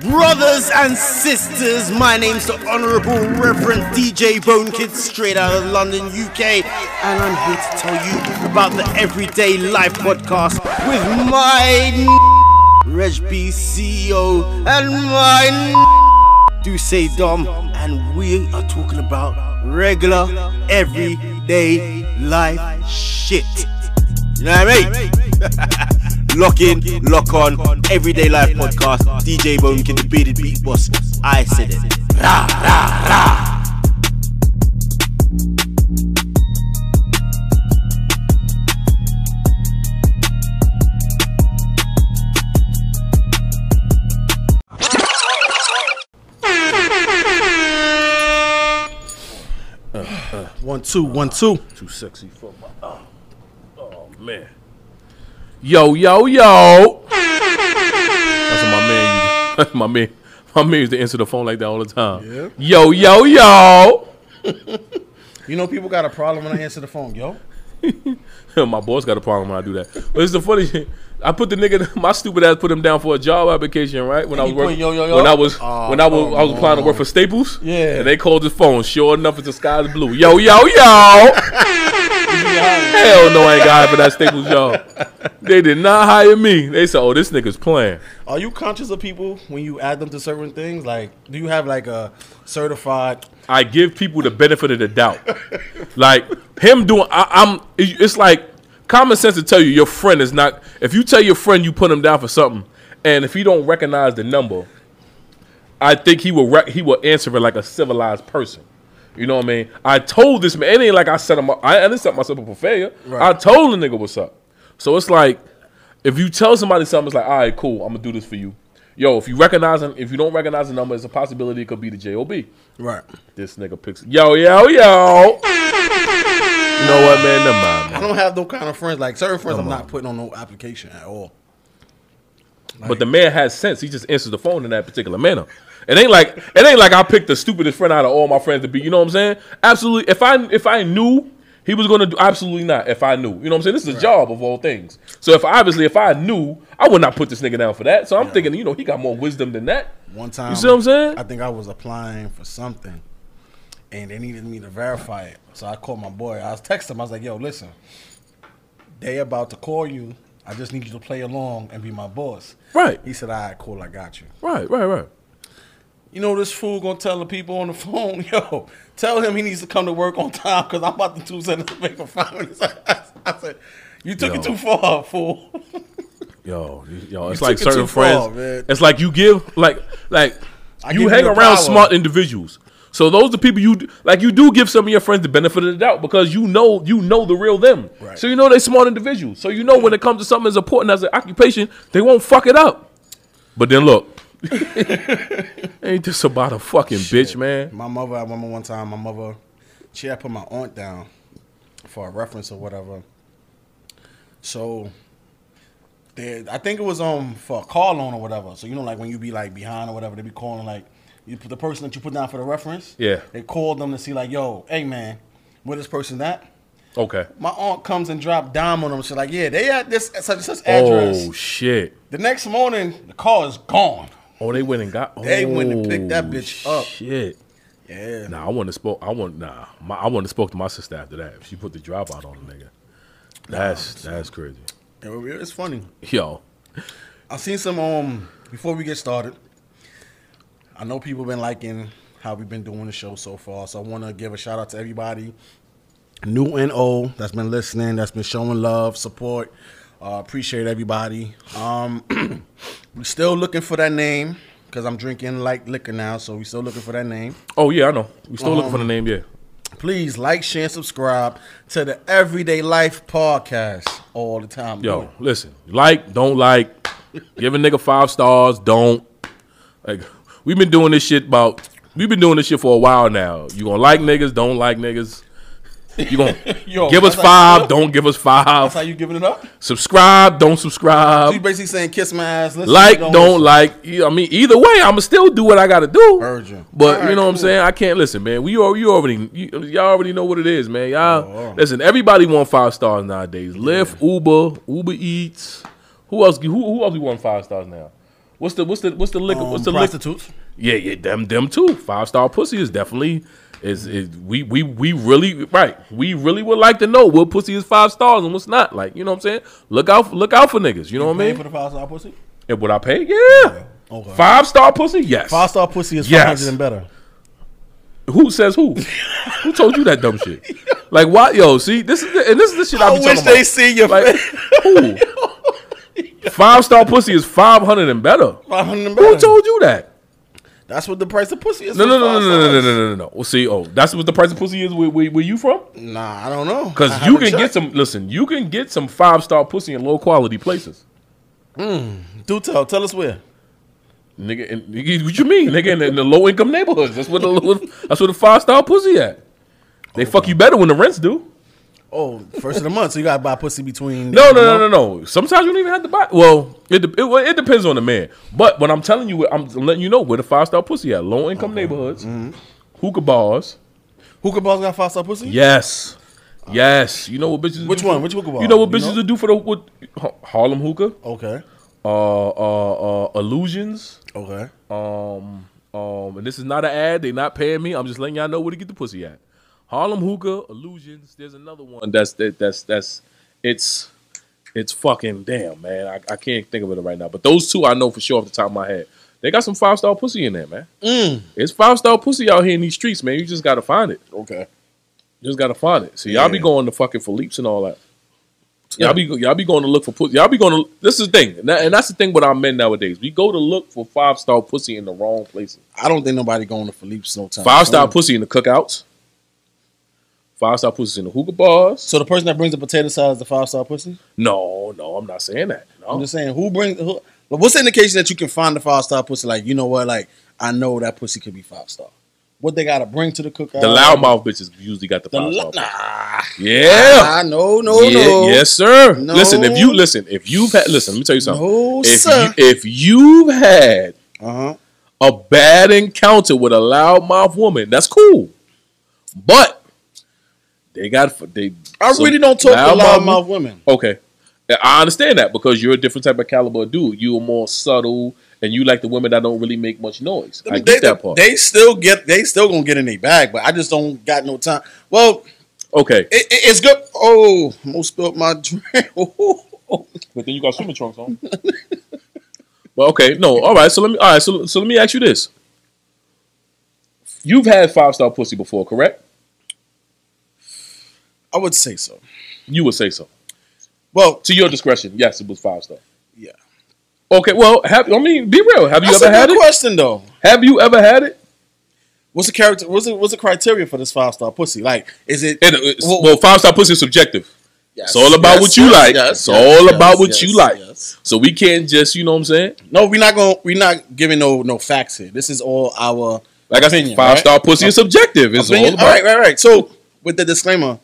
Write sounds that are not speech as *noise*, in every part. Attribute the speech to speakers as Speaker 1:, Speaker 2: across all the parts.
Speaker 1: Brothers and sisters, my name's the Honorable Reverend DJ Bonekid, straight out of London, UK, and I'm here to tell you about the Everyday Life podcast with my n- Reg BCO and my n- Duce Dom, and we are talking about regular, everyday life shit. You know what I mean? Lock in, lock on, everyday life podcast. DJ Bone can the bearded beat boss. I said it. Rah, rah, rah.
Speaker 2: One, two, one, two.
Speaker 3: Too sexy for my. Oh, oh, man. Yo, yo, yo. That's what my man. used- That's *laughs* my man. My man used to answer the phone like that all the time.
Speaker 2: Yeah.
Speaker 3: Yo, yo, yo. *laughs*
Speaker 2: You know, people got a problem when I answer the phone, yo.
Speaker 3: my boss got a problem when I do that. But it's the funny shit. I put the nigga, *laughs* my stupid ass, put him down for a job application, right? When I was
Speaker 2: he put
Speaker 3: working,
Speaker 2: yo, yo, yo?
Speaker 3: when I was,
Speaker 2: Oh,
Speaker 3: when I was, I was
Speaker 2: come
Speaker 3: applying to work for Staples.
Speaker 2: Yeah.
Speaker 3: and they called his phone. Sure enough, it's the sky's blue. Yo, yo,
Speaker 2: *laughs*
Speaker 3: yo. Hell no, I ain't got hired for that Staples job. They did not hire me. They said, "Oh, this nigga's playing."
Speaker 2: Are you conscious of people when you add them to certain things? Like, do you have like a certified?
Speaker 3: I give people the benefit of the doubt. like him doing, I, I'm. It's like common sense to tell you your friend is not. If you tell your friend you put him down for something, and if he don't recognize the number, I think he will rec- he will answer it like a civilized person. You know what I mean? I told this man. It ain't like I set him up. I, I didn't set myself up for failure.
Speaker 2: Right.
Speaker 3: I told the nigga what's up. So it's like if you tell somebody something, it's like, all right, cool, I'm gonna do this for you. Yo, if you recognize him, if you don't recognize the number, it's a possibility it could be the job.
Speaker 2: Right.
Speaker 3: This nigga picks. Yo, yo, yo. You know what, man? Never
Speaker 2: I
Speaker 3: mind, man.
Speaker 2: don't have no kind of friends. Like certain friends, I'm not putting on no application at all.
Speaker 3: But the man has sense. He just answers the phone in that particular manner. It ain't like it ain't like I picked the stupidest friend out of all my friends to be. You know what I'm saying? Absolutely. If I if I knew he was gonna do, absolutely not. If I knew, you know what I'm saying? This is a job of all things. So if obviously if I knew, I would not put this nigga down for that. So I'm thinking, you know, he got more wisdom than that.
Speaker 2: One time,
Speaker 3: You see what I'm saying?
Speaker 2: I think I was applying for something, and they needed me to verify it. So I called my boy. I was texting him. I was like, "Yo, listen, they about to call you. I just need you to play along and be my boss."
Speaker 3: Right.
Speaker 2: He said, "All right, cool. I got you."
Speaker 3: Right, right, right.
Speaker 2: You know this fool gonna tell the people on the *laughs* phone, yo, tell him he needs to come to work on time because I'm about to two seconds to make a five minutes. *laughs* I, said, you took it
Speaker 3: Yo.
Speaker 2: too far, fool.
Speaker 3: Yo, you- yo, it's
Speaker 2: took
Speaker 3: like
Speaker 2: it too
Speaker 3: certain
Speaker 2: far,
Speaker 3: friends.
Speaker 2: man.
Speaker 3: it's like you give, like, like
Speaker 2: I
Speaker 3: you
Speaker 2: give
Speaker 3: hang
Speaker 2: you the
Speaker 3: around
Speaker 2: power.
Speaker 3: smart individuals. So those are the people you d- like. You do give some of your friends the benefit of the doubt because you know you know the real them.
Speaker 2: Right.
Speaker 3: So you know they smart individuals. So you know when it comes to something as important as an occupation, they won't fuck it up. But then look, *laughs* ain't this about a
Speaker 2: *laughs*
Speaker 3: fucking bitch, man?
Speaker 2: My mother, I remember one time, my mother, she had put my aunt down for a reference or whatever. So, they, I think it was um for a car loan or whatever. So you know, like when you be like behind or whatever, they be calling like you put the person that you put down for the reference.
Speaker 3: Yeah.
Speaker 2: They called them to see like, yo, hey man, where this person at?
Speaker 3: Okay.
Speaker 2: My aunt comes and drop dime on them. She's like, yeah, they at this such and such address.
Speaker 3: Oh shit.
Speaker 2: the next morning, the car is gone.
Speaker 3: Oh, they went and got.
Speaker 2: They went and
Speaker 3: oh,
Speaker 2: picked that bitch up.
Speaker 3: Shit.
Speaker 2: Yeah.
Speaker 3: Nah, I want to spoke. I want nah. My, I want to spoke to my sister after that. If she put the drop out on the nigga, that's that's crazy.
Speaker 2: It- It's funny.
Speaker 3: Yo,
Speaker 2: I seen some um before we get started. I know people been liking how we've been doing the show so far, so I want to give a shout out to everybody new and old that's been listening, that's been showing love, support. Uh, appreciate everybody. Um, *clears throat* we still looking for that name because I'm drinking like liquor now, so we still looking for that name.
Speaker 3: oh yeah, I know. We still looking for the
Speaker 2: Um,
Speaker 3: name. Yeah,
Speaker 2: Please like, share, and subscribe to the Everyday Life podcast all the time.
Speaker 3: yo, listen. Like, don't like. Give a nigga five stars. Don't. Like, we've been doing this shit about. We've been doing this shit for a while now. You gonna like niggas? Don't like niggas. You gonna
Speaker 2: *laughs* Yo,
Speaker 3: give us
Speaker 2: that's how
Speaker 3: five? Don't give us
Speaker 2: That's how
Speaker 3: five.
Speaker 2: you giving it up?
Speaker 3: Subscribe? Don't
Speaker 2: So you
Speaker 3: subscribe.
Speaker 2: basically saying kiss my ass. Listen,
Speaker 3: Like?
Speaker 2: you
Speaker 3: Don't
Speaker 2: listen.
Speaker 3: like? Yeah, I mean, either way, I'ma still do what I gotta do.
Speaker 2: Virgin.
Speaker 3: But
Speaker 2: Alright,
Speaker 3: you know what I'm
Speaker 2: cool.
Speaker 3: saying? I can't listen, man. We all you already you, y'all already know what it is, man. Y'all
Speaker 2: Oh.
Speaker 3: listen. Everybody want five stars nowadays. Lyft, Uber, Uber Eats. Who else? Who, who else? We want five stars now. What's the what's the what's the liquor?
Speaker 2: Um,
Speaker 3: what's the liquor?
Speaker 2: prostitutes?
Speaker 3: Yeah, yeah, them them too. Five star pussy is definitely is, is we we we really right. We really would like to know what pussy is five stars and what's not. Like you know what I'm saying? Look out look out for niggas. You know what I
Speaker 2: Paying for
Speaker 3: mean?
Speaker 2: the five star pussy.
Speaker 3: And would I pay? Yeah.
Speaker 2: Okay.
Speaker 3: Five star pussy? Yes.
Speaker 2: Five star pussy is
Speaker 3: Yes.
Speaker 2: five hundred and better.
Speaker 3: Who says who? who told you that dumb shit? Like why? Yo, see this is the, and this is the shit I,
Speaker 2: I
Speaker 3: be
Speaker 2: wish
Speaker 3: talking about.
Speaker 2: they see your
Speaker 3: like
Speaker 2: face. *laughs*
Speaker 3: who? Five star pussy is five hundred and better.
Speaker 2: Five hundred and better.
Speaker 3: Who told you that?
Speaker 2: That's what the price of pussy is.
Speaker 3: No,
Speaker 2: for
Speaker 3: no, no, no,
Speaker 2: five
Speaker 3: no, no, no,
Speaker 2: stars.
Speaker 3: no, no, no, no. Well, see, oh, that's what the price of pussy is. Where, where, where you from?
Speaker 2: Nah, I don't know. I
Speaker 3: Because you
Speaker 2: haven't
Speaker 3: can get
Speaker 2: checked.
Speaker 3: some. Listen, you can get some five star pussy in low quality places.
Speaker 2: Do tell. Tell us where.
Speaker 3: Nigga, and, nigga, what you mean, nigga? In the, in the low income neighborhoods, that's what the *laughs* low- that's where the five star pussy at. They fuck you better when the rents do.
Speaker 2: Oh, first of the month, so you gotta buy pussy between.
Speaker 3: No, no, no, no, no. Sometimes you don't even have to buy. Well, it, de- it well, it depends on the man. But what I'm telling you, I'm letting you know where the five star pussy at. Low income neighborhoods,
Speaker 2: Mm-hmm.
Speaker 3: hookah bars.
Speaker 2: Hookah balls got five star pussy.
Speaker 3: Yes, yes. You know what bitches?
Speaker 2: Which
Speaker 3: do
Speaker 2: one?
Speaker 3: for-
Speaker 2: Which hookah bar?
Speaker 3: You know what
Speaker 2: You
Speaker 3: bitches
Speaker 2: know?
Speaker 3: to do for the what, Ha- Harlem hookah,
Speaker 2: Okay.
Speaker 3: uh, uh, uh, illusions.
Speaker 2: Okay.
Speaker 3: Um, um, and this is not an ad. They not paying me. I'm just letting y'all know where to get the pussy at. Harlem Hookah, Illusions. There's another one. That's that, that's that's it's it's fucking damn man. I, I can't think of it right now. But those two I know for sure off the top of my head. They got some five star pussy in there, man. It's five star pussy out here in these streets, man. You just gotta find it.
Speaker 2: Okay.
Speaker 3: You just gotta find it. So y'all be
Speaker 2: Yeah.
Speaker 3: going to fucking Philippe's and all that. Y'all be y'all be going to look for pussy. Y'all be going to. This is the thing, and, that- and that's the thing with our men nowadays. We go to look for five star pussy in the wrong places.
Speaker 2: I don't think nobody going to Philippe's no time.
Speaker 3: Five star
Speaker 2: soon.
Speaker 3: pussy in the cookouts. Five star pussy in the hookah bars.
Speaker 2: So the person that brings the potato salad is the five star pussy.
Speaker 3: No, no, I'm not saying that. No.
Speaker 2: I'm just saying who brings. Who, but what's the indication that you can find the five star pussy? Like you know what? Like I know that pussy could be five star. What they gotta bring to the cookout?
Speaker 3: the loudmouth bitches usually got the
Speaker 2: The
Speaker 3: five
Speaker 2: lo-
Speaker 3: star.
Speaker 2: nah.
Speaker 3: Yeah.
Speaker 2: Nah, no, no,
Speaker 3: Yeah,
Speaker 2: no.
Speaker 3: Yes, sir.
Speaker 2: No.
Speaker 3: Listen, if you listen, if you've had listen, let me tell you something.
Speaker 2: No,
Speaker 3: if
Speaker 2: sir.
Speaker 3: you if you've had
Speaker 2: Uh huh.
Speaker 3: a bad encounter with a loudmouth woman, that's cool. But they got they.
Speaker 2: I
Speaker 3: so
Speaker 2: really don't talk to
Speaker 3: loudmouth-
Speaker 2: loudmouth women.
Speaker 3: Okay. I understand that because you're a different type of caliber of dude. You're more subtle and you like the women that don't really make much noise. I
Speaker 2: they,
Speaker 3: get that part.
Speaker 2: They still get. They still gonna get in their bag, but I just don't got no time. Well,
Speaker 3: okay.
Speaker 2: it, it, it's good. Oh, almost spilled my *laughs* drink.
Speaker 3: But then you got swimming trunks on. *laughs* well, okay. No. All right. So let me all right, so, so let me ask you this. You've had five star pussy before, correct?
Speaker 2: I would say so.
Speaker 3: You would say so.
Speaker 2: Well,
Speaker 3: To your discretion, yes, it was five star.
Speaker 2: yeah.
Speaker 3: Okay, well, have I mean, be real. Have you
Speaker 2: That's
Speaker 3: ever
Speaker 2: a
Speaker 3: had
Speaker 2: good
Speaker 3: it?
Speaker 2: question, though.
Speaker 3: Have you ever had it?
Speaker 2: What's the character? What's the, what's the criteria for this five star pussy? Like, is it?
Speaker 3: And, uh, it's-
Speaker 2: Well-
Speaker 3: well, five star pussy is subjective.
Speaker 2: Yes,
Speaker 3: It's all about
Speaker 2: yes,
Speaker 3: what you
Speaker 2: yes,
Speaker 3: like.
Speaker 2: yes,
Speaker 3: it's
Speaker 2: yes,
Speaker 3: all
Speaker 2: yes,
Speaker 3: about what
Speaker 2: yes,
Speaker 3: you like.
Speaker 2: yes.
Speaker 3: So we can't just, you know what I'm saying?
Speaker 2: No, we're not going. to We're not giving no no facts here. This is all our
Speaker 3: Like I said,
Speaker 2: Opinion,
Speaker 3: five star
Speaker 2: right?
Speaker 3: pussy is subjective. It's
Speaker 2: opinion.
Speaker 3: all about.
Speaker 2: right, right, right. So, with the disclaimer,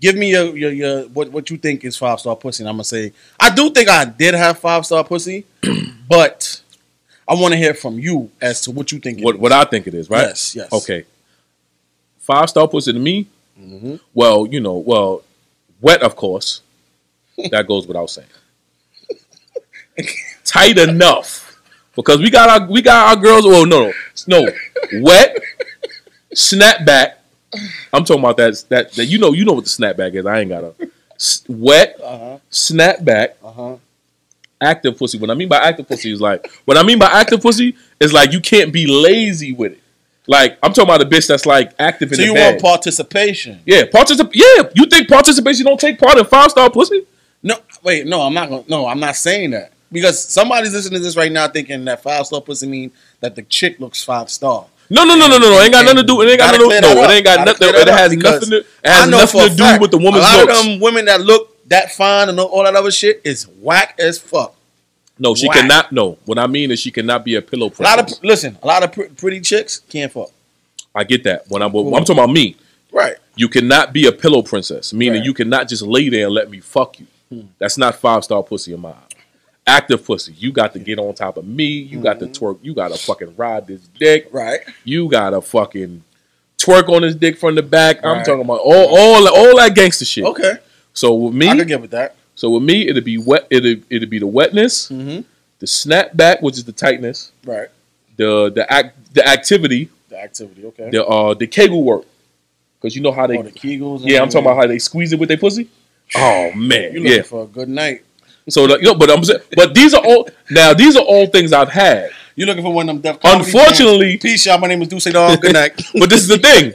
Speaker 2: give me your your, your what what you think is five star pussy, and I'm gonna say I do think I did have five star pussy, *clears throat* but I want to hear from you as to what you think. it
Speaker 3: What
Speaker 2: is.
Speaker 3: what I think it is, right?
Speaker 2: Yes, yes.
Speaker 3: Okay. Five star pussy to me.
Speaker 2: Mm-hmm.
Speaker 3: Well, you know, well, wet of course. that goes
Speaker 2: *laughs*
Speaker 3: without saying. Tight enough because we got our we got our girls. Well, no, no, no. wet snapback. I'm talking about that that that you know you know what the snapback is. I ain't got a S- wet
Speaker 2: Uh-huh.
Speaker 3: snapback.
Speaker 2: Uh-huh.
Speaker 3: active pussy. What I mean by active pussy is like what I mean by active pussy is like you can't be lazy with it. Like I'm talking about a bitch that's like active in
Speaker 2: So
Speaker 3: the
Speaker 2: you
Speaker 3: bed.
Speaker 2: want participation?
Speaker 3: yeah, particip- Yeah, you think participation don't take part in five star pussy?
Speaker 2: No, wait, no, I'm not going. to No, I'm not saying that because somebody's listening to this right now thinking that five star pussy mean that the chick looks five star.
Speaker 3: No, no, no, no, no, no. Ain't got nothing to do. It ain't got
Speaker 2: Gotta
Speaker 3: nothing.
Speaker 2: clear
Speaker 3: No,
Speaker 2: that
Speaker 3: it
Speaker 2: up.
Speaker 3: ain't got
Speaker 2: Gotta
Speaker 3: nothing.
Speaker 2: clear
Speaker 3: It
Speaker 2: that up
Speaker 3: has
Speaker 2: because
Speaker 3: nothing. To, it
Speaker 2: I
Speaker 3: has
Speaker 2: know
Speaker 3: nothing
Speaker 2: for a
Speaker 3: to do
Speaker 2: fact,
Speaker 3: with the woman's
Speaker 2: A lot
Speaker 3: looks.
Speaker 2: of them women that look that fine and all that other shit is whack as fuck.
Speaker 3: no, she
Speaker 2: Whack.
Speaker 3: cannot. No, what I mean is she cannot be a pillow
Speaker 2: A lot
Speaker 3: princess.
Speaker 2: of listen, a lot of pr- pretty chicks can't fuck.
Speaker 3: I get that. When I'm, I'm talking about me.
Speaker 2: Right.
Speaker 3: You cannot be a pillow princess, meaning
Speaker 2: Right. Hmm.
Speaker 3: you cannot just lay there and let me fuck you. That's not five star pussy in my eye. Active pussy, you got to get on top of me. You got
Speaker 2: Hmm.
Speaker 3: to twerk. You got to fucking ride this dick.
Speaker 2: Right.
Speaker 3: You got to fucking twerk on his dick from the back. I'm
Speaker 2: Right.
Speaker 3: talking about all all all that gangster shit.
Speaker 2: Okay.
Speaker 3: So with
Speaker 2: I
Speaker 3: me,
Speaker 2: could get with that.
Speaker 3: so with me, it'd be wet. It'd it'd be the wetness,
Speaker 2: Mhm.
Speaker 3: the snapback, which is the tightness,
Speaker 2: Right.
Speaker 3: the the act the activity,
Speaker 2: The activity. Okay.
Speaker 3: the uh the kegel work, because you know how they
Speaker 2: Oh, the Kegels. and
Speaker 3: yeah, I'm talking
Speaker 2: everything.
Speaker 3: about how they squeeze it with their pussy. Oh man,
Speaker 2: You looking
Speaker 3: yeah.
Speaker 2: for a good night?
Speaker 3: So like, you know, but I'm saying, but these are all now. These are all things I've had.
Speaker 2: You looking for one of them deaf? comedy
Speaker 3: Unfortunately,
Speaker 2: bands? peace, y'all. My name is Deuce Dog.
Speaker 3: *laughs*
Speaker 2: Good night.
Speaker 3: but this is the thing.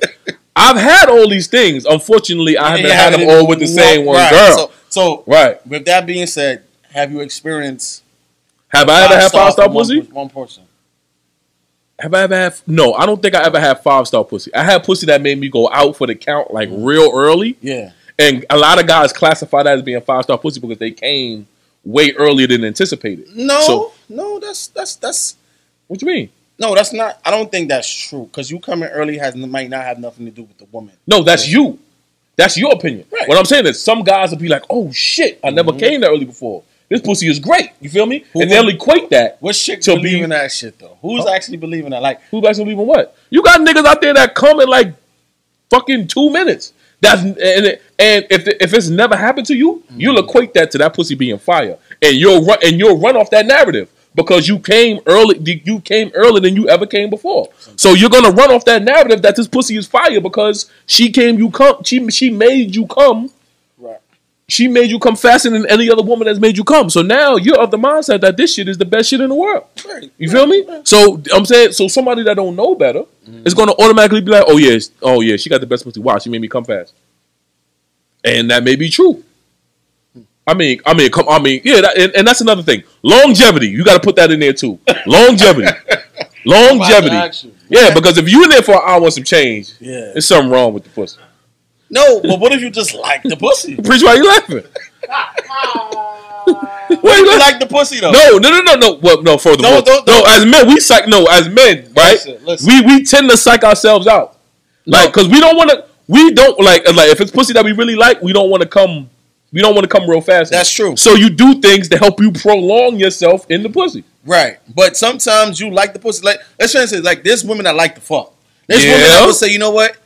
Speaker 3: I've had all these things. Unfortunately, I haven't
Speaker 2: Yeah,
Speaker 3: had them
Speaker 2: it-
Speaker 3: all with the same one
Speaker 2: right.
Speaker 3: girl.
Speaker 2: So, so
Speaker 3: right?
Speaker 2: with that being said, have you experienced?
Speaker 3: Have I ever had
Speaker 2: five-star
Speaker 3: five star
Speaker 2: from one
Speaker 3: pussy?
Speaker 2: per- One person.
Speaker 3: Have I ever had? No, I don't think I ever had five star pussy. I had pussy that made me go out for the count like real early.
Speaker 2: Yeah.
Speaker 3: And a lot of guys classify that as being five star pussy because they came way earlier than anticipated.
Speaker 2: No.
Speaker 3: So-
Speaker 2: no. That's that's that's
Speaker 3: What you mean?
Speaker 2: no. That's not. I don't think that's true. Because you coming early has might not have nothing to do with the woman.
Speaker 3: No, that's you. That's your opinion.
Speaker 2: Right. Mm-hmm.
Speaker 3: What I'm saying is some guys will be like, oh shit, I never came that early before. This pussy is great. You feel me?
Speaker 2: Who
Speaker 3: and they'll
Speaker 2: would-
Speaker 3: equate that.
Speaker 2: What shit
Speaker 3: To
Speaker 2: believing
Speaker 3: be-
Speaker 2: that shit though? Who's
Speaker 3: Huh?
Speaker 2: actually believing that? Like
Speaker 3: Who's actually believing what? You got niggas out there that come in like fucking two minutes. That's and and if if it's never happened to you,
Speaker 2: Mm-hmm.
Speaker 3: you'll equate that to that pussy being fire, and you'll run and you'll run off that narrative because you came early. You came earlier than you ever came before. So you're gonna run off that narrative that this pussy is fire because she came. You come. She she made you come
Speaker 2: right.
Speaker 3: she made you come faster than any other woman that's made you come. So now you're of the mindset that this shit is the best shit in the world.
Speaker 2: Right. Mm-hmm.
Speaker 3: You feel me? So I'm saying, so somebody that don't know better is going to automatically be like, oh yeah, it's- oh yeah, she got the best pussy. Wow, she made me come fast. And that may be true.
Speaker 2: Hmm.
Speaker 3: I mean, I mean, come, I mean, yeah, that, and, and that's another thing. Longevity, you got to put that in
Speaker 2: *laughs*
Speaker 3: there too. Longevity,
Speaker 2: Oh
Speaker 3: longevity.
Speaker 2: Action.
Speaker 3: Yeah, because if you in there for an hour and some change,
Speaker 2: Yeah.
Speaker 3: there's something wrong with the pussy.
Speaker 2: No, but what if you just like the
Speaker 3: *laughs*
Speaker 2: pussy?
Speaker 3: Preach, why
Speaker 2: *laughs*
Speaker 3: you laughing? why you
Speaker 2: You
Speaker 3: laughing?
Speaker 2: like the pussy though.
Speaker 3: No, no, no, no, no. Well, no, further.
Speaker 2: No,
Speaker 3: No,
Speaker 2: don't-
Speaker 3: no,
Speaker 2: don't.
Speaker 3: as men, we psych. No, as men, right?
Speaker 2: Listen, listen.
Speaker 3: We we tend to psych ourselves out, like because we don't want to. We don't like like if it's pussy that we really like, we don't want to come. We don't want to come real fast.
Speaker 2: That's true.
Speaker 3: So you do things to help you prolong yourself in the pussy.
Speaker 2: Right. But sometimes you like the pussy. Like let's for instance, like there's women that like the fuck. There's women that
Speaker 3: Yeah.
Speaker 2: would say, you know what?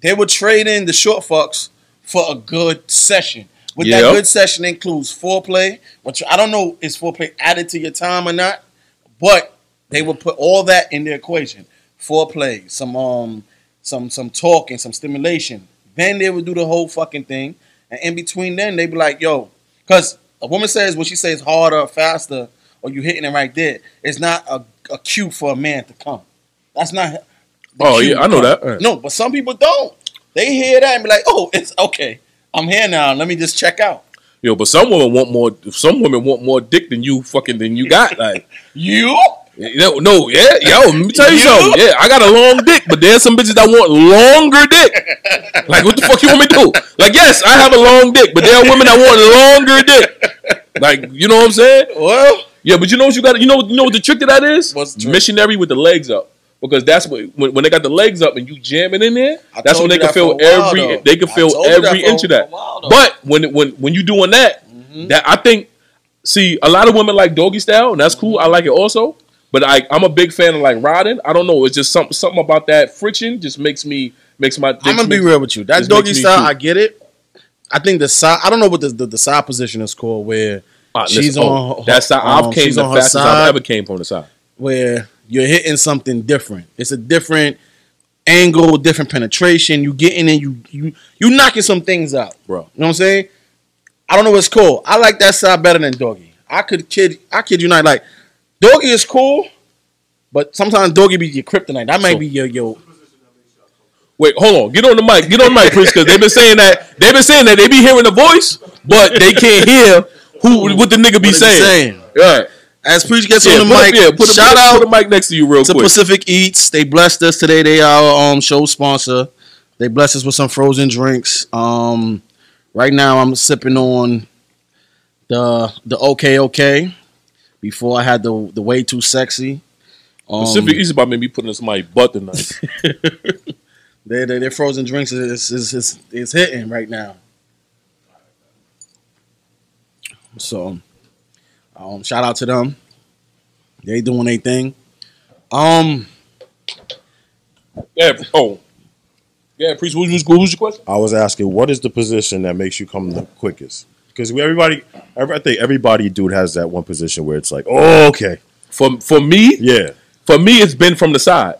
Speaker 2: They would trade in the short fucks for a good session. But that
Speaker 3: Yeah.
Speaker 2: good session includes foreplay, which I don't know is foreplay added to your time or not, but they would put all that in the equation. Foreplay, some um some some talking, some stimulation. Then they would do the whole fucking thing. And in between then they'd be like, yo, because a woman says what she says harder, faster, or you hitting it right there, it's not a, a cue for a man to come. That's not the
Speaker 3: Oh,
Speaker 2: cue
Speaker 3: yeah,
Speaker 2: to
Speaker 3: I know
Speaker 2: come.
Speaker 3: that. Uh.
Speaker 2: No, but some people don't. They hear that and be like, oh, it's okay. I'm here now. Let me just check out.
Speaker 3: Yo, but some women want more. Some women want more dick than you fucking than you got. Like
Speaker 2: You? *laughs*
Speaker 3: no, no, yeah, yo. Let me tell you,
Speaker 2: You?
Speaker 3: something. Yeah, I got a long dick, but there's some bitches that want longer dick. Like what the fuck you want me to do? Like yes, I have a long dick, but there are women that want longer dick. Like you know what I'm saying?
Speaker 2: Well,
Speaker 3: Yeah, but you know what you got? You know you know what the trick to that is?
Speaker 2: What's the trick?
Speaker 3: Missionary with the legs up. Because that's what when, when they got the legs up and you jamming in there,
Speaker 2: I
Speaker 3: that's when
Speaker 2: told
Speaker 3: they
Speaker 2: you
Speaker 3: can
Speaker 2: that
Speaker 3: feel
Speaker 2: for a while,
Speaker 3: every
Speaker 2: though.
Speaker 3: they can
Speaker 2: I
Speaker 3: feel
Speaker 2: told you that
Speaker 3: every
Speaker 2: for
Speaker 3: inch of
Speaker 2: a
Speaker 3: that.
Speaker 2: while, though. Mm-hmm.
Speaker 3: but when when when you doing that, that I think see a lot of women like doggy style, and that's cool. I like it also. But I I'm a big fan of like riding. I don't know, it's just something something about that friction just makes me makes my
Speaker 2: I'm gonna be
Speaker 3: makes-
Speaker 2: real with you. That
Speaker 3: This
Speaker 2: doggy
Speaker 3: makes me
Speaker 2: style,
Speaker 3: cute.
Speaker 2: I get it. I think the side. I don't know what the the, the side position is called, where
Speaker 3: Ah, listen,
Speaker 2: she's
Speaker 3: oh,
Speaker 2: on. Her,
Speaker 3: That's how
Speaker 2: um,
Speaker 3: I've came
Speaker 2: she's
Speaker 3: the
Speaker 2: on her
Speaker 3: fastest I've
Speaker 2: side,
Speaker 3: ever came from the side.
Speaker 2: where you're hitting something different. It's a different angle, different penetration. You getting in, you you you knocking some things out,
Speaker 3: Bro.
Speaker 2: You know what I'm saying? I don't know what's cool. I like that side better than doggy. I could kid. I kid you not. Like doggy is cool, but sometimes doggy be your kryptonite. That might
Speaker 3: Sure.
Speaker 2: be your your.
Speaker 3: Wait, hold on. Get on the mic. Get on the mic, Chris, because they've been saying that. They've been saying that they be hearing the voice, but they can't hear who what the nigga be
Speaker 2: What it be
Speaker 3: saying.
Speaker 2: saying.
Speaker 3: Right.
Speaker 2: As preach gets
Speaker 3: Yeah,
Speaker 2: on the
Speaker 3: put,
Speaker 2: mic,
Speaker 3: yeah, put,
Speaker 2: shout
Speaker 3: put,
Speaker 2: out.
Speaker 3: Put the mic next to you real
Speaker 2: to
Speaker 3: quick.
Speaker 2: Pacific Eats. They blessed us today. They are our um, show sponsor. They blessed us with some frozen drinks. Um, right now, I'm sipping on the the OK OK. Before I had the the way too sexy. Um,
Speaker 3: Pacific East about made me putting this my butt tonight.
Speaker 2: Their, their, their frozen drinks is, is, is, is hitting right now. So, um, shout out to them. They doing their thing. Um,
Speaker 3: Yeah. Oh. Yeah, priest. Who's, who's, who's your question?
Speaker 4: I was asking, what is the position that makes you come the quickest? Because everybody, every, I think everybody, dude, has that one position where it's like, oh, okay,
Speaker 3: For for me,
Speaker 4: yeah,
Speaker 3: for me, it's been from the side.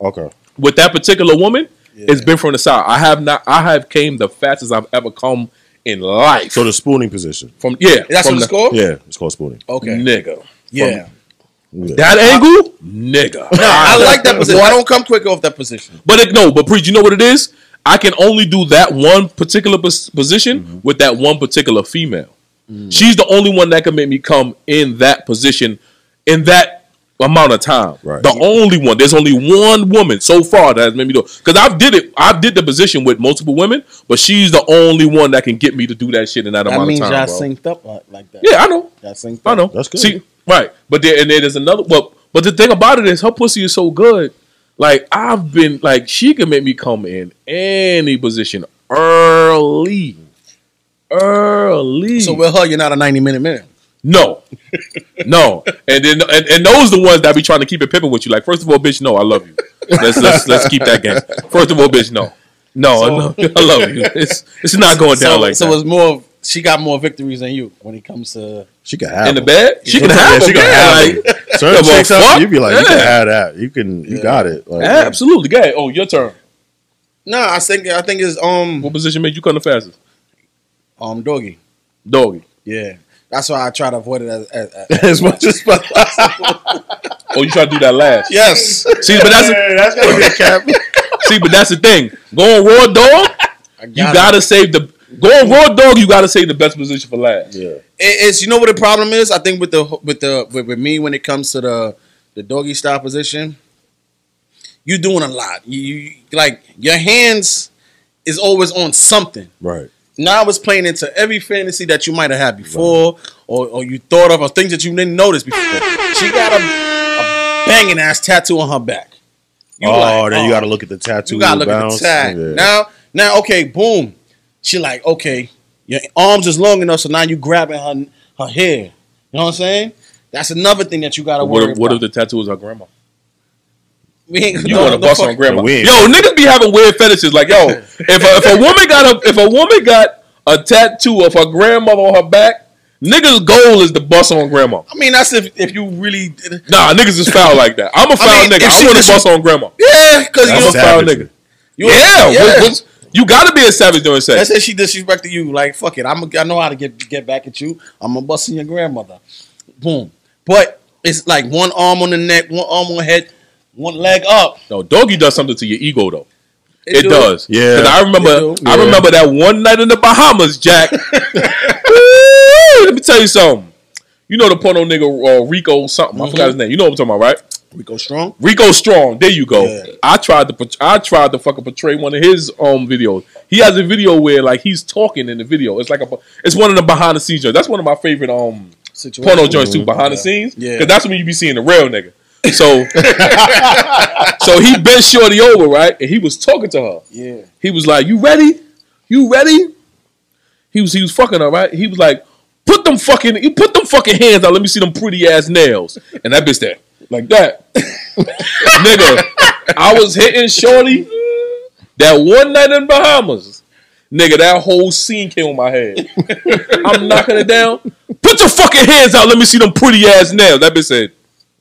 Speaker 4: okay,
Speaker 3: With that particular woman, it's been from the side. I have not. I have came the fastest I've ever come in life.
Speaker 4: so the spooning position,
Speaker 3: from yeah,
Speaker 2: that's
Speaker 3: from
Speaker 2: what
Speaker 3: the
Speaker 2: it's called.
Speaker 4: yeah, it's called spooning.
Speaker 2: Okay.
Speaker 3: nigga.
Speaker 2: yeah.
Speaker 4: Yeah.
Speaker 3: Oh. That angle, nigga.
Speaker 2: No, I like that position. I don't come quick off that position.
Speaker 3: But it, no, but preach. You know what it is? I can only do that one particular pos- position
Speaker 2: Mm-hmm.
Speaker 3: with that one particular female.
Speaker 2: Mm.
Speaker 3: She's the only one that can make me come in that position in that amount of time.
Speaker 4: Right.
Speaker 3: The only one. There's only one woman so far that has made me do it. Because I've did it. I've did the position with multiple women, but she's the only one that can get me to do that shit in that,
Speaker 2: That
Speaker 3: amount
Speaker 2: means
Speaker 3: of
Speaker 2: y'all
Speaker 3: time. Bro.
Speaker 2: synced up like, like that.
Speaker 3: Yeah, I know.
Speaker 2: Y'all synced up.
Speaker 3: I know.
Speaker 4: That's good.
Speaker 3: See, right. But there and then there's another well, but the thing about it is her pussy is so good. Like I've been like she can make me come in any position early. Early.
Speaker 2: So with her, you're not a 90 minute man.
Speaker 3: no. no. And then and, and those the ones that be trying to keep it pimping with you. Like, first of all, bitch, no, I love you. Let's let's let's keep that game. First of all, bitch, no. No, I, love, I love you. It's it's not going down
Speaker 2: so,
Speaker 3: like
Speaker 2: so
Speaker 3: that.
Speaker 2: it's more. of- She got more victories than you when it comes to.
Speaker 4: She can have
Speaker 3: In the
Speaker 4: them.
Speaker 3: bed? She can
Speaker 4: Yeah,
Speaker 3: have
Speaker 4: she
Speaker 3: them,
Speaker 4: can
Speaker 3: yeah,
Speaker 4: have
Speaker 3: like-
Speaker 4: them. *laughs* Certain
Speaker 3: Yeah,
Speaker 4: chicks
Speaker 3: but
Speaker 4: out,
Speaker 3: fuck,
Speaker 4: you be like, you can
Speaker 3: yeah.
Speaker 4: have that. You can, you got it. Like,
Speaker 3: Absolutely. Go ahead. Oh, your turn.
Speaker 2: No, I think I think it's
Speaker 3: What
Speaker 2: um
Speaker 3: position made you come the fastest?
Speaker 2: um doggy.
Speaker 3: Doggy.
Speaker 2: Yeah, that's why I try to avoid it as, as, as
Speaker 4: *laughs* as much as possible.
Speaker 3: Oh, you try to do that
Speaker 2: *laughs*
Speaker 3: last.
Speaker 2: yes.
Speaker 3: See, but *laughs* that's the-
Speaker 4: that's gonna be a
Speaker 3: *laughs*
Speaker 4: cap.
Speaker 3: see, but that's the thing. Going raw dog, you gotta save the going raw dog. You gotta save the best position for last.
Speaker 4: Yeah,
Speaker 2: It- it's you know what the problem is. I think with the with the with, with me when it comes to the the doggy style position, you're doing a lot. You, you like your hands is always on something.
Speaker 4: right.
Speaker 2: Now it's playing into every fantasy that you might have had before, or, or you thought of, or things that you didn't notice before. She got a, a banging ass tattoo on her back. You
Speaker 4: oh,
Speaker 2: like,
Speaker 4: then
Speaker 2: oh,
Speaker 4: you got to look at the tattoo.
Speaker 2: you gotta look
Speaker 4: bounce.
Speaker 2: at the tag.
Speaker 4: Yeah.
Speaker 2: Now, now, okay, boom. She like, okay, your arms is long enough, so now you grabbing her her hair. You know what I'm saying? That's another thing that you gotta
Speaker 3: What
Speaker 2: worry
Speaker 3: if, what if
Speaker 2: about.
Speaker 3: the tattoo is her grandma?
Speaker 2: *laughs* we ain't,
Speaker 3: You
Speaker 2: no,
Speaker 3: want to
Speaker 2: no
Speaker 3: bust
Speaker 2: fuck-
Speaker 3: on grandma?
Speaker 4: No, we ain't.
Speaker 3: Yo, niggas be having weird fetishes. Like, yo, if a, if a woman got a if a woman got a tattoo of her grandmother on her back, niggas' goal is to bust on grandma.
Speaker 2: I mean, that's if if you really did it.
Speaker 3: Nah, niggas is foul like that. I'm a foul
Speaker 2: mean,
Speaker 3: nigga.
Speaker 2: if
Speaker 3: I
Speaker 2: she-
Speaker 3: want
Speaker 2: if
Speaker 3: to
Speaker 2: she-
Speaker 3: bust on grandma.
Speaker 2: Yeah, because you
Speaker 4: That's
Speaker 3: I'm a
Speaker 2: know,
Speaker 3: foul
Speaker 4: savagery.
Speaker 3: nigga. yeah,
Speaker 2: yeah.
Speaker 3: what- what's- you gotta be a savage during sex.
Speaker 2: let's say she disrespected you. Like, fuck it, I'm I know how to get get back at you. I'm gonna bust on your grandmother. Boom. But it's like one arm on the neck, one arm on the head, one leg up.
Speaker 3: No, doggy does something to your ego though. It,
Speaker 2: do.
Speaker 3: does.
Speaker 4: Yeah.
Speaker 3: Because I remember
Speaker 2: It
Speaker 3: I
Speaker 4: Yeah.
Speaker 3: remember that one night in the Bahamas,
Speaker 2: *laughs*
Speaker 3: Jack. Woo! Let me tell you something. You know the porno nigga uh, Rico something. I
Speaker 2: Mm-hmm.
Speaker 3: forgot his name. You know what I'm talking about, right?
Speaker 2: We go strong.
Speaker 3: Rico Strong. There you go.
Speaker 2: Yeah.
Speaker 3: I tried to portray- I tried to fucking portray one of his um videos. He has a video where like he's talking in the video. It's like a it's one of the behind the scenes joints. That's one of my favorite um
Speaker 2: Situation. Mm-hmm.
Speaker 3: porno joints too behind the scenes.
Speaker 2: Yeah.
Speaker 3: Because that's when you be seeing the real nigga.
Speaker 2: *laughs*
Speaker 3: So So he bent Shorty over, right? And he was talking to her.
Speaker 2: Yeah.
Speaker 3: He was like, You ready? You ready? He was he was fucking her, right? He was like, put them fucking you put them fucking hands out, let me see them pretty ass nails. And that bitch there, like that. *laughs* Nigga, I was hitting Shorty that one night in Bahamas. Nigga, that whole scene came on my head. *laughs* I'm knocking it down. Put your fucking hands out. Let me see them pretty ass nails. That bitch said,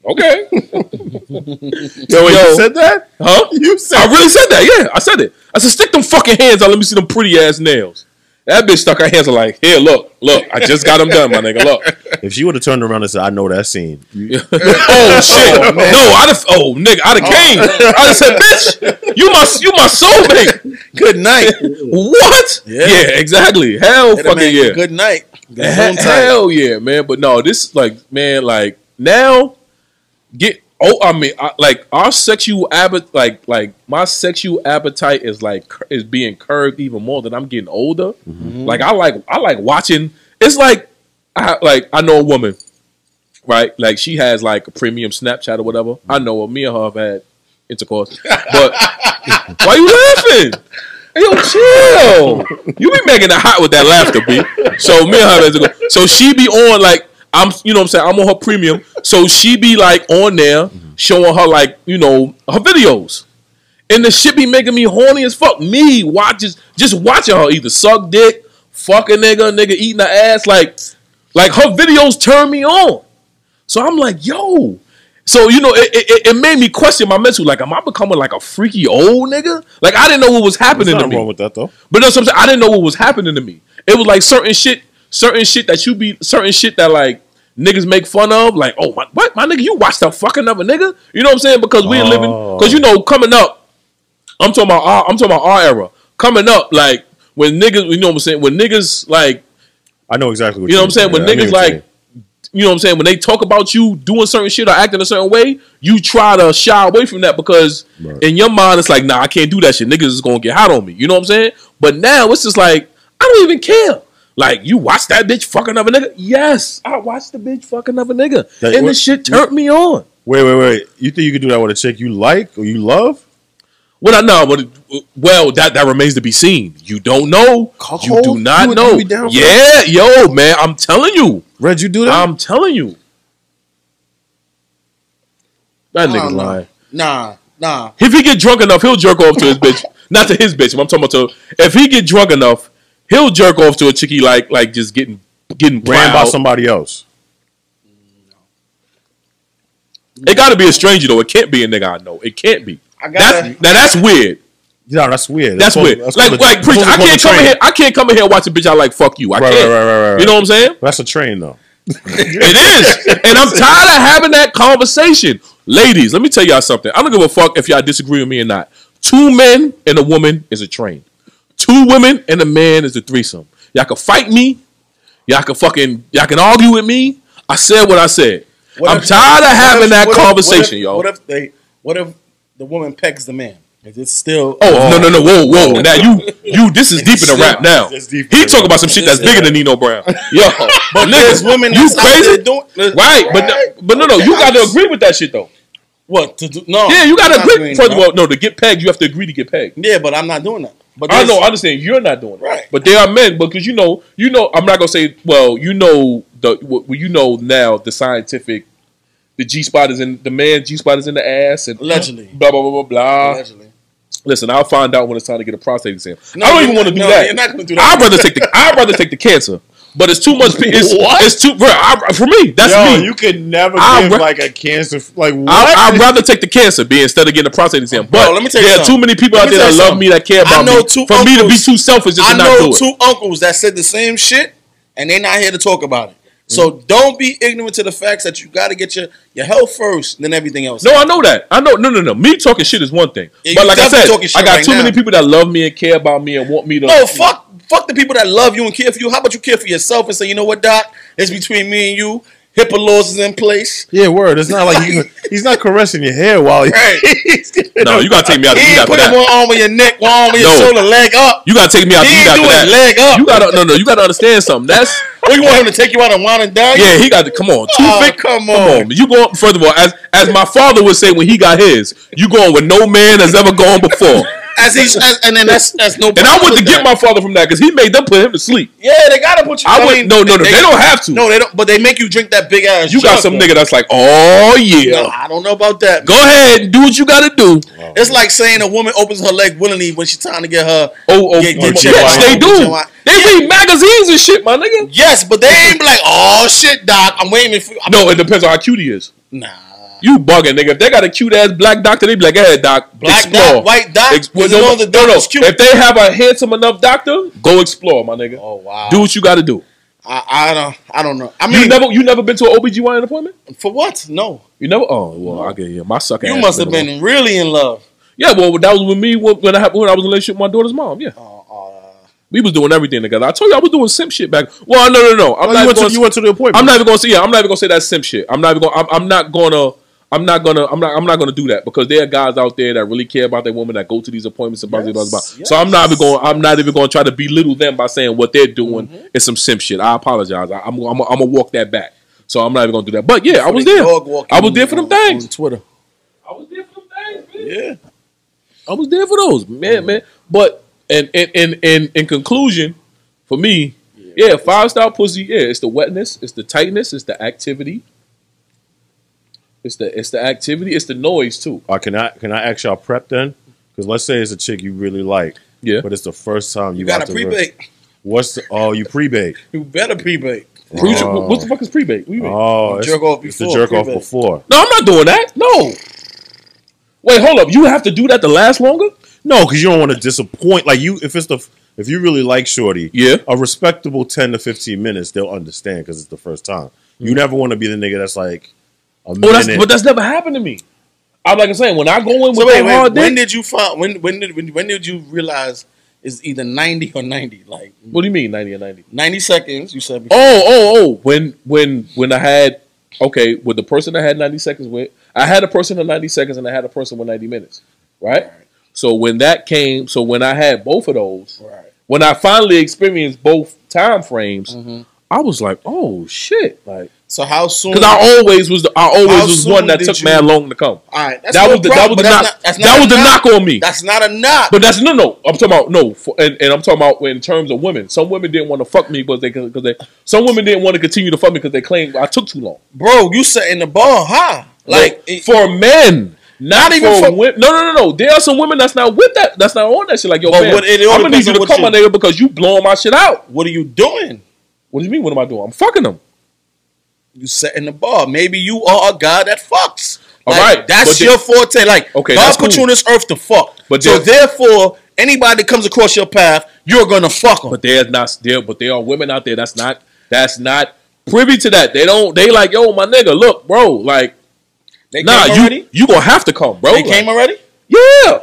Speaker 3: okay. *laughs*
Speaker 4: Yo, wait,
Speaker 3: Yo.
Speaker 4: you said
Speaker 3: *laughs*
Speaker 4: that?
Speaker 3: Huh?
Speaker 4: You said
Speaker 3: I really said that. Yeah, I said it. I said, stick them fucking hands out. Let me see them pretty ass nails. That bitch stuck her hands out like, here, look, look. I just got them done, my nigga. Look. *laughs*
Speaker 4: if she would have turned around and said, "I know that scene,"
Speaker 3: oh shit! no, I'd have. Oh nigga, I'd have came. I'd have said, bitch, you my you my soulmate.
Speaker 2: Good *laughs* night.
Speaker 3: *laughs* What?
Speaker 2: Yeah.
Speaker 3: Yeah, exactly. Hell
Speaker 2: Hit a
Speaker 3: fucking
Speaker 2: man,
Speaker 3: yeah.
Speaker 2: Good night.
Speaker 3: He- *laughs*
Speaker 2: Home tight.
Speaker 3: Hell yeah, man. But no, this like man, like now get oh I mean I, like our sexual appetite like like my sexual appetite is like cur- is being curved even more than I'm getting older. Like I like I like watching it's like I like I know a woman, right? Like she has like a premium Snapchat or whatever. I know her. Me and her have had intercourse. But Why you laughing? Yo, chill. You be making it hot with that laughter, B. So me and her has to go. So she be on like I'm, you know, what I'm saying I'm on her premium. So she be like on there showing her like you know her videos, and the shit be making me horny as fuck. Me watches just watching her either suck dick, fuck a nigga, nigga eating her ass like, like her videos turn me on. So I'm like, yo. So you know, it, it, it- it made me question my mental. Like, am I becoming like a freaky old nigga? Like, I didn't know what was happening to
Speaker 4: nothing
Speaker 3: me.
Speaker 4: wrong with that though.
Speaker 3: But that's what I'm saying. I didn't know what was happening to me. It was like certain shit, certain shit that you be, certain shit that like niggas make fun of. Like, oh my, what my nigga, you watched that fucking other nigga? You know what I'm saying? Because we living, because you know, coming up, I'm talking about, our, I'm talking about our era. Coming up, like when niggas, you know what I'm saying? When niggas like
Speaker 4: I know exactly what
Speaker 3: you know what I'm saying? When
Speaker 4: mean. Yeah, I
Speaker 3: niggas
Speaker 4: know what
Speaker 3: like,
Speaker 4: you mean.
Speaker 3: you know what I'm saying? When they talk about you doing certain shit or acting a certain way, you try to shy away from that because
Speaker 4: Right.
Speaker 3: in your mind it's like, nah, I can't do that shit. Niggas is gonna get hot on me. You know what I'm saying? But now it's just like, I don't even care. Like you watch that bitch fucking another nigga? Yes, I watched the bitch fucking another nigga,
Speaker 4: That-
Speaker 3: and the
Speaker 4: what-
Speaker 3: shit turned me on.
Speaker 4: wait, wait, wait. You think you could do that with a chick you like or you love?
Speaker 3: Well, I know, but well, that that remains to be seen. You don't know. You
Speaker 2: Cuckold?
Speaker 3: do
Speaker 2: You
Speaker 3: not
Speaker 2: would-
Speaker 3: know.
Speaker 2: you be down for
Speaker 3: yeah, yo, man, I'm telling you.
Speaker 4: Red, you do that?
Speaker 3: I'm telling you. That
Speaker 2: I
Speaker 3: nigga's
Speaker 2: don't know.
Speaker 3: lying.
Speaker 2: Nah, nah.
Speaker 3: If he get drunk enough, he'll jerk off to his
Speaker 2: *laughs*
Speaker 3: bitch. Not to his bitch. but I'm talking about to. If he get drunk enough, he'll jerk off to a chickie like like just getting getting
Speaker 4: Ran by
Speaker 3: proud.
Speaker 4: somebody else.
Speaker 3: It got to be a stranger though. It can't be a nigga I know. It can't be.
Speaker 2: I
Speaker 3: That's,
Speaker 2: gotta.
Speaker 3: now that's weird.
Speaker 4: Yeah, that's weird.
Speaker 3: That's,
Speaker 4: called-
Speaker 3: weird. like
Speaker 4: called a-
Speaker 3: like
Speaker 4: that's
Speaker 3: preacher,
Speaker 4: called
Speaker 3: I
Speaker 4: a
Speaker 3: can't come in
Speaker 4: train.
Speaker 3: here. I can't come in here and watch a bitch I like. Fuck you. I
Speaker 4: Right,
Speaker 3: can't.
Speaker 4: right, right, right, right,
Speaker 3: You know what I'm saying?
Speaker 4: That's a train though.
Speaker 3: It is. And I'm tired of having that conversation. Ladies, let me tell y'all something. I don't give a fuck if y'all disagree with me or not. Two men and a woman is a train. Two women and a man is a threesome. Y'all can fight me. Y'all can fucking y'all can argue with me. I said what I said.
Speaker 2: What
Speaker 3: I'm
Speaker 2: if-
Speaker 3: tired of having
Speaker 2: what if-
Speaker 3: that
Speaker 2: what if-
Speaker 3: conversation, y'all.
Speaker 2: what if, What if they? What if the woman pegs the man? Is it still?
Speaker 3: Oh no no no whoa whoa now you you
Speaker 2: *laughs*
Speaker 3: this is deep in the rap now
Speaker 4: It's deep.
Speaker 3: he talking about some shit that's bigger than
Speaker 2: *laughs*
Speaker 3: Nino Brown yo but
Speaker 2: There's
Speaker 3: niggas
Speaker 2: women.
Speaker 3: you
Speaker 2: that's out there
Speaker 3: crazy
Speaker 2: Doing,
Speaker 3: right but no- but no no you got to agree with that shit though
Speaker 2: What to do? No.
Speaker 3: Yeah, you
Speaker 2: I'm
Speaker 3: gotta
Speaker 2: Oh, not
Speaker 3: agree.
Speaker 2: doing
Speaker 3: First
Speaker 2: that.
Speaker 3: of all, no, to get pegged, you have to agree to get pegged.
Speaker 2: Yeah, but I'm not doing that. But
Speaker 3: I
Speaker 2: there's-
Speaker 3: know, I understand you're not doing it,
Speaker 2: Right.
Speaker 3: but there are men because you know, you know. I'm not gonna say, well, you know the, well, you know now the scientific, the G spot is in the man, G spot is in the ass, and
Speaker 2: Allegedly.
Speaker 3: blah blah blah blah blah.
Speaker 2: Allegedly.
Speaker 3: Listen, I'll find out when it's time to get a prostate exam.
Speaker 2: No,
Speaker 3: I don't
Speaker 2: you're
Speaker 3: even want to
Speaker 2: not-
Speaker 3: do
Speaker 2: no,
Speaker 3: that.
Speaker 2: you're not gonna do that.
Speaker 3: I'd rather take the, I'd rather take the cancer, but it's too much.
Speaker 2: *laughs*
Speaker 3: pe- It's,
Speaker 4: What?
Speaker 3: it's too, bro, I, for me. That's
Speaker 4: Yo,
Speaker 3: me.
Speaker 4: you could never
Speaker 3: I
Speaker 4: give
Speaker 3: re-
Speaker 4: like a cancer. f- Like what?
Speaker 3: I, I'd rather take the cancer B instead of getting a prostate exam. But
Speaker 2: let me tell you
Speaker 3: there are
Speaker 2: something.
Speaker 3: too many people
Speaker 2: Let
Speaker 3: out
Speaker 2: me
Speaker 3: there
Speaker 2: tell
Speaker 3: that
Speaker 2: you
Speaker 3: love
Speaker 2: something.
Speaker 3: me that care
Speaker 2: I
Speaker 3: about
Speaker 2: know
Speaker 3: me.
Speaker 2: two
Speaker 3: For me to be
Speaker 2: uncles-
Speaker 3: too selfish just
Speaker 2: I
Speaker 3: to not
Speaker 2: know
Speaker 3: do it.
Speaker 2: two uncles that said the same shit, and they not here to talk about it. So
Speaker 3: Mm-hmm.
Speaker 2: don't be ignorant to the facts that you got to get your, your health first, then everything else.
Speaker 3: no, I know that. I know. No, no, no. Me talking shit is one thing,
Speaker 2: Yeah,
Speaker 3: but
Speaker 2: you
Speaker 3: like I
Speaker 2: definitely
Speaker 3: said,
Speaker 2: talking shit
Speaker 3: I got
Speaker 2: right
Speaker 3: too many
Speaker 2: now.
Speaker 3: people that love me and care about me and want me to.
Speaker 2: No, fuck, fuck the people that love you and care for you. How about you care for yourself and say, you know what, Doc? It's between me and you. HIPAA laws is in
Speaker 3: *laughs*
Speaker 2: place.
Speaker 4: yeah, word. It's not like you, he's not caressing your hair while he,
Speaker 2: Right.
Speaker 3: No, you gotta take me out.
Speaker 2: He
Speaker 3: to eat
Speaker 2: ain't
Speaker 3: after
Speaker 2: putting
Speaker 3: that.
Speaker 2: one arm on your neck, one arm on your
Speaker 3: No.
Speaker 2: shoulder, leg up.
Speaker 3: You gotta take me out. to
Speaker 2: He
Speaker 3: eat
Speaker 2: ain't
Speaker 3: after
Speaker 2: doing
Speaker 3: that.
Speaker 2: leg up.
Speaker 3: You gotta no, no. You gotta understand something.
Speaker 2: *laughs*
Speaker 3: That's
Speaker 2: Or you want him to take you out and wine and dine?
Speaker 3: *laughs* yeah. He got to come on. Two
Speaker 2: Oh,
Speaker 3: fingers.
Speaker 2: come
Speaker 3: Come
Speaker 2: on.
Speaker 3: on, you going furthermore as as my father would say when he got his. You going where no man has ever gone before.
Speaker 2: As he's, as, and then that's that's no.
Speaker 3: And I
Speaker 2: problem
Speaker 3: went to
Speaker 2: with
Speaker 3: get
Speaker 2: that.
Speaker 3: my father from that because he made them put him to sleep.
Speaker 2: Yeah, they gotta put you.
Speaker 3: I went-
Speaker 2: mean,
Speaker 3: no, no, no, they don't have to.
Speaker 2: No, they don't. But they make you drink that big ass.
Speaker 3: You got
Speaker 2: jug,
Speaker 3: some
Speaker 2: though.
Speaker 3: nigga that's like, oh yeah,
Speaker 2: No, I don't know about that.
Speaker 3: go ahead and do what you got to do.
Speaker 2: It's like saying a woman opens her leg willingly when she's trying to get her.
Speaker 3: Oh, oh,
Speaker 2: Get- get your
Speaker 3: yes,
Speaker 2: wine,
Speaker 3: they
Speaker 2: get
Speaker 3: do.
Speaker 2: your wine.
Speaker 3: They read magazines and shit, my nigga.
Speaker 2: Yes, but they ain't be like, oh shit, doc, I'm waiting for. I'm,
Speaker 3: No, it depends on how cute he is.
Speaker 2: nah.
Speaker 3: You bugging, nigga. If they got a cute ass black doctor, they be like, hey, doc,
Speaker 2: Black
Speaker 3: explore.
Speaker 2: doc, white doc.
Speaker 3: Ex- well,
Speaker 2: as long as the doc is cute.
Speaker 3: If they have a handsome enough doctor, go explore, my nigga.
Speaker 2: oh wow.
Speaker 3: Do what you got to do.
Speaker 2: I, I don't. I don't know. I
Speaker 3: You
Speaker 2: mean,
Speaker 3: never, you never been to an OBGYN appointment?
Speaker 2: for what? No.
Speaker 3: You never? Oh, well, I get yeah, my sucker.
Speaker 2: You
Speaker 3: ass
Speaker 2: must have
Speaker 3: to one.
Speaker 2: been really in love.
Speaker 3: Yeah, well, that was with me when, when I had, when I was in a relationship with my daughter's mom. Yeah,
Speaker 4: Oh, uh.
Speaker 3: we was doing everything together. I told you I was doing simp shit back. Well, no, no, no. I'm
Speaker 4: Oh,
Speaker 3: not
Speaker 4: you, went
Speaker 3: gonna,
Speaker 4: to, you went to the appointment.
Speaker 3: I'm not even gonna say. Yeah, I'm not even gonna say that simp shit. I'm not even gonna. I'm, I'm not gonna. I'm not gonna. I'm not. I'm not gonna do that because there are guys out there that really care about their woman that go to these appointments and blah blah blah. blah.
Speaker 2: Yes,
Speaker 3: So I'm not even going. to I'm not even going to try to belittle them by saying what they're doing
Speaker 4: Mm-hmm.
Speaker 3: is some simp shit. I apologize. I, I'm. I'm. I'm gonna walk that back. So I'm not even gonna do that. But yeah, I was there.
Speaker 2: Dog walking
Speaker 3: I was there for them
Speaker 2: on- on
Speaker 3: things.
Speaker 2: Twitter.
Speaker 3: I was there for them things.
Speaker 2: Yeah. Mm-hmm.
Speaker 3: I was there for those, man, man. But and and and and in conclusion, for me, yeah, five star pussy. Yeah, it's the wetness, it's the tightness, it's the activity. It's the it's the activity, it's the noise too.
Speaker 4: Or Uh, can I can I ask y'all prep then? Because let's say it's a chick you really like,
Speaker 3: Yeah,
Speaker 4: but it's the first time you,
Speaker 2: You
Speaker 4: got
Speaker 2: gotta
Speaker 4: to
Speaker 2: pre
Speaker 4: re-
Speaker 2: bake.
Speaker 4: What's the, oh you pre bake?
Speaker 2: You better pre bake.
Speaker 3: Pre-
Speaker 2: uh,
Speaker 4: Oh.
Speaker 3: what the fuck is pre bake?
Speaker 4: Oh,
Speaker 2: You
Speaker 4: it's,
Speaker 2: jerk off
Speaker 4: it's the
Speaker 2: before,
Speaker 4: jerk off
Speaker 2: pre-bake.
Speaker 4: before.
Speaker 3: No, I'm not doing that. No. Wait, hold up. You have to do that to last longer?
Speaker 4: No, because you don't want to disappoint. Like you, if it's the if you really like shorty,
Speaker 3: Yeah.
Speaker 4: a respectable ten to fifteen minutes, they'll understand because it's the first time. You never want to be the nigga that's like a
Speaker 3: Mm-hmm. Oh,
Speaker 4: minute.
Speaker 3: that's, but that's never happened to me. I'm like I'm saying, when I go in with
Speaker 2: So
Speaker 3: that
Speaker 2: wait, wait,
Speaker 3: hard
Speaker 2: when
Speaker 3: dick,
Speaker 2: did you find when when did when, when did you realize it's either ninety or ninety? Like
Speaker 3: what do you mean, ninety or ninety?
Speaker 2: ninety seconds, you said before.
Speaker 3: Oh, oh, oh. When, when, when I had okay with the person I had ninety seconds with, I had a person with ninety seconds, and I had a person with ninety minutes, right? So when that came, so when I had both of those,
Speaker 2: Right.
Speaker 3: when I finally experienced both time frames, I was like, oh shit, like.
Speaker 2: So how soon
Speaker 3: Because I always was the, I always
Speaker 2: How
Speaker 3: was
Speaker 2: soon
Speaker 3: one that
Speaker 2: did
Speaker 3: took
Speaker 2: you-
Speaker 3: man long to come.
Speaker 2: all right, that's
Speaker 3: that
Speaker 2: no
Speaker 3: was the- that
Speaker 2: problem,
Speaker 3: was
Speaker 2: but
Speaker 3: the
Speaker 2: that's
Speaker 3: knock-
Speaker 2: not- that's
Speaker 3: that
Speaker 2: not
Speaker 3: was
Speaker 2: a
Speaker 3: the
Speaker 2: knock.
Speaker 3: knock on me.
Speaker 2: That's not a knock.
Speaker 3: But that's no, no. I'm talking about no, for, and, and I'm talking about in terms of women. Some women didn't want to fuck me because they because they some women didn't want to continue to fuck me because they claimed I took too long.
Speaker 2: bro, you setting the bar high. Like eh, it-
Speaker 3: for men, not, even
Speaker 2: even
Speaker 3: for,
Speaker 2: for-
Speaker 3: women. No, no, no, no. There are some women that's not with that. That's not on that shit. Like yo,
Speaker 2: But
Speaker 3: man,
Speaker 2: what- it all
Speaker 3: I'm gonna need
Speaker 2: depends
Speaker 3: you
Speaker 2: on
Speaker 3: to
Speaker 2: what
Speaker 3: come
Speaker 2: you-
Speaker 3: on there because you blowing my shit out.
Speaker 2: what are you doing?
Speaker 3: What do you mean? What am I doing? I'm fucking them.
Speaker 2: You setting the bar. Maybe you are a guy that fucks.
Speaker 3: All
Speaker 2: Like,
Speaker 3: right, but
Speaker 2: that's
Speaker 3: then-
Speaker 2: your forte. Like
Speaker 3: Okay, that's
Speaker 2: God put
Speaker 3: cool.
Speaker 2: you on this earth to fuck.
Speaker 3: But
Speaker 2: But so
Speaker 3: then-
Speaker 2: therefore, anybody that comes across your path, you're gonna fuck them.
Speaker 3: But there's not there, but there are women out there that's not that's not privy to that. They don't. They like yo, my nigga. Look, bro, like.
Speaker 2: They
Speaker 3: Nah,
Speaker 2: came
Speaker 3: you
Speaker 2: already.
Speaker 3: you gonna have to come, bro.
Speaker 2: They
Speaker 3: Like,
Speaker 2: came already.
Speaker 3: yeah,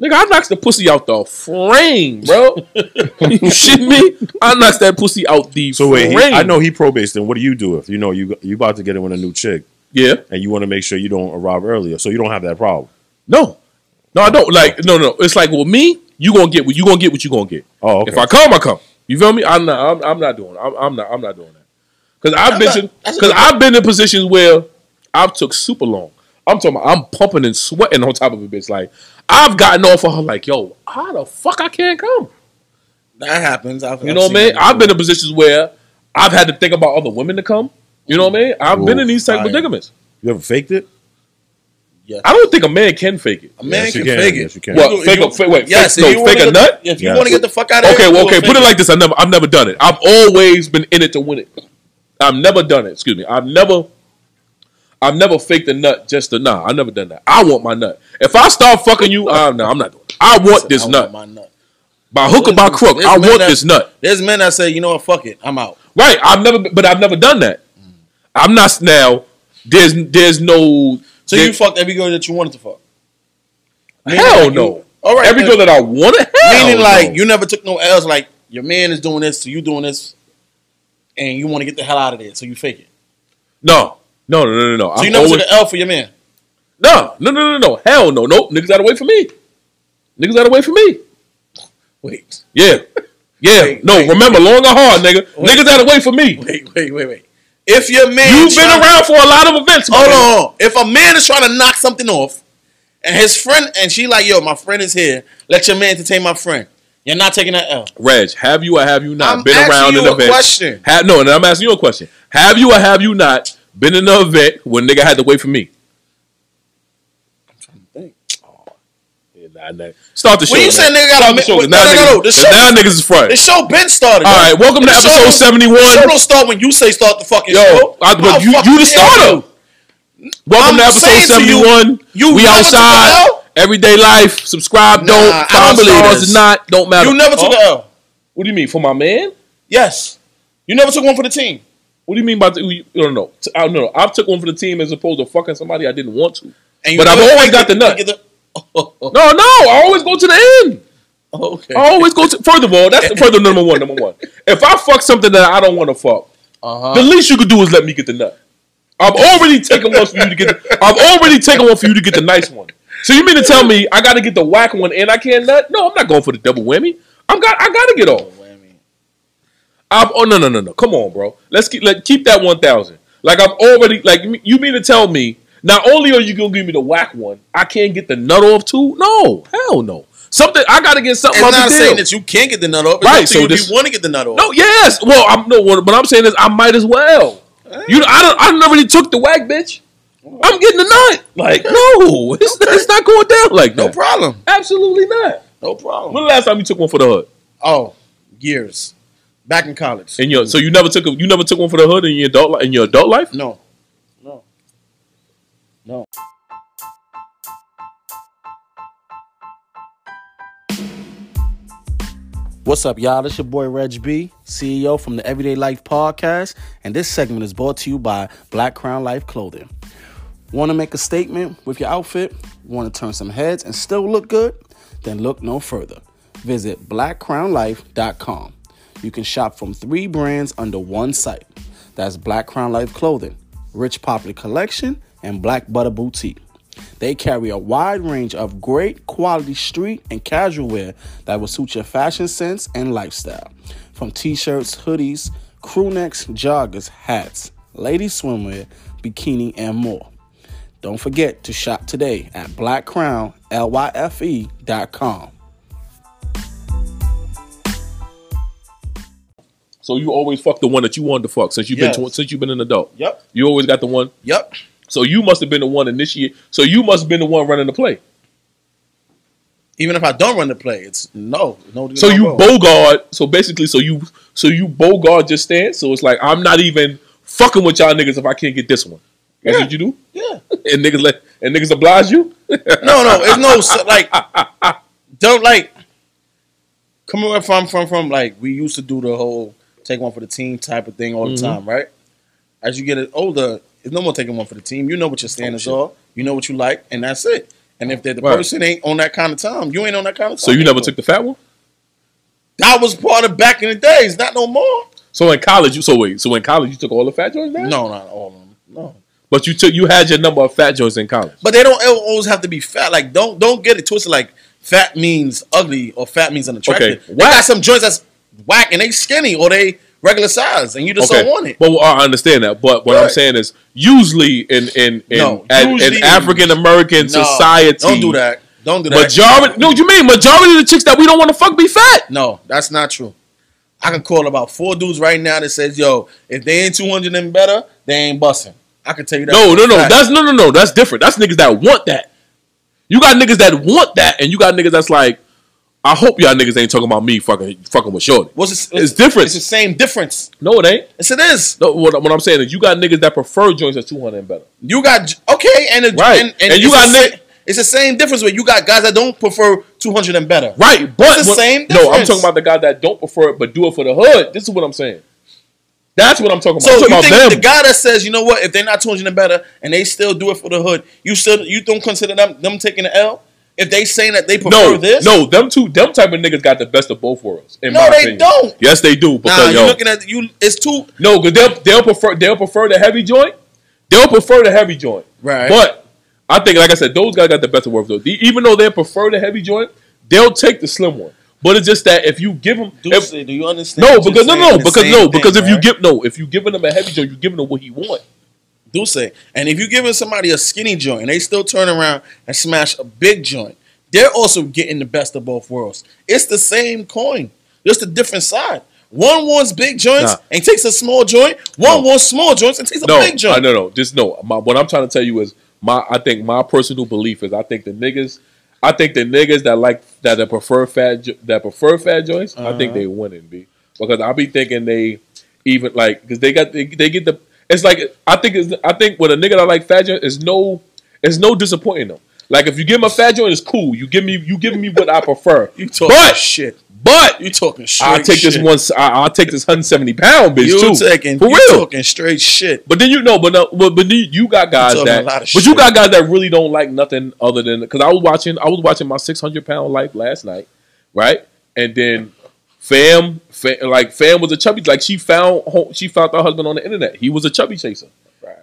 Speaker 3: nigga, I knocks the pussy out the frame, bro. you shit me? I knocks that pussy out the
Speaker 4: so wait, he-
Speaker 3: frame.
Speaker 4: I know he probates. Then what do you do if you know you you about to get in with a new chick
Speaker 3: Yeah,
Speaker 4: and you want to make sure you don't arrive earlier, so you don't have that problem?
Speaker 3: no, no, I don't like. No, no, it's like with me, you gonna get what you gonna get. What you gonna get?
Speaker 4: Oh, okay.
Speaker 3: If I come, I come. You feel me? I'm not. I'm, I'm not doing. I'm, I'm not. I'm not doing that. Because I've
Speaker 2: not-
Speaker 3: been.
Speaker 2: that's a
Speaker 3: Because
Speaker 2: good
Speaker 3: I've been in positions where I've took super long. I'm talking. About, I'm pumping and sweating on top of a bitch. Like I've gotten off of her. Like yo, how the fuck I can't come?
Speaker 2: That happens. I've,
Speaker 3: You know what I mean? I've been in positions where I've had to think about other women to come. You know what I mean? I've been in these type of
Speaker 2: fire.
Speaker 3: predicaments.
Speaker 4: You ever faked it?
Speaker 3: I don't think a man can fake it.
Speaker 2: A man
Speaker 4: Yes, you
Speaker 2: can,
Speaker 4: can.
Speaker 2: fake it.
Speaker 4: Yes, you can.
Speaker 3: What?
Speaker 2: You-
Speaker 3: fake
Speaker 2: you-
Speaker 3: a fake, wait,
Speaker 2: Yes, if
Speaker 3: fake, no,
Speaker 2: you
Speaker 3: fake
Speaker 2: wanna
Speaker 3: a
Speaker 2: get-
Speaker 3: nut?
Speaker 2: If you
Speaker 4: Yes.
Speaker 2: want to get the fuck out of
Speaker 3: Okay,
Speaker 2: here,
Speaker 3: well,
Speaker 2: you
Speaker 3: okay.
Speaker 2: will
Speaker 3: Put it
Speaker 2: fake
Speaker 3: like this: I never, I've never done it. I've always been in it to win it. I've never done it. Excuse me. I've never, I've never faked a nut just to nah. I've never done that. I want my nut. If I start fucking you, I'm no, I'm not doing. It. I want this
Speaker 2: I want
Speaker 3: nut
Speaker 2: my nut.
Speaker 3: by hook or by crook.
Speaker 2: There's
Speaker 3: I
Speaker 2: men
Speaker 3: want
Speaker 2: that-
Speaker 3: this nut.
Speaker 2: There's men that say, you know what, fuck it, I'm out.
Speaker 3: Right. I've never, but I've never done that.
Speaker 2: Mm.
Speaker 3: I'm not now. There's, there's no.
Speaker 2: So
Speaker 3: there-
Speaker 2: you fucked every girl that you wanted to fuck.
Speaker 3: hell
Speaker 2: like you-
Speaker 3: no.
Speaker 2: All right,
Speaker 3: Every
Speaker 2: then-
Speaker 3: girl that I want to have.
Speaker 2: Meaning like you never took no L's. Like your man is doing this, so you doing this, and you want to get the hell out of there, so you fake it.
Speaker 3: no, no, no, no, no, no.
Speaker 2: So
Speaker 3: I'm
Speaker 2: you never
Speaker 3: always-
Speaker 2: took an L for your man.
Speaker 3: No, no, no, no, no. Hell no. Nope. Niggas out of way for me. Niggas out of way for me.
Speaker 2: Wait,
Speaker 3: *laughs* Yeah. Yeah.
Speaker 2: Wait,
Speaker 3: no,
Speaker 2: wait,
Speaker 3: remember, long or hard, nigga. Niggas out of way for me.
Speaker 2: wait, wait, wait, wait. If your man
Speaker 3: You've been
Speaker 2: tryna-
Speaker 3: around for a lot of events, my
Speaker 2: Hold on,
Speaker 3: nigga.
Speaker 2: hold on. If a man is trying to knock something off, and his friend and she like, yo, my friend is here. Let your man entertain my friend. You're not taking that L.
Speaker 3: Reg, have you or have you not
Speaker 2: I'm
Speaker 3: been
Speaker 2: asking
Speaker 3: around
Speaker 2: you
Speaker 3: an
Speaker 2: a
Speaker 3: event?
Speaker 2: question.
Speaker 3: Ha- no, and I'm asking you a question. Have you or have you not been in an event when nigga had to wait for me? Oh,
Speaker 2: think.
Speaker 3: Yeah, nah, nah. Start the show.
Speaker 2: When you
Speaker 3: man.
Speaker 2: say nigga got
Speaker 3: Start
Speaker 2: a
Speaker 3: the
Speaker 2: mi-
Speaker 3: show. 'cause
Speaker 2: no,
Speaker 3: now
Speaker 2: no, no,
Speaker 3: niggas-
Speaker 2: no, the
Speaker 3: 'cause
Speaker 2: show-
Speaker 3: now niggas is fried.
Speaker 2: This show been started.
Speaker 3: All right, welcome to
Speaker 2: The show
Speaker 3: episode
Speaker 2: don't-
Speaker 3: 71.
Speaker 2: The show don't start when you say start the fucking
Speaker 3: Yo,
Speaker 2: show.
Speaker 3: I,
Speaker 2: I'll
Speaker 3: but you,
Speaker 2: fucking
Speaker 3: you the
Speaker 2: yell at you.
Speaker 3: starter. Welcome
Speaker 2: I'm
Speaker 3: to episode
Speaker 2: saying to you,
Speaker 3: 71.
Speaker 2: you
Speaker 3: we
Speaker 2: never took a
Speaker 3: outside.
Speaker 2: L?
Speaker 3: Everyday life. Subscribe,
Speaker 2: Nah,
Speaker 3: don't.
Speaker 2: I
Speaker 3: Five
Speaker 2: don't believe
Speaker 3: stars
Speaker 2: this.
Speaker 3: or not, don't matter.
Speaker 2: You never took
Speaker 3: Huh?
Speaker 2: an L.
Speaker 3: What do you mean? For my man?
Speaker 2: Yes. You never took one for the team.
Speaker 3: What do you mean by the, you, no, no, T- I, no, no. I took one for the team as opposed to fucking somebody I didn't want to.
Speaker 2: And you
Speaker 3: But I've
Speaker 2: never
Speaker 3: always
Speaker 2: took
Speaker 3: got the
Speaker 2: *laughs*
Speaker 3: nut.
Speaker 2: you get the-
Speaker 3: No, no. I always go to the end.
Speaker 2: Oh, okay.
Speaker 3: I always go to. Further of all, that's further number one. Number one. If I fuck something that I don't want to fuck,
Speaker 2: Uh-huh.
Speaker 3: the least you could do is let me get the nut. I've already taken one for you to get. The, I've already taken one for you to get the nice one. So you mean to tell me I got to get the whack one and I can't nut? No, I'm not going for the double whammy. I'm got. I got to get off.
Speaker 2: Whammy.
Speaker 3: I've. Oh no no no no. Come on, bro. Let's keep. Let keep that one thousand. Like I've already. Like you mean to tell me Not only are you gonna give me the whack one, I can't get the nut off too. No, hell no. Something I gotta get something.
Speaker 2: It's
Speaker 3: on the
Speaker 2: not
Speaker 3: deal.
Speaker 2: saying that you can't get the nut off. It's
Speaker 3: Right,
Speaker 2: up to
Speaker 3: so
Speaker 2: you
Speaker 3: this-
Speaker 2: if you want to get the nut off.
Speaker 3: No, yes. Well, I'm no. What, what I'm saying is, I might as well. You know, I don't. I never really took the whack, bitch. I'm getting the nut. Like, no, it's, it's not going down like
Speaker 2: no
Speaker 3: that.
Speaker 2: problem.
Speaker 3: Absolutely not.
Speaker 2: No problem.
Speaker 3: When the last time you took one for the hood?
Speaker 2: Oh, years back in college.
Speaker 3: And your so you never took a, you never took one for the hood in your adult li- in your adult life.
Speaker 2: No,
Speaker 5: What's up, y'all? This your boy Reg B, CEO from the Everyday Life Podcast, and this segment is brought to you by Black Crown Life Clothing. Want to make a statement with your outfit? Want to turn some heads and still look good? Then look no further. Visit blackcrownlife.com. You can shop from three brands under one site. That's Black Crown Life Clothing, Rich Popular Collection, and Black Butter Boutique. They carry a wide range of great quality street and casual wear that will suit your fashion sense and lifestyle. From t shirts, hoodies, crew necks, joggers, hats, lady swimwear, bikini, and more. Don't forget to shop today at
Speaker 1: E
Speaker 5: blackcrownlyfe.com.
Speaker 3: So you always fuck the one that you wanted to fuck since you've
Speaker 2: Yes.
Speaker 3: been tw- since you've been an adult.
Speaker 2: Yep.
Speaker 3: You always got the one.
Speaker 2: yep.
Speaker 3: So you must have been the one initiate. So you must have been the one running the play.
Speaker 2: Even if I don't run the play, it's no, no.
Speaker 3: So
Speaker 2: no
Speaker 3: you
Speaker 2: goal.
Speaker 3: bogard. So basically, so you so you bogard just stand. So it's like I'm not even fucking with y'all niggas if I can't get this one. That's what you do.
Speaker 2: Yeah.
Speaker 3: And niggas let and niggas oblige you.
Speaker 2: No, no, it's no so- like. Don't like. Come where I'm from, from like we used to do the whole take one for the team type of thing all the time, right? As you get older, it's no more taking one for the team. You know what your standards are. You know what you like, and that's it. And if the the
Speaker 3: Right.
Speaker 2: person ain't on that kind of time, you ain't on that kind of time. *laughs*
Speaker 3: So you never
Speaker 2: anymore.
Speaker 3: took the fat one.
Speaker 2: That was part of back in the days. Not no more.
Speaker 3: So in college, you so wait. So in college, you took all the fat joints now.
Speaker 2: No, not all of them. No.
Speaker 3: But you took you had your number of fat joints in college.
Speaker 2: But they don't always have to be fat. Like don't don't get it twisted. Like fat means ugly or fat means unattractive.
Speaker 3: Okay,
Speaker 2: They got some joints that's whack and they skinny or they regular size and you just don't want it.
Speaker 3: But I understand that. But what I'm
Speaker 2: Right.
Speaker 3: saying is, usually in in in,
Speaker 2: No,
Speaker 3: at-
Speaker 2: usually-
Speaker 3: in African American
Speaker 2: No,
Speaker 3: society,
Speaker 2: Don't do that. Don't do that.
Speaker 3: Majority, no, what you mean majority of the chicks that we don't want to fuck be fat.
Speaker 2: No, that's not true. I can call about four dudes right now that says, "Yo, if they ain't two hundred and better, they ain't busting." I can tell you that.
Speaker 3: No,
Speaker 2: for
Speaker 3: no,
Speaker 2: a
Speaker 3: no.
Speaker 2: fact.
Speaker 3: That's no, no, no. That's different. That's niggas that want that. You got niggas that want that, and you got niggas that's like, I hope y'all niggas ain't talking about me fucking fucking with shorty.
Speaker 2: what's the-
Speaker 3: It's different.
Speaker 2: It's the same difference.
Speaker 3: No, it ain't.
Speaker 2: Yes, it is.
Speaker 3: No, what, what I'm saying is, you got niggas that prefer joints at 200 and better.
Speaker 2: You got okay, and it-
Speaker 3: Right.
Speaker 2: and, and,
Speaker 3: And you
Speaker 2: it's
Speaker 3: got
Speaker 2: the
Speaker 3: ni-
Speaker 2: sa- It's the same difference where you got guys that don't prefer two hundred and better.
Speaker 3: Right, but
Speaker 2: the
Speaker 3: what-
Speaker 2: same
Speaker 3: No, I'm
Speaker 2: difference.
Speaker 3: talking about the guys that don't prefer it but do it for the hood. This is what I'm saying. That's what I'm talking about.
Speaker 2: So
Speaker 3: I'm
Speaker 2: you
Speaker 3: talking
Speaker 2: think
Speaker 3: about
Speaker 2: the guy that says, you know what, if they're not two hundred and better, and they still do it for the hood, you still you don't consider them them taking the L? If they saying that they prefer
Speaker 3: no,
Speaker 2: this,
Speaker 3: no, them two, them type of niggas got the best of both worlds. in
Speaker 2: No,
Speaker 3: my
Speaker 2: they
Speaker 3: opinion.
Speaker 2: don't.
Speaker 3: Yes, they do.
Speaker 2: Nah,
Speaker 3: Because
Speaker 2: you're
Speaker 3: yo,
Speaker 2: looking at you. It's two.
Speaker 3: No, because they'll they'll prefer they'll prefer the heavy joint. They'll prefer the heavy joint.
Speaker 2: Right.
Speaker 3: But I think, like I said, those guys got the best of work though. They- even though they prefer the heavy joint, they'll take the slim one. But it's just that if you give them
Speaker 2: Do,
Speaker 3: if,
Speaker 2: do you understand?
Speaker 3: no,
Speaker 2: what you're
Speaker 3: because no,
Speaker 2: saying?
Speaker 3: no,
Speaker 2: The
Speaker 3: because
Speaker 2: same
Speaker 3: no,
Speaker 2: thing,
Speaker 3: because if you
Speaker 2: right?
Speaker 3: give no, if you giving him a heavy joint, you're giving him what he want.
Speaker 2: do say, and if you're giving somebody a skinny joint and they still turn around and smash a big joint, they're also getting the best of both worlds. It's the same coin, just a different side. One wants big joints
Speaker 3: Nah.
Speaker 2: and takes a small joint. One wants small joints and takes a
Speaker 3: No,
Speaker 2: big joint.
Speaker 3: I, no, no, just no. My, what I'm trying to tell you is my. I think my personal belief is I think the niggas, I think the niggas that like that that prefer fat jo- that prefer fat joints, I
Speaker 2: Uh-huh.
Speaker 3: think they winning be because I be thinking they even like because they got they, they get the. It's like I think it's, I think with a nigga that like fat joint is no it's no disappointing them. Like if you give him a fat joint, it's cool. You give me you giving me what I prefer.
Speaker 2: You talking
Speaker 3: but,
Speaker 2: shit.
Speaker 3: But
Speaker 2: You talking straight
Speaker 3: I take
Speaker 2: shit.
Speaker 3: this one. I, I'll take this 170 pound bitch
Speaker 2: You
Speaker 3: too.
Speaker 2: taking
Speaker 3: for
Speaker 2: you
Speaker 3: real.
Speaker 2: talking straight shit.
Speaker 3: But then you know, but no, but, but then you got guys
Speaker 2: talking
Speaker 3: that,
Speaker 2: a lot of
Speaker 3: but
Speaker 2: shit.
Speaker 3: you got guys that really don't like nothing other than because I was watching, I was watching my six hundred pound life last night, right? And then fam, fam, like fam was a chubby, like she found ho- she found her husband on the internet. He was a chubby chaser,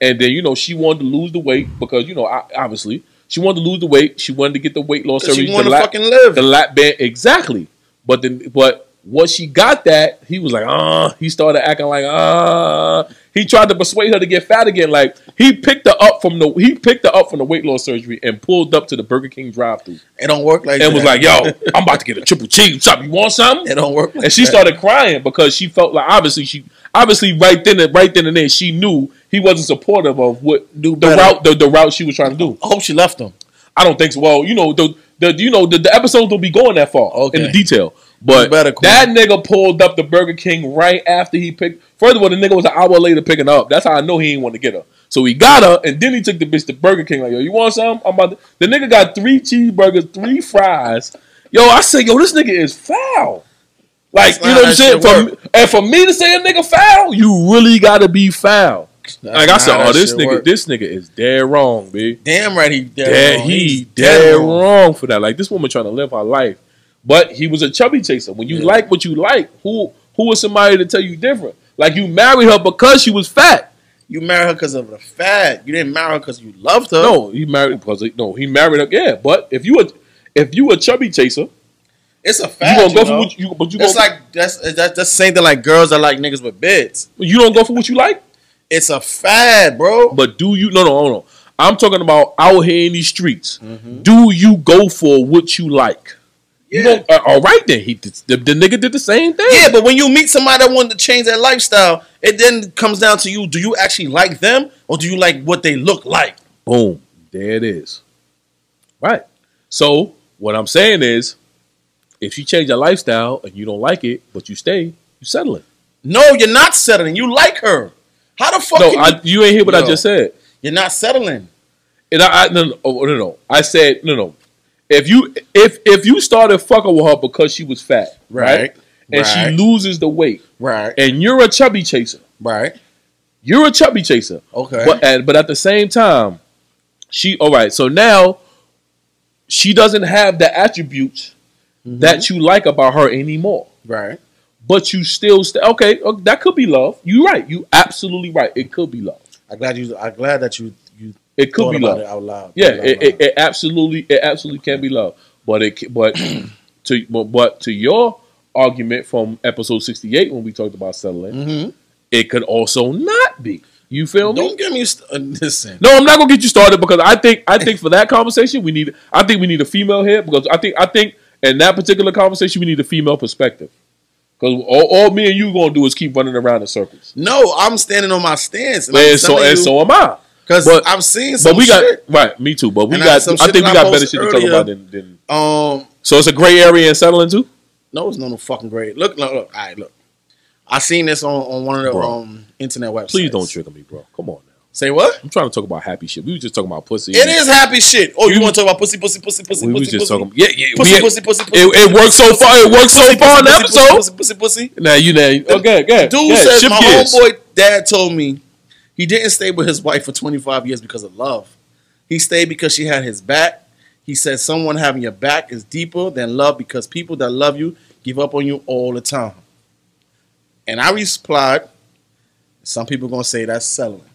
Speaker 3: and then you know she wanted to lose the weight because you know I, obviously she wanted to lose the weight, she wanted to get the weight loss
Speaker 2: Because
Speaker 3: surgery,
Speaker 2: you want
Speaker 3: the
Speaker 2: to
Speaker 3: lap-
Speaker 2: fucking live.
Speaker 3: the lap band exactly. But then, but Once she got that, he was like, uh, he started acting like, uh, he tried to persuade her to get fat again. Like he picked her up from the he picked her up from the weight loss surgery and pulled up to the Burger King drive through
Speaker 2: It don't work like
Speaker 3: and
Speaker 2: that.
Speaker 3: was like, yo, I'm about to get a triple cheese chop. You want something?
Speaker 2: it don't work. Like
Speaker 3: and she
Speaker 2: that.
Speaker 3: started crying because she felt like obviously she obviously right then and right then and there she knew he wasn't supportive of what
Speaker 2: Do
Speaker 3: the
Speaker 2: better.
Speaker 3: route the, the route she was trying to do.
Speaker 2: I hope she left him.
Speaker 3: I don't think so. Well, you know the the you know the, the episodes don't be going that far in the
Speaker 2: Okay.
Speaker 3: detail. But
Speaker 2: You better, Queen.
Speaker 3: that nigga pulled up the Burger King right after he picked. Furthermore, the nigga was an hour later picking her up. That's how I know he ain't want to get her. So he got her, and then he took the bitch to Burger King. Like, yo, you want some? I'm about to. The nigga got three cheeseburgers, three fries. Yo, I said, yo, this nigga is foul. Like,
Speaker 2: That's
Speaker 3: you know what I'm saying?
Speaker 2: not how
Speaker 3: For,
Speaker 2: shit
Speaker 3: me- and for me to say a nigga foul, you really gotta be foul.
Speaker 2: That's
Speaker 3: Like I
Speaker 2: not
Speaker 3: said,
Speaker 2: how
Speaker 3: oh,
Speaker 2: that
Speaker 3: this
Speaker 2: shit
Speaker 3: nigga,
Speaker 2: work.
Speaker 3: this nigga is dead wrong, B
Speaker 2: damn right he dead.
Speaker 3: dead,
Speaker 2: wrong.
Speaker 3: he
Speaker 2: He's
Speaker 3: dead wrong. for that. Like this woman trying to live her life, but he was a chubby chaser. When you
Speaker 2: Yeah.
Speaker 3: like what you like, who who is somebody to tell you different? Like you married her because she was fat.
Speaker 2: You married her because of the fat. You didn't marry her because you loved her.
Speaker 3: No, he married because no, he married her. Yeah, but if you a if you a chubby chaser,
Speaker 2: it's a
Speaker 3: you
Speaker 2: fact.
Speaker 3: gonna go
Speaker 2: you
Speaker 3: for
Speaker 2: know?
Speaker 3: what you but you
Speaker 2: It's
Speaker 3: gonna,
Speaker 2: like that's that's that's the same thing like girls that like niggas with bits.
Speaker 3: you don't go for what you like.
Speaker 2: It's a fad, bro.
Speaker 3: But do you? No, no, no, no. I'm talking about out here in these streets. Do you go for what you like? You
Speaker 2: Mm-hmm. Yeah.
Speaker 3: don't, uh, all right then. He did- the, the nigga did the same thing.
Speaker 2: Yeah, but when you meet somebody that wanted to change their lifestyle, it then comes down to you: do you actually like them, or do you like what they look like?
Speaker 3: Boom. There it is. Right. So what I'm saying is, if you change your lifestyle and you don't like it, but you stay, you settle it.
Speaker 2: No, you're not settling. You like her. How the fuck?
Speaker 3: No,
Speaker 2: can
Speaker 3: I,
Speaker 2: you,
Speaker 3: you ain't hear what I
Speaker 2: No.
Speaker 3: just said.
Speaker 2: you're not settling.
Speaker 3: And I, I no, no, oh, no, no. I said no, no. If you if if you started fucking with her because she was fat, right,
Speaker 2: Right.
Speaker 3: and
Speaker 2: Right.
Speaker 3: she loses the weight,
Speaker 2: Right.
Speaker 3: and you're a chubby chaser,
Speaker 2: Right.
Speaker 3: you're a chubby chaser.
Speaker 2: Okay.
Speaker 3: But at, but at the same time, she all right. So now she doesn't have the attributes
Speaker 2: Mm-hmm.
Speaker 3: that you like about her anymore.
Speaker 2: Right.
Speaker 3: But you still st- okay. oh, That could be love. You're right. You absolutely right. It could be love.
Speaker 2: I'm glad you. I'm glad that you you
Speaker 3: It could
Speaker 2: thought
Speaker 3: be
Speaker 2: about
Speaker 3: love.
Speaker 2: it out loud.
Speaker 3: yeah.
Speaker 2: Out loud.
Speaker 3: It, it, it absolutely it absolutely can be love. But it
Speaker 2: *clears throat*
Speaker 3: ca- but to but, but to your argument from episode sixty eight when we talked about settling,
Speaker 2: Mm-hmm.
Speaker 3: it could also not be. You feel me?
Speaker 2: Don't give me st- *laughs* uh, listen.
Speaker 3: No, I'm not gonna get you started because I think I think for that conversation we need I think we need a female here because I think I think in that particular conversation we need a female perspective because all, all me and you gonna do is keep running around in circles.
Speaker 2: No, I'm standing on my stance. And,
Speaker 3: And so and so am I.
Speaker 2: because
Speaker 3: but-
Speaker 2: I'm seeing some
Speaker 3: But we got
Speaker 2: shit.
Speaker 3: right, me too. But we
Speaker 2: And I-
Speaker 3: got
Speaker 2: some
Speaker 3: I
Speaker 2: shit
Speaker 3: think
Speaker 2: that
Speaker 3: we
Speaker 2: I
Speaker 3: got better
Speaker 2: posted
Speaker 3: shit to talk
Speaker 2: earlier.
Speaker 3: about than, than
Speaker 2: Um,
Speaker 3: so it's a gray area in settling too.
Speaker 2: no, it's no fucking great. Look, look, look. All right, look. I seen this on, on one of the
Speaker 3: Bro.
Speaker 2: um internet websites.
Speaker 3: Please don't trigger me, bro. Come on now.
Speaker 2: Say what?
Speaker 3: I'm trying to talk about happy shit. We were just talking about pussy.
Speaker 2: It is happy shit. Oh, you, want to talk about pussy, pussy, pussy, pussy,
Speaker 3: We
Speaker 2: pussy,
Speaker 3: was just
Speaker 2: pussy.
Speaker 3: talking. Yeah, yeah.
Speaker 2: Pussy,
Speaker 3: we-
Speaker 2: pussy, pussy, pussy,
Speaker 3: It, it worked so far. It worked so
Speaker 2: Pussy,
Speaker 3: far in the
Speaker 2: pussy, pussy,
Speaker 3: episode.
Speaker 2: Pussy, pussy, pussy.
Speaker 3: Now you now okay, good.
Speaker 2: Dude
Speaker 3: yeah,
Speaker 2: says
Speaker 3: shift
Speaker 2: my
Speaker 3: gears.
Speaker 2: homeboy dad told me he didn't stay with his wife for 25 years because of love. He stayed because she had his back. He said someone having your back is deeper than love because people that love you give up on you all the time. And I replied, some people gonna say that's settling.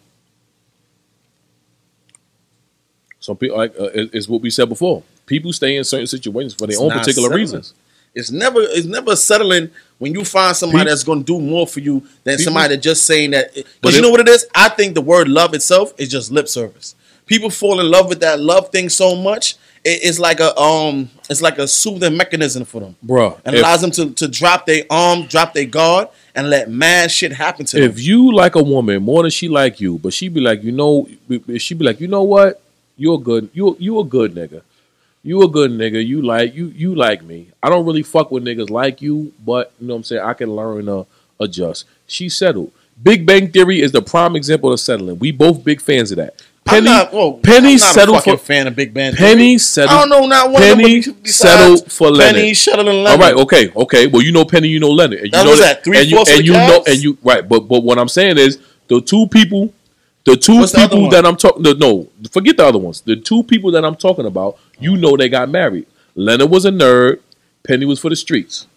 Speaker 3: Some people like uh, it- it's what we said before. People stay in certain situations for their
Speaker 2: It's
Speaker 3: own
Speaker 2: not
Speaker 3: particular
Speaker 2: settling.
Speaker 3: reasons.
Speaker 2: It's never it's never settling when you find somebody
Speaker 3: People-
Speaker 2: that's gonna do more for you than
Speaker 3: People-
Speaker 2: somebody that's just saying that.
Speaker 3: But
Speaker 2: But you
Speaker 3: it-
Speaker 2: know what it is? I think the word love itself is just lip service. People fall in love with that love thing so much. It, it's like a um, it's like a soothing mechanism for them,
Speaker 3: Bruh,
Speaker 2: And
Speaker 3: if-
Speaker 2: allows them to, to drop their arm, drop their guard, and let mad shit happen to them.
Speaker 3: If you like a woman more than she like you, but she be like, you know, she be like, you know what? You're a good. You you a good nigga. You a good nigga. You like you you like me. I don't really fuck with niggas like you, but you know what I'm saying. I can learn to adjust. She settled. Big Bang Theory is the prime example of settling. We both big fans of that.
Speaker 2: I'm
Speaker 3: Penny
Speaker 2: not- whoa,
Speaker 3: Penny
Speaker 2: I'm not a
Speaker 3: settled
Speaker 2: fucking
Speaker 3: for
Speaker 2: fan of Big Bang. Theory.
Speaker 3: Penny settled.
Speaker 2: I don't know not one
Speaker 3: Penny
Speaker 2: of them besides
Speaker 3: settled for Leonard.
Speaker 2: Penny settled and
Speaker 3: All
Speaker 2: Leonard.
Speaker 3: right, okay, okay. Well, you know Penny, you know Leonard, and you
Speaker 2: That
Speaker 3: know
Speaker 2: was at three
Speaker 3: and you,
Speaker 2: fourths of the
Speaker 3: and you know,
Speaker 2: Cavs?
Speaker 3: and you right. But but what I'm saying is the two people, the two
Speaker 2: What's the other
Speaker 3: people
Speaker 2: one?
Speaker 3: that I'm talking. No, no, forget the other ones. The two people that I'm talking about, you know, they got married. Leonard was a nerd. Penny was for the streets,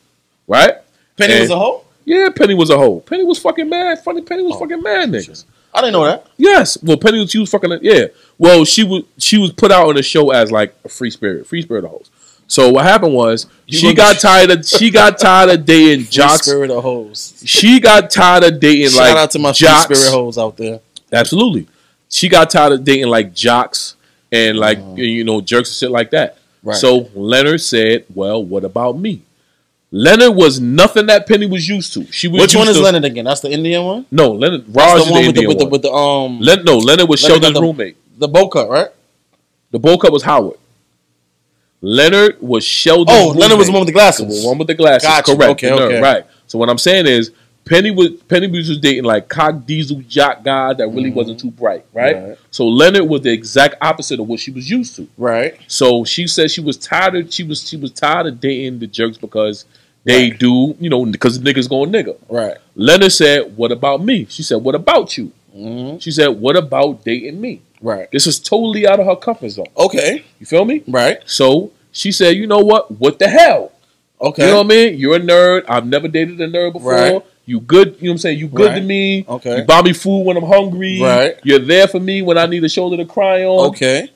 Speaker 3: right?
Speaker 2: Penny
Speaker 3: And-
Speaker 2: was a hoe.
Speaker 3: Yeah, Penny was a hoe. Penny was fucking mad. Funny, Penny
Speaker 2: Oh,
Speaker 3: was fucking mad, niggas.
Speaker 2: I didn't know that.
Speaker 3: Yes. Well, Penny was she was fucking yeah. Well, she was she was put out on the show as like a free spirit, free spirit host. So what happened was she
Speaker 2: gonna
Speaker 3: got
Speaker 2: get-
Speaker 3: tired of she got tired of dating
Speaker 2: Jock
Speaker 3: jocks.
Speaker 2: spirit of hoes.
Speaker 3: She got tired of dating like
Speaker 2: Shout out to my free
Speaker 3: jocks.
Speaker 2: spirit hoes out there.
Speaker 3: Absolutely. She got tired of dating like jocks and like you know jerks and shit like that.
Speaker 2: Uh-huh. Right.
Speaker 3: So Leonard said, "Well, what about me?" Leonard was nothing that Penny was used to. She was
Speaker 2: Which
Speaker 3: used
Speaker 2: one is
Speaker 3: to-
Speaker 2: Leonard again? That's the Indian one.
Speaker 3: No, Leonard.
Speaker 2: That's
Speaker 3: Raj
Speaker 2: the one,
Speaker 3: the
Speaker 2: with, the,
Speaker 3: Indian
Speaker 2: with the
Speaker 3: one.
Speaker 2: with the um
Speaker 3: Len- no, Leonard was
Speaker 2: Leonard
Speaker 3: Sheldon's
Speaker 2: got the-
Speaker 3: roommate.
Speaker 2: the bowl cut, right?
Speaker 3: The bowl cut was Howard. Leonard was Sheldon's
Speaker 2: Oh, Leonard was the
Speaker 3: roommate.
Speaker 2: one with the glasses.
Speaker 3: The one with the glasses.
Speaker 2: Gotcha.
Speaker 3: Correct.
Speaker 2: Okay,
Speaker 3: No,
Speaker 2: okay.
Speaker 3: Right. So what I'm saying is Penny was Penny was just dating like cock diesel jock guy that really wasn't too bright, right?
Speaker 2: Mm-hmm. Right.
Speaker 3: So Leonard was the exact opposite of what she was used to.
Speaker 2: Right.
Speaker 3: So she said she was tired of she was she was tired of dating the jerks because they do, you know, because niggas going nigga.
Speaker 2: Right.
Speaker 3: Leonard said, What about me? She said, What about you? She said, What about dating me?
Speaker 2: Mm-hmm. Right.
Speaker 3: This is totally out of her comfort zone.
Speaker 2: Okay.
Speaker 3: You feel me?
Speaker 2: Right.
Speaker 3: So she said, you know what? What the hell?
Speaker 2: Okay.
Speaker 3: You know what I mean? You're a nerd. I've never dated a nerd before.
Speaker 2: Right.
Speaker 3: You good, you know what I'm saying? You good to
Speaker 2: Right.
Speaker 3: me.
Speaker 2: Okay.
Speaker 3: You buy me food when I'm hungry.
Speaker 2: Right.
Speaker 3: You're there for me when I need a shoulder to cry on.
Speaker 2: Okay.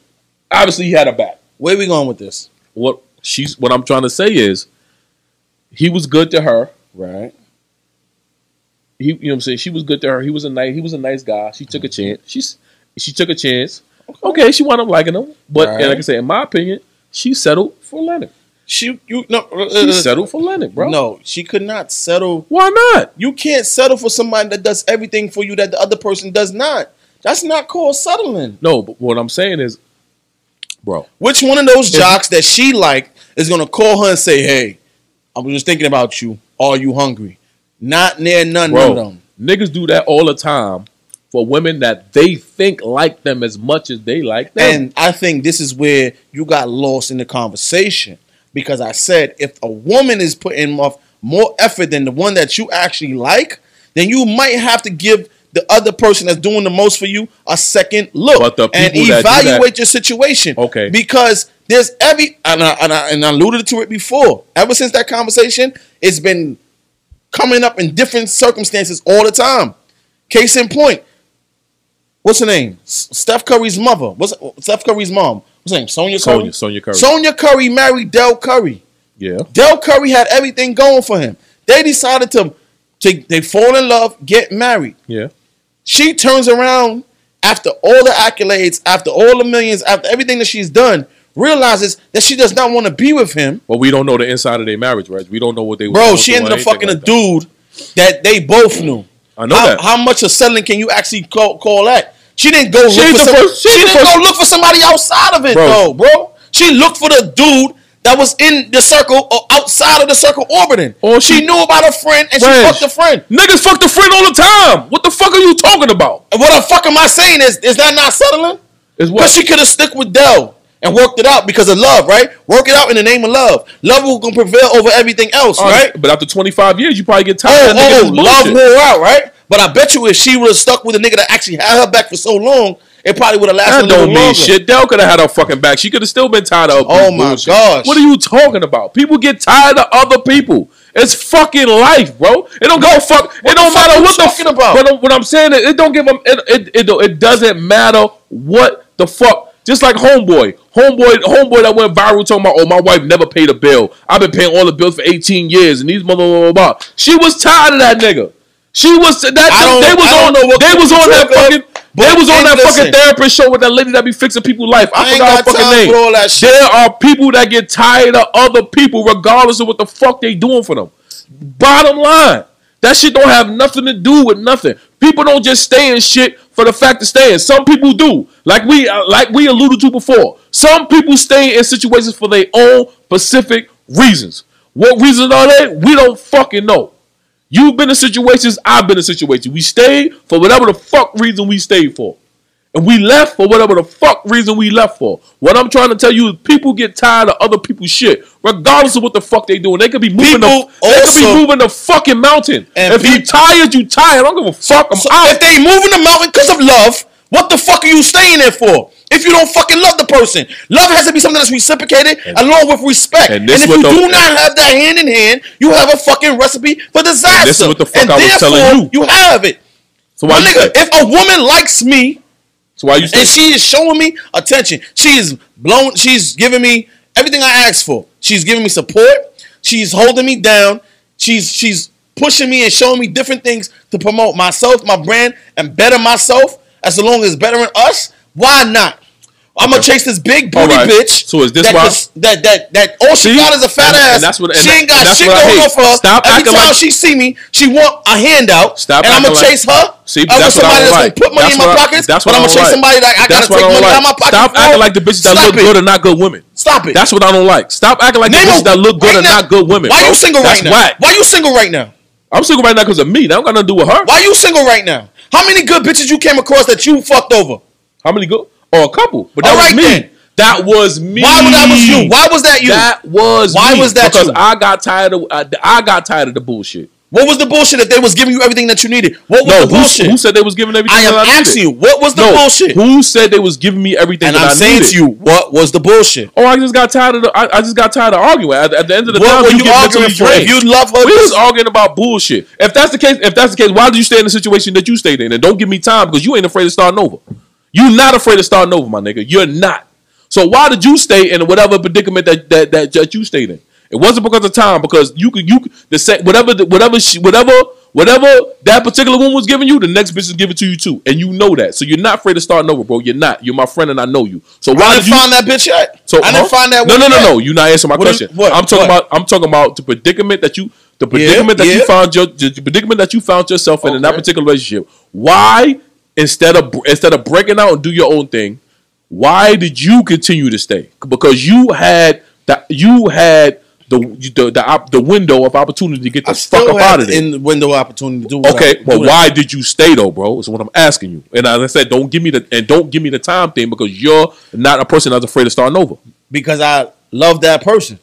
Speaker 3: Obviously he had a back.
Speaker 2: Where we going with this?
Speaker 3: What she's what I'm trying to say is he was good to her.
Speaker 2: Right.
Speaker 3: He you know what I'm saying? She was good to her. He was a nice he was a nice guy. She took a chance. She's she took a chance. Okay, she wound up liking him. But and
Speaker 2: Right.
Speaker 3: like I said, in my opinion, she settled for Leonard.
Speaker 2: She you no
Speaker 3: She
Speaker 2: uh,
Speaker 3: settled for Leonard, bro.
Speaker 2: No, she could not settle.
Speaker 3: Why not?
Speaker 2: You can't settle for somebody that does everything for you that the other person does not. That's not called settling.
Speaker 3: No, but what I'm saying is, bro,
Speaker 2: Which one of those jocks that she liked is gonna call her and say, "Hey, I was just thinking about you. Are you hungry?" Not near none of
Speaker 3: bro,
Speaker 2: them.
Speaker 3: niggas do that all the time for women that they think like them as much as they like them.
Speaker 2: And I think this is where you got lost in the conversation because I said if a woman is putting off more effort than the one that you actually like, then you might have to give the other person that's doing the most for you a second look
Speaker 3: But the
Speaker 2: and
Speaker 3: people that do
Speaker 2: evaluate
Speaker 3: that-
Speaker 2: your situation.
Speaker 3: Okay.
Speaker 2: Because there's every and I, and I and I alluded to it before. Ever since that conversation, it's been coming up in different circumstances all the time. Case in point, what's her name? S- Steph Curry's mother. What's Steph Curry's mom? What's her name? Sonia Curry.
Speaker 3: Sonya, Sonya Curry.
Speaker 2: Sonia Curry married Del Curry.
Speaker 3: yeah,
Speaker 2: Del Curry had everything going for him. They decided to, to they fall in love, get married.
Speaker 3: yeah.
Speaker 2: She turns around after all the accolades, after all the millions, after everything that she's done, realizes that she does not want to be with him.
Speaker 3: But we don't know the inside of their marriage, right? We don't know what they. was
Speaker 2: Bro,
Speaker 3: going
Speaker 2: she
Speaker 3: through
Speaker 2: ended
Speaker 3: or
Speaker 2: up fucking a
Speaker 3: anything like
Speaker 2: dude that they both knew.
Speaker 3: that. I know
Speaker 2: how,
Speaker 3: that.
Speaker 2: how much of settling can you actually call, call that? She didn't go
Speaker 3: She's
Speaker 2: look for
Speaker 3: the
Speaker 2: some,
Speaker 3: first-
Speaker 2: she
Speaker 3: she's the
Speaker 2: didn't
Speaker 3: first-
Speaker 2: go look for somebody outside of it
Speaker 3: Bro.
Speaker 2: though, bro. She looked for the dude that was in the circle or outside of the circle orbiting.
Speaker 3: Or
Speaker 2: she,
Speaker 3: she-
Speaker 2: knew about her friend and
Speaker 3: Friends.
Speaker 2: she fucked a friend.
Speaker 3: Niggas fuck the friend all the time. What the fuck are you talking about?
Speaker 2: And what the fuck am I saying is is that not settling?
Speaker 3: Is what?
Speaker 2: But she could have stuck with Dell and worked it out because of love, right? Work it out in the name of love. Love will gonna prevail over everything else,
Speaker 3: Uh,
Speaker 2: right?
Speaker 3: But after 25 years, you probably get tired. of that
Speaker 2: Oh, oh,
Speaker 3: nigga's
Speaker 2: love
Speaker 3: bullshit.
Speaker 2: wore out, right? But I bet you if she would have stuck with a nigga that actually had her back for so long, it probably would have lasted
Speaker 3: That
Speaker 2: a
Speaker 3: don't
Speaker 2: little
Speaker 3: mean
Speaker 2: longer.
Speaker 3: shit. Dell could have had her fucking back. She could have still been tired of.
Speaker 2: Oh
Speaker 3: bullshit.
Speaker 2: my gosh.
Speaker 3: What are you talking about? People get tired of other people. It's fucking life, bro. It don't go fuck. it don't
Speaker 2: the fuck
Speaker 3: matter
Speaker 2: you
Speaker 3: what the
Speaker 2: talking about?
Speaker 3: But what I'm saying is, it don't give them. It it, it don't- it doesn't matter what the fuck. Just like homeboy, homeboy, homeboy that went viral talking about, oh my wife never paid a bill. I've been paying all the bills for 18 years, and these blah blah blah blah. blah. She was tired of that nigga. She was that
Speaker 2: don't-
Speaker 3: they was
Speaker 2: I don't
Speaker 3: on
Speaker 2: know what
Speaker 3: they was on that
Speaker 2: took up,
Speaker 3: fucking they was on
Speaker 2: and
Speaker 3: that fucking
Speaker 2: listen.
Speaker 3: therapist show with that lady that be fixing people's life. I,
Speaker 2: I ain't
Speaker 3: forgot her
Speaker 2: got
Speaker 3: fucking
Speaker 2: time
Speaker 3: name.
Speaker 2: for all that shit.
Speaker 3: There are people that get tired of other people, regardless of what the fuck they doing for them. Bottom line, that shit don't have nothing to do with nothing. People don't just stay in shit for the fact of staying. Some people do, like we uh, like we alluded to before. Some people stay in situations for their own specific reasons. What reasons are they? We don't fucking know. You've been in situations. I've been in situations. We stayed for whatever the fuck reason we stayed for. And we left for whatever the fuck reason we left for. What I'm trying to tell you is people get tired of other people's shit, regardless of what the fuck they doing. They could be
Speaker 2: People
Speaker 3: moving the, they could be
Speaker 2: also-
Speaker 3: moving the fucking mountain.
Speaker 2: And
Speaker 3: if you
Speaker 2: peop-
Speaker 3: tired, you tired. I don't give a fuck. I'm
Speaker 2: So eh,
Speaker 3: out.
Speaker 2: if they moving the mountain because of love, what the fuck are you staying there for? If you don't fucking love the person, love has to be something that's reciprocated along with respect.
Speaker 3: and
Speaker 2: And,
Speaker 3: this
Speaker 2: if
Speaker 3: what
Speaker 2: you
Speaker 3: the-
Speaker 2: do not have that hand in hand, you have a fucking recipe for disaster.
Speaker 3: this is what the fuck
Speaker 2: And
Speaker 3: I was telling
Speaker 2: therefore,
Speaker 3: you.
Speaker 2: You have it,
Speaker 3: so
Speaker 2: my
Speaker 3: why you
Speaker 2: nigga. eh,
Speaker 3: stay?
Speaker 2: If a woman likes me,
Speaker 3: So why you stay?
Speaker 2: and she is showing me attention. She is blown. She's giving me everything I asked for. She's giving me support. She's holding me down. She's she's pushing me and showing me different things to promote myself, my brand, and better myself. As long as bettering us, why not? I'm gonna chase this big
Speaker 3: All
Speaker 2: booty
Speaker 3: right.
Speaker 2: bitch.
Speaker 3: So is this
Speaker 2: that
Speaker 3: why-
Speaker 2: cons- that that that all she
Speaker 3: See?
Speaker 2: got is a fat
Speaker 3: And-
Speaker 2: ass?
Speaker 3: and that's what- and
Speaker 2: she
Speaker 3: that-
Speaker 2: ain't got
Speaker 3: and that's
Speaker 2: shit
Speaker 3: what I
Speaker 2: going
Speaker 3: hate.
Speaker 2: on for her.
Speaker 3: Stop
Speaker 2: Every
Speaker 3: acting
Speaker 2: time
Speaker 3: like-
Speaker 2: she see me, she want a handout.
Speaker 3: Stop
Speaker 2: and I'm gonna
Speaker 3: acting like-
Speaker 2: chase her.
Speaker 3: See,
Speaker 2: I want somebody
Speaker 3: that's what I don't
Speaker 2: that's gonna
Speaker 3: like.
Speaker 2: put money
Speaker 3: That's
Speaker 2: in my
Speaker 3: what I-
Speaker 2: pockets.
Speaker 3: that's
Speaker 2: but I'm
Speaker 3: what I
Speaker 2: gonna
Speaker 3: don't
Speaker 2: chase
Speaker 3: like.
Speaker 2: somebody that I
Speaker 3: That's
Speaker 2: gotta
Speaker 3: what
Speaker 2: take
Speaker 3: I
Speaker 2: money
Speaker 3: don't
Speaker 2: out
Speaker 3: like.
Speaker 2: of my pocket.
Speaker 3: Stop
Speaker 2: for.
Speaker 3: acting like the bitches that
Speaker 2: Stop
Speaker 3: look
Speaker 2: it.
Speaker 3: good are not good women.
Speaker 2: Stop it.
Speaker 3: That's what I don't like. Stop acting like
Speaker 2: Name
Speaker 3: the bitches
Speaker 2: a-
Speaker 3: that look good
Speaker 2: right
Speaker 3: are
Speaker 2: now-
Speaker 3: not good women.
Speaker 2: Why
Speaker 3: bro.
Speaker 2: you single
Speaker 3: That's
Speaker 2: right now?
Speaker 3: whack.
Speaker 2: Why you single right now?
Speaker 3: I'm single right now because of me. That don't got nothing to do with her.
Speaker 2: Why you single right now? How many good bitches you came across that you fucked over?
Speaker 3: How many go? Oh, a couple. But that
Speaker 2: All
Speaker 3: was
Speaker 2: right
Speaker 3: me.
Speaker 2: then.
Speaker 3: That was me.
Speaker 2: Why was that was you? Why was that you?
Speaker 3: That was
Speaker 2: Why
Speaker 3: me.
Speaker 2: was that
Speaker 3: Because
Speaker 2: you?
Speaker 3: I got tired of I, I got tired of the bullshit.
Speaker 2: what was the bullshit that they was giving you everything that you needed? What was
Speaker 3: No,
Speaker 2: the
Speaker 3: who,
Speaker 2: bullshit?
Speaker 3: who said they was giving everything?
Speaker 2: I am
Speaker 3: that I
Speaker 2: asking
Speaker 3: needed?
Speaker 2: you, what was the
Speaker 3: no,
Speaker 2: bullshit?
Speaker 3: Who said they was giving me everything
Speaker 2: and
Speaker 3: that
Speaker 2: I'm
Speaker 3: I
Speaker 2: saying
Speaker 3: needed?
Speaker 2: to you, what was the bullshit?
Speaker 3: Oh, I just got tired of the. I, I just got tired of arguing. At, at the end of the
Speaker 2: What
Speaker 3: time,
Speaker 2: were you
Speaker 3: get
Speaker 2: arguing
Speaker 3: mentally
Speaker 2: for?
Speaker 3: drained.
Speaker 2: If you love her,
Speaker 3: we was
Speaker 2: just-
Speaker 3: arguing about bullshit. If that's the case, if that's the case, why did you stay in the situation that you stayed in? And don't give me time because you ain't afraid of starting over. You're not afraid of starting over, my nigga. You're not. So why did you stay in whatever predicament that that that, that you stayed in? It wasn't because of time, because you could you could- the same whatever the- whatever she, whatever whatever that particular woman was giving you, the next bitch is giving to you too, and you know that. So you're not afraid of starting over, bro. You're not. You're my friend, and I know you. So why
Speaker 2: I
Speaker 3: did
Speaker 2: didn't
Speaker 3: you
Speaker 2: find that bitch yet.
Speaker 3: so
Speaker 2: I didn't
Speaker 3: huh?
Speaker 2: find that.
Speaker 3: No,
Speaker 2: one
Speaker 3: no, no,
Speaker 2: yet.
Speaker 3: no. You're not answering my
Speaker 2: What is-
Speaker 3: question.
Speaker 2: what?
Speaker 3: I'm talking
Speaker 2: What?
Speaker 3: about. I'm talking about the predicament that you, the predicament that
Speaker 2: yeah.
Speaker 3: you found your, the predicament that you found yourself in in that
Speaker 2: Okay.
Speaker 3: particular relationship. Why instead of instead of breaking out and do your own thing, why did you continue to stay? Because you had that you had the the the, op, the window of opportunity to get the
Speaker 2: I
Speaker 3: fuck
Speaker 2: still
Speaker 3: up out
Speaker 2: had
Speaker 3: of there.
Speaker 2: in the window opportunity to do. what I-
Speaker 3: Okay,
Speaker 2: do
Speaker 3: well,
Speaker 2: that.
Speaker 3: why did you stay though, bro? Is what I'm asking you. And as I said, don't give me the and don't give me the time thing because you're not a person that's afraid of starting over.
Speaker 2: Because I love that person.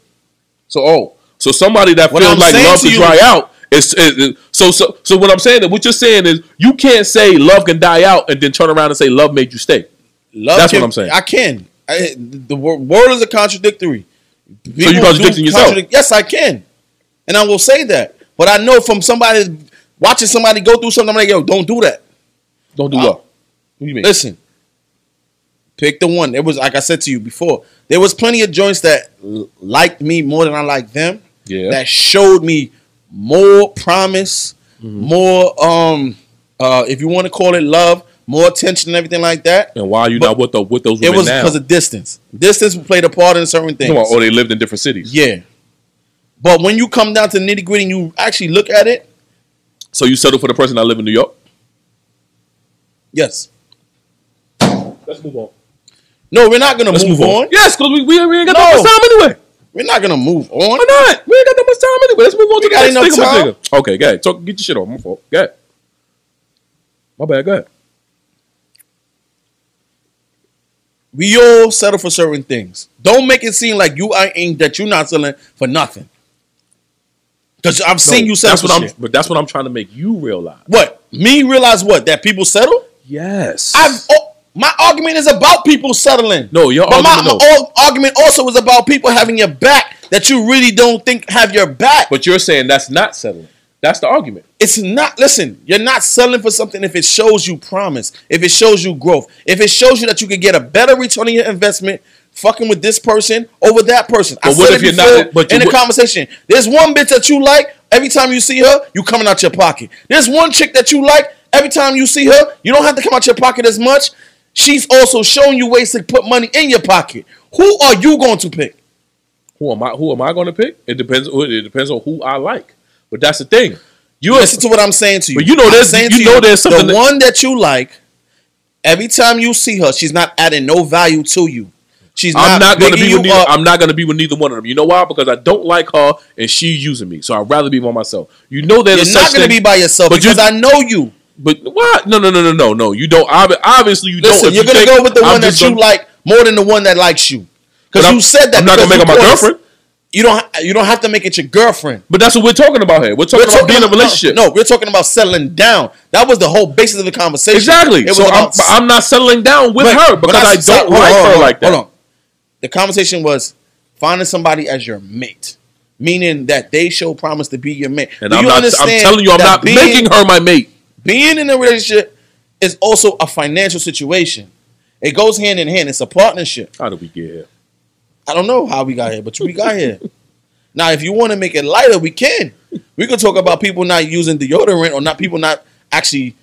Speaker 3: So oh, so somebody that
Speaker 2: What
Speaker 3: feels
Speaker 2: I'm
Speaker 3: like
Speaker 2: saying
Speaker 3: love
Speaker 2: to
Speaker 3: to
Speaker 2: you-
Speaker 3: dry out is, is, is- so so so. What I'm saying that what you're saying is you can't say love can die out and then turn around and say love made you stay.
Speaker 2: Love
Speaker 3: That's what
Speaker 2: can-
Speaker 3: I'm saying.
Speaker 2: I can. I, the wor- world is a contradictory. People do
Speaker 3: contradicting yourself?
Speaker 2: yes, I can, and I will say that. But I know from somebody watching somebody go through something, I'm like, yo, don't do that.
Speaker 3: Don't do
Speaker 2: I-
Speaker 3: what? What do you mean?
Speaker 2: Listen, pick the one. It was like I said to you before. There was plenty of joints that l- liked me more than I liked them.
Speaker 3: Yeah.
Speaker 2: That showed me more promise,
Speaker 3: Mm-hmm.
Speaker 2: more um, uh, if you want to call it love, more attention and everything like that.
Speaker 3: And why are you
Speaker 2: But
Speaker 3: not with the with those
Speaker 2: It
Speaker 3: women
Speaker 2: was
Speaker 3: now?
Speaker 2: because of distance. Distance played a part in certain things.
Speaker 3: Come on, or they lived in different cities.
Speaker 2: yeah. But when you come down to the nitty gritty and you actually look at it,
Speaker 3: So you settle for the person that live in New York.
Speaker 2: yes.
Speaker 3: Let's move on.
Speaker 2: No, we're not gonna
Speaker 3: Let's
Speaker 2: move, on.
Speaker 3: Yes, because we, we, we ain't got
Speaker 2: No.
Speaker 3: that much time anyway.
Speaker 2: We're not gonna move on.
Speaker 3: Why not? We ain't got that much time anyway. Let's move on to
Speaker 2: got
Speaker 3: the
Speaker 2: enough
Speaker 3: next thing, my
Speaker 2: time.
Speaker 3: nigga. Okay, go ahead. Talk, get your shit on. My fault. Go ahead. My bad. Go ahead.
Speaker 2: We all settle for certain things. Don't make it seem like you I ain't that you're not settling for nothing. Cause I've seen
Speaker 3: No,
Speaker 2: you settle
Speaker 3: that's
Speaker 2: for
Speaker 3: what I'm.
Speaker 2: shit.
Speaker 3: But that's what I'm trying to make you realize.
Speaker 2: What? Me realize what? That people settle?
Speaker 3: Yes.
Speaker 2: I've oh, my argument is about people settling.
Speaker 3: Oh, No, your
Speaker 2: but my,
Speaker 3: argument,
Speaker 2: my
Speaker 3: no.
Speaker 2: al- argument also is about people having your back that you really don't think have your back.
Speaker 3: But you're saying that's not settling. That's the argument.
Speaker 2: It's not. Listen, you're not selling for something if it shows you promise, if it shows you growth, if it shows you that you could get a better return on your investment, fucking with this person over that person. I
Speaker 3: But what
Speaker 2: said
Speaker 3: if
Speaker 2: it
Speaker 3: you're not-
Speaker 2: before
Speaker 3: but you
Speaker 2: in the
Speaker 3: would-
Speaker 2: conversation, there's one bitch that you like. Every time you see her, you coming out your pocket. There's one chick that you like. Every time you see her, you don't have to come out your pocket as much. She's also showing you ways to put money in your pocket. Who are you going to pick?
Speaker 3: Who am I? Who am I going to pick? It depends. It depends on who I like. But that's the thing. You
Speaker 2: Listen to what I'm saying to you.
Speaker 3: But you know
Speaker 2: I'm
Speaker 3: there's-
Speaker 2: saying
Speaker 3: you
Speaker 2: to
Speaker 3: know there's something
Speaker 2: The
Speaker 3: that-
Speaker 2: one that you like, every time you see her, she's not adding no value to you. She's
Speaker 3: I'm not going to be with
Speaker 2: you
Speaker 3: neither.
Speaker 2: up.
Speaker 3: I'm not going to be with neither one of them. You know why? Because I don't like her and she's using me. So I'd rather be by myself. You know there's
Speaker 2: You're not
Speaker 3: going to
Speaker 2: be by yourself
Speaker 3: But
Speaker 2: because
Speaker 3: you-
Speaker 2: I know you.
Speaker 3: But what? No, no, no, no, no, no. You don't. obvi- Obviously, you
Speaker 2: Listen,
Speaker 3: don't. If
Speaker 2: you're going to
Speaker 3: you think
Speaker 2: go with the
Speaker 3: I'm
Speaker 2: one that
Speaker 3: just
Speaker 2: you
Speaker 3: gonna-
Speaker 2: like more than the one that likes you.
Speaker 3: But
Speaker 2: Because
Speaker 3: I'm-
Speaker 2: you said that.
Speaker 3: I'm not going to
Speaker 2: because
Speaker 3: make her
Speaker 2: you
Speaker 3: my
Speaker 2: thought-
Speaker 3: girlfriend.
Speaker 2: You don't. ha- You don't have to make it your girlfriend.
Speaker 3: But that's what we're talking about here. We're talking about being in a
Speaker 2: about-
Speaker 3: relationship.
Speaker 2: No, no, we're talking about settling down. That was the whole basis of the conversation.
Speaker 3: exactly.
Speaker 2: It was
Speaker 3: So I'm,
Speaker 2: about
Speaker 3: but I'm not settling down with
Speaker 2: But-
Speaker 3: her
Speaker 2: but
Speaker 3: because I don't
Speaker 2: so- hold on,
Speaker 3: like
Speaker 2: hold
Speaker 3: her
Speaker 2: on,
Speaker 3: like that.
Speaker 2: Hold on. The conversation was finding somebody as your mate, meaning that they show promise to be your mate.
Speaker 3: And
Speaker 2: Do
Speaker 3: I'm
Speaker 2: you
Speaker 3: not. I'm
Speaker 2: understand
Speaker 3: telling you, I'm
Speaker 2: that
Speaker 3: not
Speaker 2: being,
Speaker 3: making her my mate.
Speaker 2: Being in a relationship is also a financial situation. It goes hand in hand. It's a partnership.
Speaker 3: How did we get here?
Speaker 2: I don't know how we got here, but we got
Speaker 3: *laughs*
Speaker 2: here. Now, if you want to make it lighter, we can. We could talk about people not using deodorant or not people not actually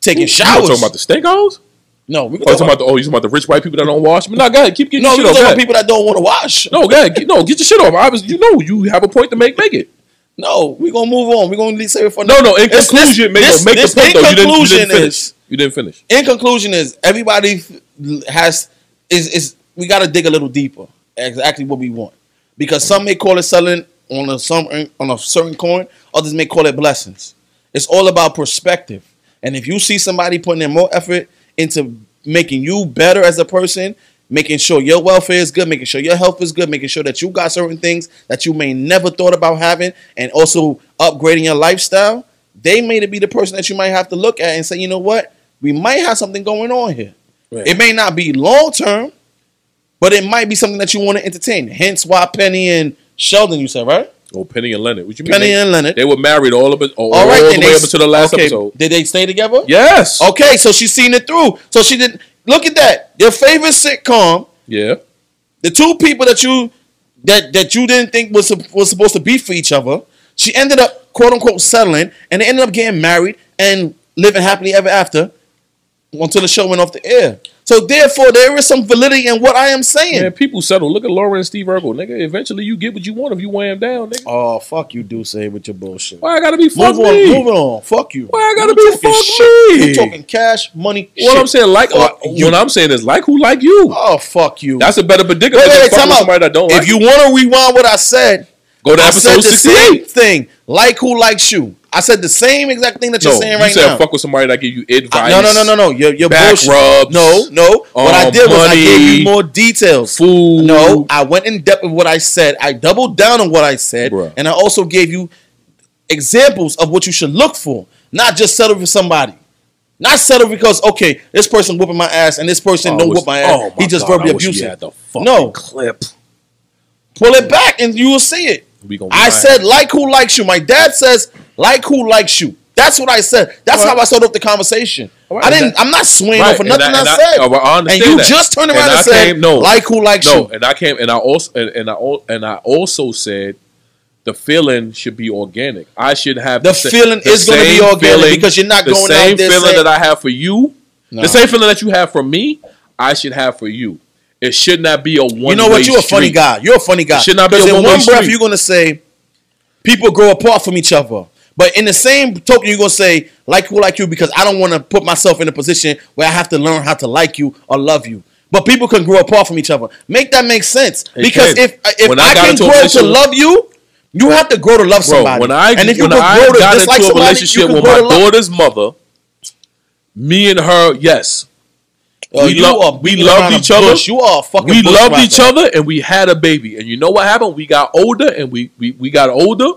Speaker 2: taking
Speaker 3: You
Speaker 2: showers.
Speaker 3: talking about the stink holes?
Speaker 2: no, we could
Speaker 3: Oh, you
Speaker 2: talk
Speaker 3: talking about the oh, you talking about the rich white people that don't wash? But no, go ahead, keep getting
Speaker 2: no, we
Speaker 3: your shit
Speaker 2: could
Speaker 3: off.
Speaker 2: talk
Speaker 3: Go
Speaker 2: about
Speaker 3: ahead.
Speaker 2: people that don't want to wash.
Speaker 3: No, go ahead, get, no, get your shit off. I was, you know, you have a point to make. Make it.
Speaker 2: No, we're gonna move on. We're gonna leave- save it for
Speaker 3: No, no. In
Speaker 2: It's- this-
Speaker 3: conclusion, make,
Speaker 2: this-
Speaker 3: make
Speaker 2: this-
Speaker 3: the point
Speaker 2: in
Speaker 3: though. You didn't, you
Speaker 2: conclusion
Speaker 3: didn't finish.
Speaker 2: is-
Speaker 3: you didn't finish.
Speaker 2: in conclusion is everybody f- has is is we got to dig a little deeper exactly what we want because some may call it selling on a some on a certain coin others may call it blessings it's all about perspective and if you see somebody putting in more effort into making you better as a person making sure your welfare is good making sure your health is good making sure that you got certain things that you may never thought about having and also upgrading your lifestyle they may be the person that you might have to look at and say you know what we might have something going on here. It may not be long term, but it might be something that you want to entertain. Hence why Penny and Sheldon, you said, right?
Speaker 3: Oh, Penny and Leonard. What you mean?
Speaker 2: Penny
Speaker 3: they,
Speaker 2: and Leonard.
Speaker 3: They were married all of it, all,
Speaker 2: All right,
Speaker 3: all
Speaker 2: then
Speaker 3: the way
Speaker 2: they-
Speaker 3: up until the last
Speaker 2: okay,
Speaker 3: episode. Oh,
Speaker 2: Did they stay together?
Speaker 3: Yes.
Speaker 2: Okay, so she's seen it through. So she didn't look at that. Your favorite sitcom,
Speaker 3: Yeah.
Speaker 2: the two people that you that that you didn't think was was supposed to be for each other, she ended up quote unquote settling, and they ended up getting married and living happily ever after until the show went off the air. So therefore, there is some validity in what I am saying.
Speaker 3: Man, people settle. Look at Laura and Steve Urkel, nigga. Eventually, you get what you want if you weigh them down, nigga.
Speaker 2: Oh, fuck you, do say with your bullshit.
Speaker 3: Why I gotta be fuck
Speaker 2: move on,
Speaker 3: me?
Speaker 2: move on. Fuck you.
Speaker 3: Why I gotta
Speaker 2: You
Speaker 3: be
Speaker 2: talking
Speaker 3: fuck
Speaker 2: shit.
Speaker 3: me?
Speaker 2: You talking cash, money,
Speaker 3: What I'm saying, like,
Speaker 2: Fuck
Speaker 3: uh,
Speaker 2: you.
Speaker 3: what I'm saying is, like who like you.
Speaker 2: Oh, fuck you.
Speaker 3: That's a better predicament
Speaker 2: wait,
Speaker 3: than
Speaker 2: wait, wait,
Speaker 3: fucking
Speaker 2: time
Speaker 3: with
Speaker 2: out.
Speaker 3: somebody that don't
Speaker 2: if
Speaker 3: like
Speaker 2: you want to rewind what I said,
Speaker 3: Go to
Speaker 2: I said
Speaker 3: episode
Speaker 2: the same
Speaker 3: 68.
Speaker 2: thing. Like who likes you. I said the same exact thing that you're
Speaker 3: No,
Speaker 2: saying
Speaker 3: you
Speaker 2: right
Speaker 3: said
Speaker 2: now.
Speaker 3: fuck with somebody that give you
Speaker 2: I-
Speaker 3: advice.
Speaker 2: no, no, no, no, no. Your, your
Speaker 3: Back
Speaker 2: bullshit.
Speaker 3: rubs.
Speaker 2: No, no. What I
Speaker 3: Um,
Speaker 2: did was I gave
Speaker 3: money.
Speaker 2: you more details.
Speaker 3: Food.
Speaker 2: No, I went in depth with what I said. I doubled down on what I said,
Speaker 3: Bruh.
Speaker 2: and I also gave you examples of what you should look for, not just settle for somebody. Not settle because okay, this person whooping my ass and this person
Speaker 3: Oh,
Speaker 2: don't
Speaker 3: was-
Speaker 2: whoop my ass.
Speaker 3: oh my
Speaker 2: he just
Speaker 3: God,
Speaker 2: verbally
Speaker 3: I wish he
Speaker 2: abusive.
Speaker 3: had the fucking
Speaker 2: No,
Speaker 3: clip.
Speaker 2: pull it back and you will see it.
Speaker 3: We gonna
Speaker 2: I
Speaker 3: lie.
Speaker 2: said like who likes you. My dad says like who likes you. That's what I said. That's
Speaker 3: Well-
Speaker 2: how I started up the conversation.
Speaker 3: Right,
Speaker 2: I didn't.
Speaker 3: that-
Speaker 2: I'm not swaying
Speaker 3: Right,
Speaker 2: off of
Speaker 3: and
Speaker 2: nothing
Speaker 3: I-
Speaker 2: I,
Speaker 3: and I-
Speaker 2: said.
Speaker 3: oh, well, I
Speaker 2: and
Speaker 3: understand
Speaker 2: you
Speaker 3: that.
Speaker 2: just turned around
Speaker 3: And
Speaker 2: and,
Speaker 3: I
Speaker 2: said
Speaker 3: came- no.
Speaker 2: like who likes
Speaker 3: No,
Speaker 2: you.
Speaker 3: and I came and I also and, and I al- and I also said the feeling should be organic. I should have
Speaker 2: The
Speaker 3: sa-
Speaker 2: feeling is gonna be
Speaker 3: same
Speaker 2: organic because you're not
Speaker 3: the
Speaker 2: going out
Speaker 3: same
Speaker 2: there
Speaker 3: feeling
Speaker 2: saying-
Speaker 3: that I have for you, the same feeling that you have for me. I should have for you. It should not be a one.
Speaker 2: You know what? You're a funny guy. You're a funny guy.
Speaker 3: It should not be
Speaker 2: Because
Speaker 3: a
Speaker 2: in
Speaker 3: one-way
Speaker 2: one breath
Speaker 3: street.
Speaker 2: you're gonna say people grow apart from each other, but in the same token you're gonna say like who like you because I don't want to put myself in a position where I have to learn how to like you or love you. But people can grow apart from each other. Make that make sense because
Speaker 3: can.
Speaker 2: if uh, if
Speaker 3: When I
Speaker 2: I,
Speaker 3: got
Speaker 2: can
Speaker 3: into a
Speaker 2: grow to
Speaker 3: position-
Speaker 2: love you. You have to grow to love
Speaker 3: Bro,
Speaker 2: somebody.
Speaker 3: when I
Speaker 2: and if you
Speaker 3: when
Speaker 2: can
Speaker 3: I
Speaker 2: grow to
Speaker 3: got
Speaker 2: dislike
Speaker 3: into a
Speaker 2: somebody, you
Speaker 3: relationship
Speaker 2: can
Speaker 3: with
Speaker 2: grow
Speaker 3: my
Speaker 2: to love.
Speaker 3: daughter's mother, me and her, yes,
Speaker 2: Oh,
Speaker 3: we
Speaker 2: you
Speaker 3: lo-
Speaker 2: are
Speaker 3: we
Speaker 2: beating
Speaker 3: loved
Speaker 2: around the
Speaker 3: each other.
Speaker 2: bush. You are a fucking.
Speaker 3: we
Speaker 2: bush
Speaker 3: loved
Speaker 2: whacker.
Speaker 3: each other and we had a baby. And you know what happened? We got older and we we, we got older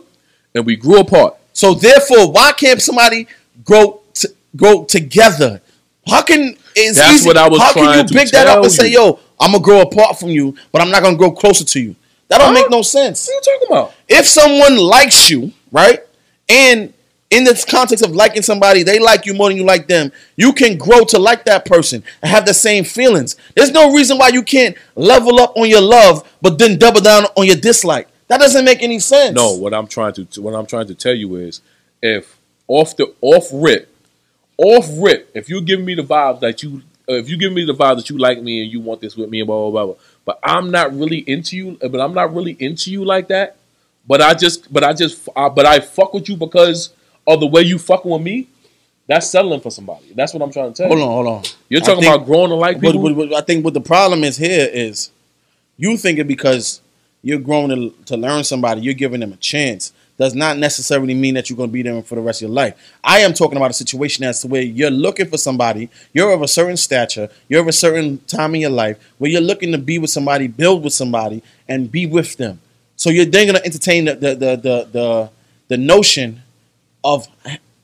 Speaker 3: and we grew apart.
Speaker 2: So therefore, why can't somebody grow t- grow together? How can it's
Speaker 3: That's
Speaker 2: easy.
Speaker 3: what I was
Speaker 2: How can
Speaker 3: trying
Speaker 2: you
Speaker 3: to
Speaker 2: pick that up
Speaker 3: tell
Speaker 2: and say,
Speaker 3: you.
Speaker 2: "Yo, I'm gonna grow apart from you, but I'm not gonna grow closer to you"? That don't make no sense.
Speaker 3: What are you talking about?
Speaker 2: If someone likes you, right, and in the context of liking somebody, they like you more than you like them. You can grow to like that person and have the same feelings. There's no reason why you can't level up on your love, but then double down on your dislike. That doesn't make any sense.
Speaker 3: No, what I'm trying to what I'm trying to tell you is if off the off rip, off rip, if you're giving me the vibe that you uh, if you give me the vibe that you like me and you want this with me and blah blah blah, blah but I'm not really into you, but I'm not really into you like that. But I just but I just I, but I fuck with you because of the way you fucking with me. That's settling for somebody. That's what I'm trying to tell
Speaker 2: Hold
Speaker 3: you.
Speaker 2: on, hold on.
Speaker 3: You're
Speaker 2: I
Speaker 3: talking
Speaker 2: think-
Speaker 3: about growing to like
Speaker 2: But,
Speaker 3: people.
Speaker 2: but- but I think what the problem is here is you thinking because you're growing to, to learn somebody, you're giving them a chance. Does not necessarily mean that you're going to be there for the rest of your life. I am talking about a situation as to where you're looking for somebody, you're of a certain stature, you're of a certain time in your life where you're looking to be with somebody, build with somebody, and be with them. So you're then going to entertain the the the the, the, the notion of,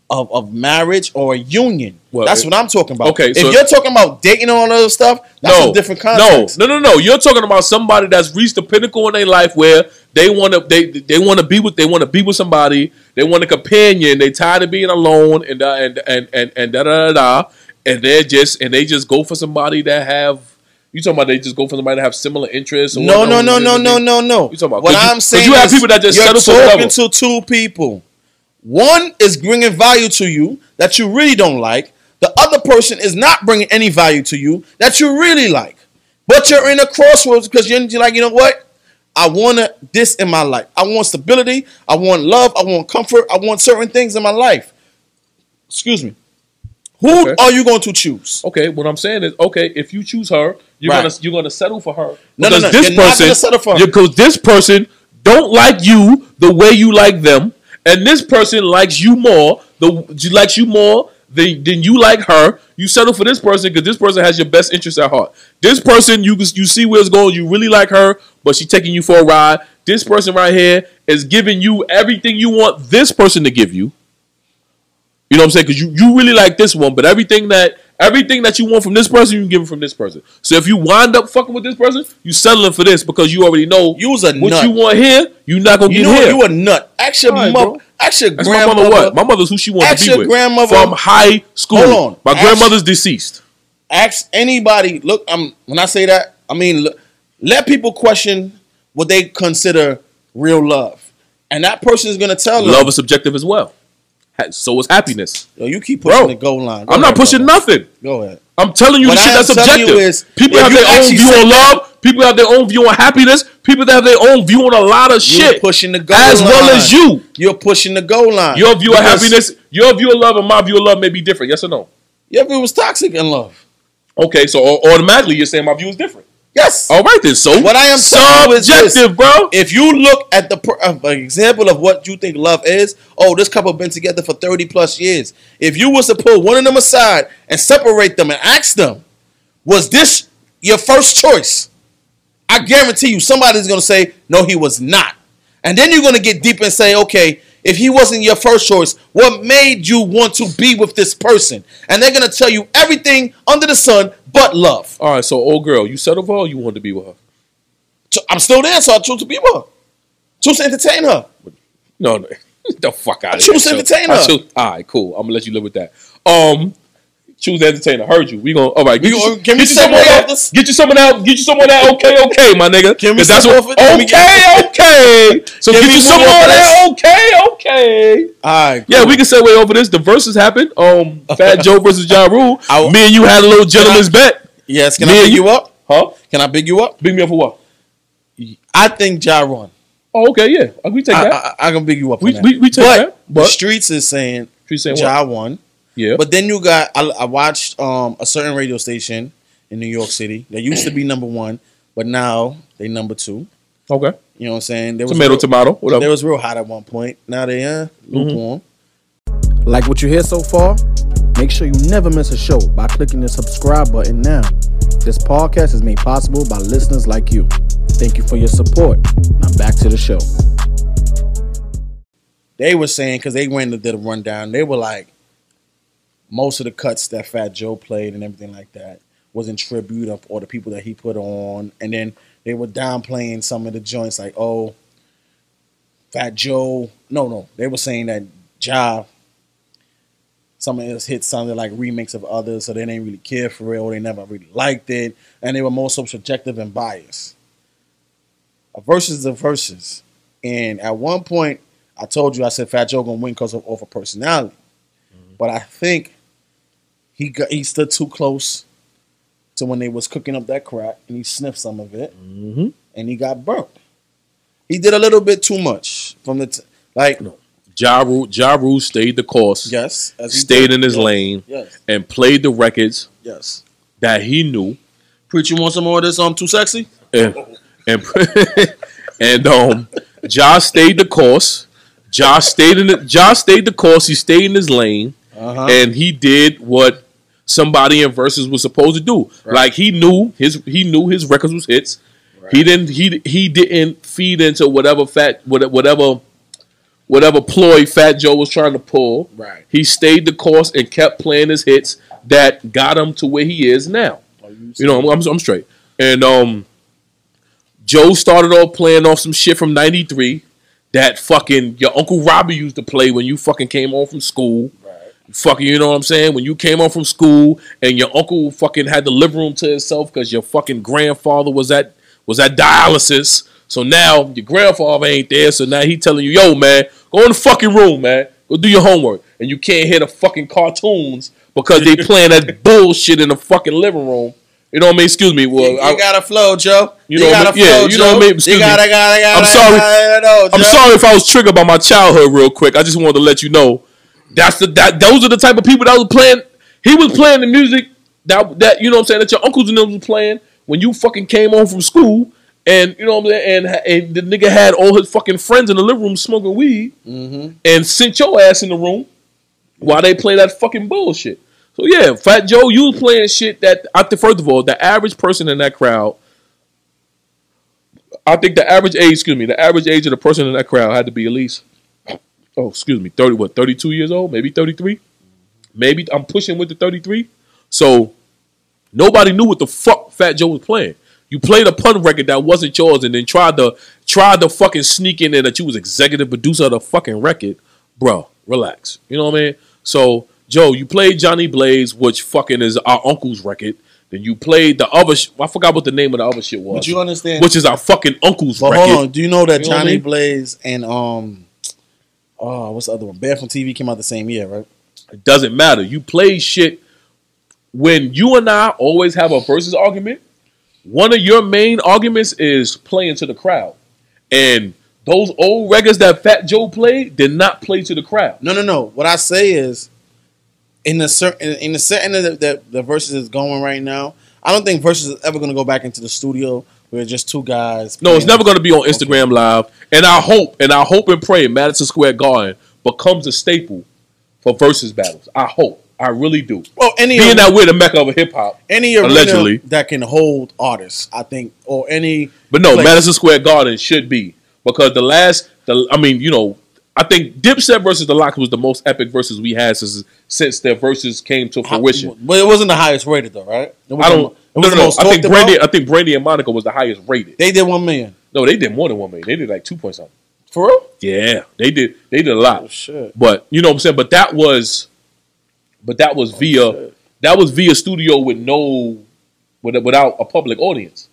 Speaker 2: of of marriage or a union.
Speaker 3: Well,
Speaker 2: That's
Speaker 3: it-
Speaker 2: what I'm talking about.
Speaker 3: okay,
Speaker 2: if
Speaker 3: so-
Speaker 2: you're talking about dating and all that other stuff, that's a different context.
Speaker 3: No, no, no, no. You're talking about somebody that's reached the pinnacle in their life where they want to they they want to be with they want to be with somebody. They want a companion. They tired of being alone and uh, and and and and da da da da. And they're just and they just go for somebody that have You talking about they just go for somebody that have similar interests? or
Speaker 2: No, no,
Speaker 3: whatever
Speaker 2: no,
Speaker 3: it is
Speaker 2: no,
Speaker 3: that
Speaker 2: no,
Speaker 3: they-
Speaker 2: no, no.
Speaker 3: You talking about-
Speaker 2: what
Speaker 3: 'cause you-
Speaker 2: I'm
Speaker 3: 'cause
Speaker 2: saying?
Speaker 3: you have
Speaker 2: is
Speaker 3: people that just
Speaker 2: you're
Speaker 3: settle for the
Speaker 2: talking
Speaker 3: devil.
Speaker 2: to two people. One is bringing value to you that you really don't like. The other person is not bringing any value to you that you really like. But you're in a crossroads because you're you're like, you know what? I want this in my life. I want stability. I want love. I want comfort. I want certain things in my life. Excuse me. Who
Speaker 3: Okay.
Speaker 2: are you going to choose?
Speaker 3: Okay, what I'm saying is, okay, if you choose her, you're
Speaker 2: Right.
Speaker 3: gonna you're gonna settle for her.
Speaker 2: No, no,
Speaker 3: Because
Speaker 2: no,
Speaker 3: This
Speaker 2: you're not
Speaker 3: person,
Speaker 2: gonna settle for her.
Speaker 3: because this person don't like you the way you like them, and this person likes you more. The likes you more than than you like her. You settle for this person because this person has your best interest at heart. This person you you see where it's going. You really like her, but she's taking you for a ride. This person right here is giving you everything you want this person to give you. You know what I'm saying? Because you, you really like this one, but everything that everything that you want from this person, you can get it from this person. So if you wind up fucking with this person, you settling for this because you already know
Speaker 2: You was a
Speaker 3: what
Speaker 2: nut.
Speaker 3: you want here. You're not gonna
Speaker 2: You
Speaker 3: get
Speaker 2: know what?
Speaker 3: here.
Speaker 2: You a nut. Ask your
Speaker 3: All right,
Speaker 2: mother.
Speaker 3: bro.
Speaker 2: Ask your
Speaker 3: That's my
Speaker 2: grandmother.
Speaker 3: mother. What? My mother's who she wants
Speaker 2: Ask
Speaker 3: to be
Speaker 2: your
Speaker 3: with
Speaker 2: grandmother-
Speaker 3: from high school.
Speaker 2: Hold on.
Speaker 3: My
Speaker 2: Ask-
Speaker 3: grandmother's deceased.
Speaker 2: ask anybody. Look, I'm when I say that, I mean look, let people question what they consider real love, and that person is gonna tell them.
Speaker 3: Love is subjective as well. Ha- So is happiness.
Speaker 2: Yo, you keep pushing
Speaker 3: Bro,
Speaker 2: the goal line. Go
Speaker 3: I'm not
Speaker 2: ahead,
Speaker 3: pushing
Speaker 2: brother.
Speaker 3: nothing.
Speaker 2: Go ahead.
Speaker 3: I'm telling you
Speaker 2: What
Speaker 3: the shit
Speaker 2: I
Speaker 3: that's
Speaker 2: am telling
Speaker 3: subjective.
Speaker 2: you is,
Speaker 3: people
Speaker 2: if
Speaker 3: have
Speaker 2: you
Speaker 3: their own
Speaker 2: actually
Speaker 3: view
Speaker 2: sit down-
Speaker 3: on love. People have their own view on happiness. People have their own view on a lot of
Speaker 2: You're
Speaker 3: shit.
Speaker 2: pushing the goal
Speaker 3: as
Speaker 2: line.
Speaker 3: well as you.
Speaker 2: You're pushing the goal line.
Speaker 3: Your view of
Speaker 2: Because
Speaker 3: happiness, your view of love, and my view of love may be different. Yes or no?
Speaker 2: Your view was toxic in love.
Speaker 3: Okay, so au- automatically you're saying my view is different.
Speaker 2: Yes.
Speaker 3: All right then. So
Speaker 2: What I am telling you is this.
Speaker 3: subjective, bro.
Speaker 2: If you look at the per- uh, an example of what you think love is, oh, this couple been together for thirty plus years. If you was to pull one of them aside and separate them and ask them, was this your first choice? I guarantee you, somebody's gonna say no, he was not. And then you're gonna get deep and say, okay, if he wasn't your first choice, what made you want to be with this person? And they're gonna tell you everything under the sun but love.
Speaker 3: All right, so old girl, you settled for her, or you wanted to be with her.
Speaker 2: So I'm still there, so I choose to be with her, choose to entertain her.
Speaker 3: No, *laughs* no. Get the fuck out of
Speaker 2: choose
Speaker 3: here.
Speaker 2: entertainer.
Speaker 3: I choose- all right, cool. I'm gonna let you live with that. Um, choose entertainer. Heard you. We gonna all right. Get
Speaker 2: We
Speaker 3: you,
Speaker 2: gonna-
Speaker 3: some-
Speaker 2: can we
Speaker 3: get you someone
Speaker 2: separate
Speaker 3: out.
Speaker 2: out this-
Speaker 3: Get you someone out. Get you someone out. Okay, okay, my nigga.
Speaker 2: Can we
Speaker 3: 'Cause that's
Speaker 2: separate
Speaker 3: what,
Speaker 2: off it? Can we
Speaker 3: Okay,
Speaker 2: *laughs*
Speaker 3: okay. So
Speaker 2: Can
Speaker 3: get
Speaker 2: we
Speaker 3: you
Speaker 2: move
Speaker 3: someone
Speaker 2: off of
Speaker 3: out.
Speaker 2: this?
Speaker 3: Okay, okay.
Speaker 2: All right,
Speaker 3: Yeah, we can segue over this. The verses happened. Um, Fat *laughs* Joe versus Ja Rule.
Speaker 2: I-
Speaker 3: Me and you had a little gentleman's bet,
Speaker 2: Yes, can
Speaker 3: Me
Speaker 2: I
Speaker 3: and
Speaker 2: big
Speaker 3: you-
Speaker 2: you up?
Speaker 3: huh?
Speaker 2: Can I big you up?
Speaker 3: Beat me up for what?
Speaker 2: I think Jaron.
Speaker 3: Oh, okay, yeah. Uh, We take
Speaker 2: I,
Speaker 3: that.
Speaker 2: I, I can big you up. on
Speaker 3: We-
Speaker 2: that.
Speaker 3: we- we take
Speaker 2: but
Speaker 3: that, but-
Speaker 2: the streets is saying
Speaker 3: She said what?
Speaker 2: Ja won.
Speaker 3: Yeah,
Speaker 2: But then you got I, I watched um, a certain radio station in New York City that used to be number one, but now they number two.
Speaker 3: okay.
Speaker 2: You know what I'm saying? There was
Speaker 3: Tomato,
Speaker 2: real,
Speaker 3: tomato.
Speaker 2: They
Speaker 3: Whatever.
Speaker 2: was real hot at one point. Now they uh, lukewarm.
Speaker 1: Mm-hmm. Like what you hear so far? Make sure you never miss a show by clicking the subscribe button now. This podcast is made possible by listeners like you. Thank you for your support. Now back to the show.
Speaker 2: They were saying because they ran the did a rundown. They were like, most of the cuts that Fat Joe played and everything like that was in tribute of all the people that he put on, and then they were downplaying some of the joints like, oh, Fat Joe. No, no, they were saying that Ja. Some of his hits sounded like remakes of others, so they didn't really care for it, or they never really liked it, and they were more so subjective and biased. A versus the versus, and at one point, I told you I said Fat Joe gonna win because of, of a personality, but I think he got he stood too close to when they was cooking up that crack and he sniffed some of it and he got burnt. He did a little bit too much from the t- like
Speaker 3: Ja Rule, ja Rule stayed the course.
Speaker 2: yes as he
Speaker 3: Stayed
Speaker 2: did.
Speaker 3: in his
Speaker 2: Yes,
Speaker 3: lane
Speaker 2: Yes,
Speaker 3: and played the records
Speaker 2: yes.
Speaker 3: that he knew
Speaker 2: Preacher, you want some more of this? Um, too sexy.
Speaker 3: and and, *laughs* and um Ja stayed the course. Ja stayed in the Ja stayed the course. He stayed in his lane,
Speaker 2: Uh-huh.
Speaker 3: and he did what somebody in verses was supposed to do. Like he knew his he knew his records was hits. He didn't he he didn't feed into whatever fat what- whatever whatever ploy Fat Joe was trying to pull.
Speaker 2: Right.
Speaker 3: He stayed the course and kept playing his hits that got him to where he is now. You know, I'm, I'm, I'm straight. And um, Joe started off playing off some shit from '93 that fucking your uncle Robbie used to play when you fucking came home from school. Fucking, you know what I'm saying? When you came home from school and your uncle fucking had the living room to himself because your fucking grandfather was at was at dialysis. So now your grandfather ain't there. So now he telling you, yo, man, go in the fucking room, man. Go do your homework. And you can't hear the fucking cartoons because they playing that bullshit in the fucking living room. You know what I mean? Excuse me. Well,
Speaker 2: You
Speaker 3: I-
Speaker 2: gotta flow, Joe.
Speaker 3: You
Speaker 2: You,
Speaker 3: know
Speaker 2: gotta
Speaker 3: what I mean? Yeah,
Speaker 2: flow,
Speaker 3: you
Speaker 2: Joe.
Speaker 3: know what I mean? Excuse
Speaker 2: You gotta,
Speaker 3: me.
Speaker 2: gotta, gotta.
Speaker 3: I'm sorry.
Speaker 2: gotta know,
Speaker 3: I'm
Speaker 2: Joe.
Speaker 3: sorry if I was triggered by my childhood real quick. I just wanted to let you know that's the that those are the type of people that was playing. He was playing the music that that you know what I'm saying that your uncles and them was playing when you fucking came home from school and you know what I'm saying and, and the nigga had all his fucking friends in the living room smoking weed and sent your ass in the room while they play that fucking bullshit. So yeah, Fat Joe, you was playing shit that I think first of all the average person in that crowd I think the average age, excuse me, the average age of the person in that crowd had to be at least, oh, excuse me, 30, what, 32 years old, maybe 33? Maybe I'm pushing with the 33. So nobody knew what the fuck Fat Joe was playing. You played a pun record that wasn't yours and then tried to tried to fucking sneak in there that you was executive producer of the fucking record. Bro, relax. You know what I mean? So, Joe, you played Johnny Blaze, which fucking is our uncle's record. Then you played the other. Sh- I forgot what the name of the other shit was.
Speaker 2: But you understand-
Speaker 3: Which is our fucking uncle's
Speaker 2: But
Speaker 3: record.
Speaker 2: hold on. Do you know that
Speaker 3: You know what I
Speaker 2: Johnny
Speaker 3: mean?
Speaker 2: Blaze and um, oh, what's the other one? Bad from TV came out the same year, right?
Speaker 3: It doesn't matter. You play shit when you and I always have a versus argument. One of your main arguments is playing to the crowd, and those old records that Fat Joe played did not play to the crowd.
Speaker 2: No, no, no. What I say is, in the certain in the setting that, that the verses is going right now, I don't think verses is ever going to go back into the studio where just two guys.
Speaker 3: No, it's
Speaker 2: playing.
Speaker 3: never going to be on Instagram Live, and I hope and I hope and pray Madison Square Garden becomes a staple for versus battles. I hope, I really do.
Speaker 2: Well, any
Speaker 3: Being
Speaker 2: arena-
Speaker 3: that we're the mecca of hip hop,
Speaker 2: any arena
Speaker 3: allegedly.
Speaker 2: that can hold artists, I think, or any.
Speaker 3: But no,
Speaker 2: place.
Speaker 3: Madison Square Garden should be because the last, the I mean, you know, I think Dipset versus The Locks was the most epic versus we had since since their verses came to fruition.
Speaker 2: But it wasn't the highest rated though, right? It was
Speaker 3: I don't.
Speaker 2: the- it
Speaker 3: No,
Speaker 2: was
Speaker 3: no,
Speaker 2: the
Speaker 3: no.
Speaker 2: most
Speaker 3: I think
Speaker 2: talked
Speaker 3: Brandy.
Speaker 2: about.
Speaker 3: I think Brandy and Monica was the highest rated.
Speaker 2: They did one million
Speaker 3: No, they did more than one million. They did like two point something.
Speaker 2: for real.
Speaker 3: Yeah, they did. They did a lot.
Speaker 2: Oh, shit.
Speaker 3: But you know what I'm saying. But that was, but that
Speaker 2: Oh,
Speaker 3: was via that was via studio with no, with, without a public audience.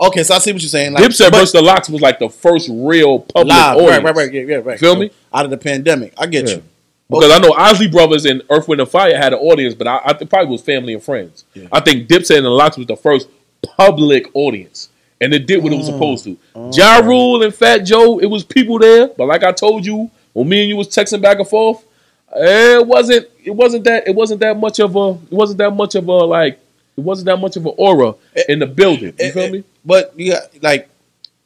Speaker 2: Okay, so I see what you're saying. Like,
Speaker 3: Dipset
Speaker 2: but-
Speaker 3: versus The Locks was like the first real public
Speaker 2: live,
Speaker 3: audience.
Speaker 2: right, right, right, yeah, yeah, right.
Speaker 3: Feel me?
Speaker 2: Out of the pandemic, I get you.
Speaker 3: Because I know Osley Brothers and Earth, Wind, and Fire had an audience, but I, I think probably was family and friends. I think Dipset and the Locks was the first public audience, and it did what
Speaker 2: Mm.
Speaker 3: it was supposed to. Ja Rule and Fat Joe, it was people there, but like I told you, when me and you was texting back and forth, eh, it wasn't it wasn't that it wasn't that much of a it wasn't that much of a like it wasn't that much of an aura
Speaker 2: Eh,
Speaker 3: in the building. You
Speaker 2: It-
Speaker 3: feel
Speaker 2: it-
Speaker 3: me?
Speaker 2: But yeah, like,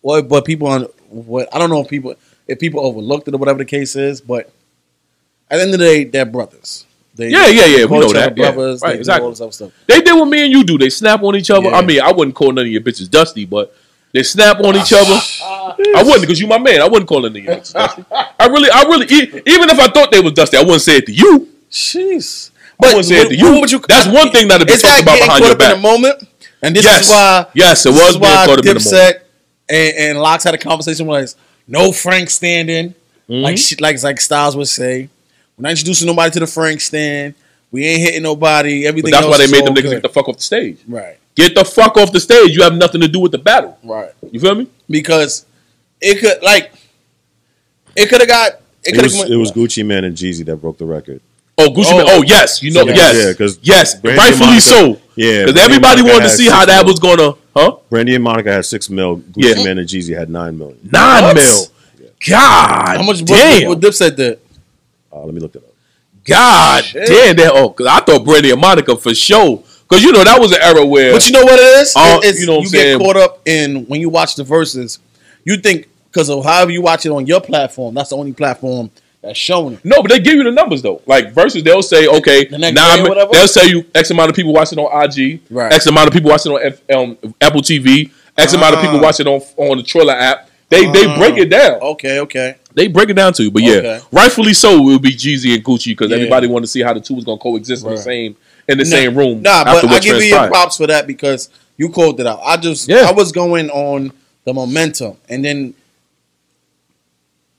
Speaker 2: what? But people on what? I don't know if people if people overlooked it or whatever the case is. But at the end of the day, they're brothers. They,
Speaker 3: Yeah, yeah, yeah, we
Speaker 2: call
Speaker 3: know
Speaker 2: each other
Speaker 3: that, yeah,
Speaker 2: Brothers,
Speaker 3: right,
Speaker 2: they do
Speaker 3: exactly.
Speaker 2: all this other stuff.
Speaker 3: They did what me and you do. They snap on each other.
Speaker 2: Yeah.
Speaker 3: I mean, I wouldn't call none of your bitches dusty, but they snap on each other. I wouldn't because you my man. I wouldn't call none of your bitches
Speaker 4: *laughs*
Speaker 3: dusty. I really, I really, e- even if I thought they was dusty, I wouldn't say it to you.
Speaker 2: Jeez.
Speaker 3: I wouldn't say it to you. That's one thing that'd be
Speaker 2: It's
Speaker 3: talked
Speaker 2: that
Speaker 3: about
Speaker 2: getting
Speaker 3: behind
Speaker 2: caught up
Speaker 3: your
Speaker 2: in
Speaker 3: back.
Speaker 2: the moment, and this
Speaker 3: Yes.
Speaker 2: is why.
Speaker 3: Yes, it
Speaker 2: this
Speaker 3: was
Speaker 2: is
Speaker 3: being
Speaker 2: why
Speaker 3: caught up in the moment.
Speaker 2: Dipset and, and Locks had a conversation where it's no Frank standing,
Speaker 3: Mm-hmm.
Speaker 2: like shit, like like Styles would say. We're not introducing nobody to the Frank stand. We ain't hitting nobody.
Speaker 3: But
Speaker 2: Everything.
Speaker 3: that's
Speaker 2: else
Speaker 3: why they
Speaker 2: is
Speaker 3: made
Speaker 2: all
Speaker 3: them niggas
Speaker 2: good.
Speaker 3: get the fuck off the stage.
Speaker 2: right,
Speaker 3: Get the fuck off the stage. You have nothing to do with the battle.
Speaker 2: right.
Speaker 3: You feel me?
Speaker 2: Because it could like it could have got it
Speaker 4: It
Speaker 2: could have
Speaker 4: was, it was Gucci Man and Jeezy that broke the record.
Speaker 3: Oh, Gucci
Speaker 2: Oh.
Speaker 3: Man. Oh, yes. You know,
Speaker 4: Yeah,
Speaker 3: yes.
Speaker 4: yeah, 'cause
Speaker 3: yes.
Speaker 4: Brandy
Speaker 3: Rightfully
Speaker 4: Monica-
Speaker 3: so.
Speaker 4: Yeah,
Speaker 3: Because
Speaker 4: Brandy
Speaker 3: everybody
Speaker 4: Monica
Speaker 3: wanted to
Speaker 4: had
Speaker 3: see how
Speaker 4: six
Speaker 3: that
Speaker 4: mil.
Speaker 3: was going to, huh?
Speaker 4: Brandy and Monica had six mil. Gucci
Speaker 3: Yeah.
Speaker 4: Man and Jeezy had nine million.
Speaker 3: Nine
Speaker 2: What?
Speaker 3: mil. God.
Speaker 2: how much
Speaker 3: damn.
Speaker 2: what, what Dipset did.
Speaker 4: Uh, let me look that up.
Speaker 3: God damn that! Oh, cause I thought Brandy and Monica for sure. Cause you know that was an era where
Speaker 2: But you know what it is?
Speaker 3: Oh,
Speaker 2: It- it's,
Speaker 3: you
Speaker 2: you
Speaker 3: know what
Speaker 2: get
Speaker 3: I'm saying?
Speaker 2: caught up in when you watch the verses, you think because of however you watch it on your platform, that's the only platform that's showing it.
Speaker 3: no, but they give you the numbers though. Like versus, they'll say okay,
Speaker 2: The
Speaker 3: nine,
Speaker 2: next day or whatever?
Speaker 3: they'll say you X amount of people watching on IG,
Speaker 2: Right.
Speaker 3: X amount of people watching on F, um, Apple TV, X amount of
Speaker 2: Ah.
Speaker 3: people watching on on the Triller app. They they break it down.
Speaker 2: Okay, okay.
Speaker 3: They break it down to you. But yeah,
Speaker 2: Ah. Okay.
Speaker 3: rightfully so, it would be Jeezy and Gucci because
Speaker 2: Yeah.
Speaker 3: everybody wanted to see how the two was gonna coexist in the
Speaker 2: Right.
Speaker 3: same in the same room.
Speaker 2: Nah,
Speaker 3: after
Speaker 2: but
Speaker 3: what
Speaker 2: I give you your
Speaker 3: transpired.
Speaker 2: props for that because you called it out. I just
Speaker 3: Yeah.
Speaker 2: I was going on the momentum, and then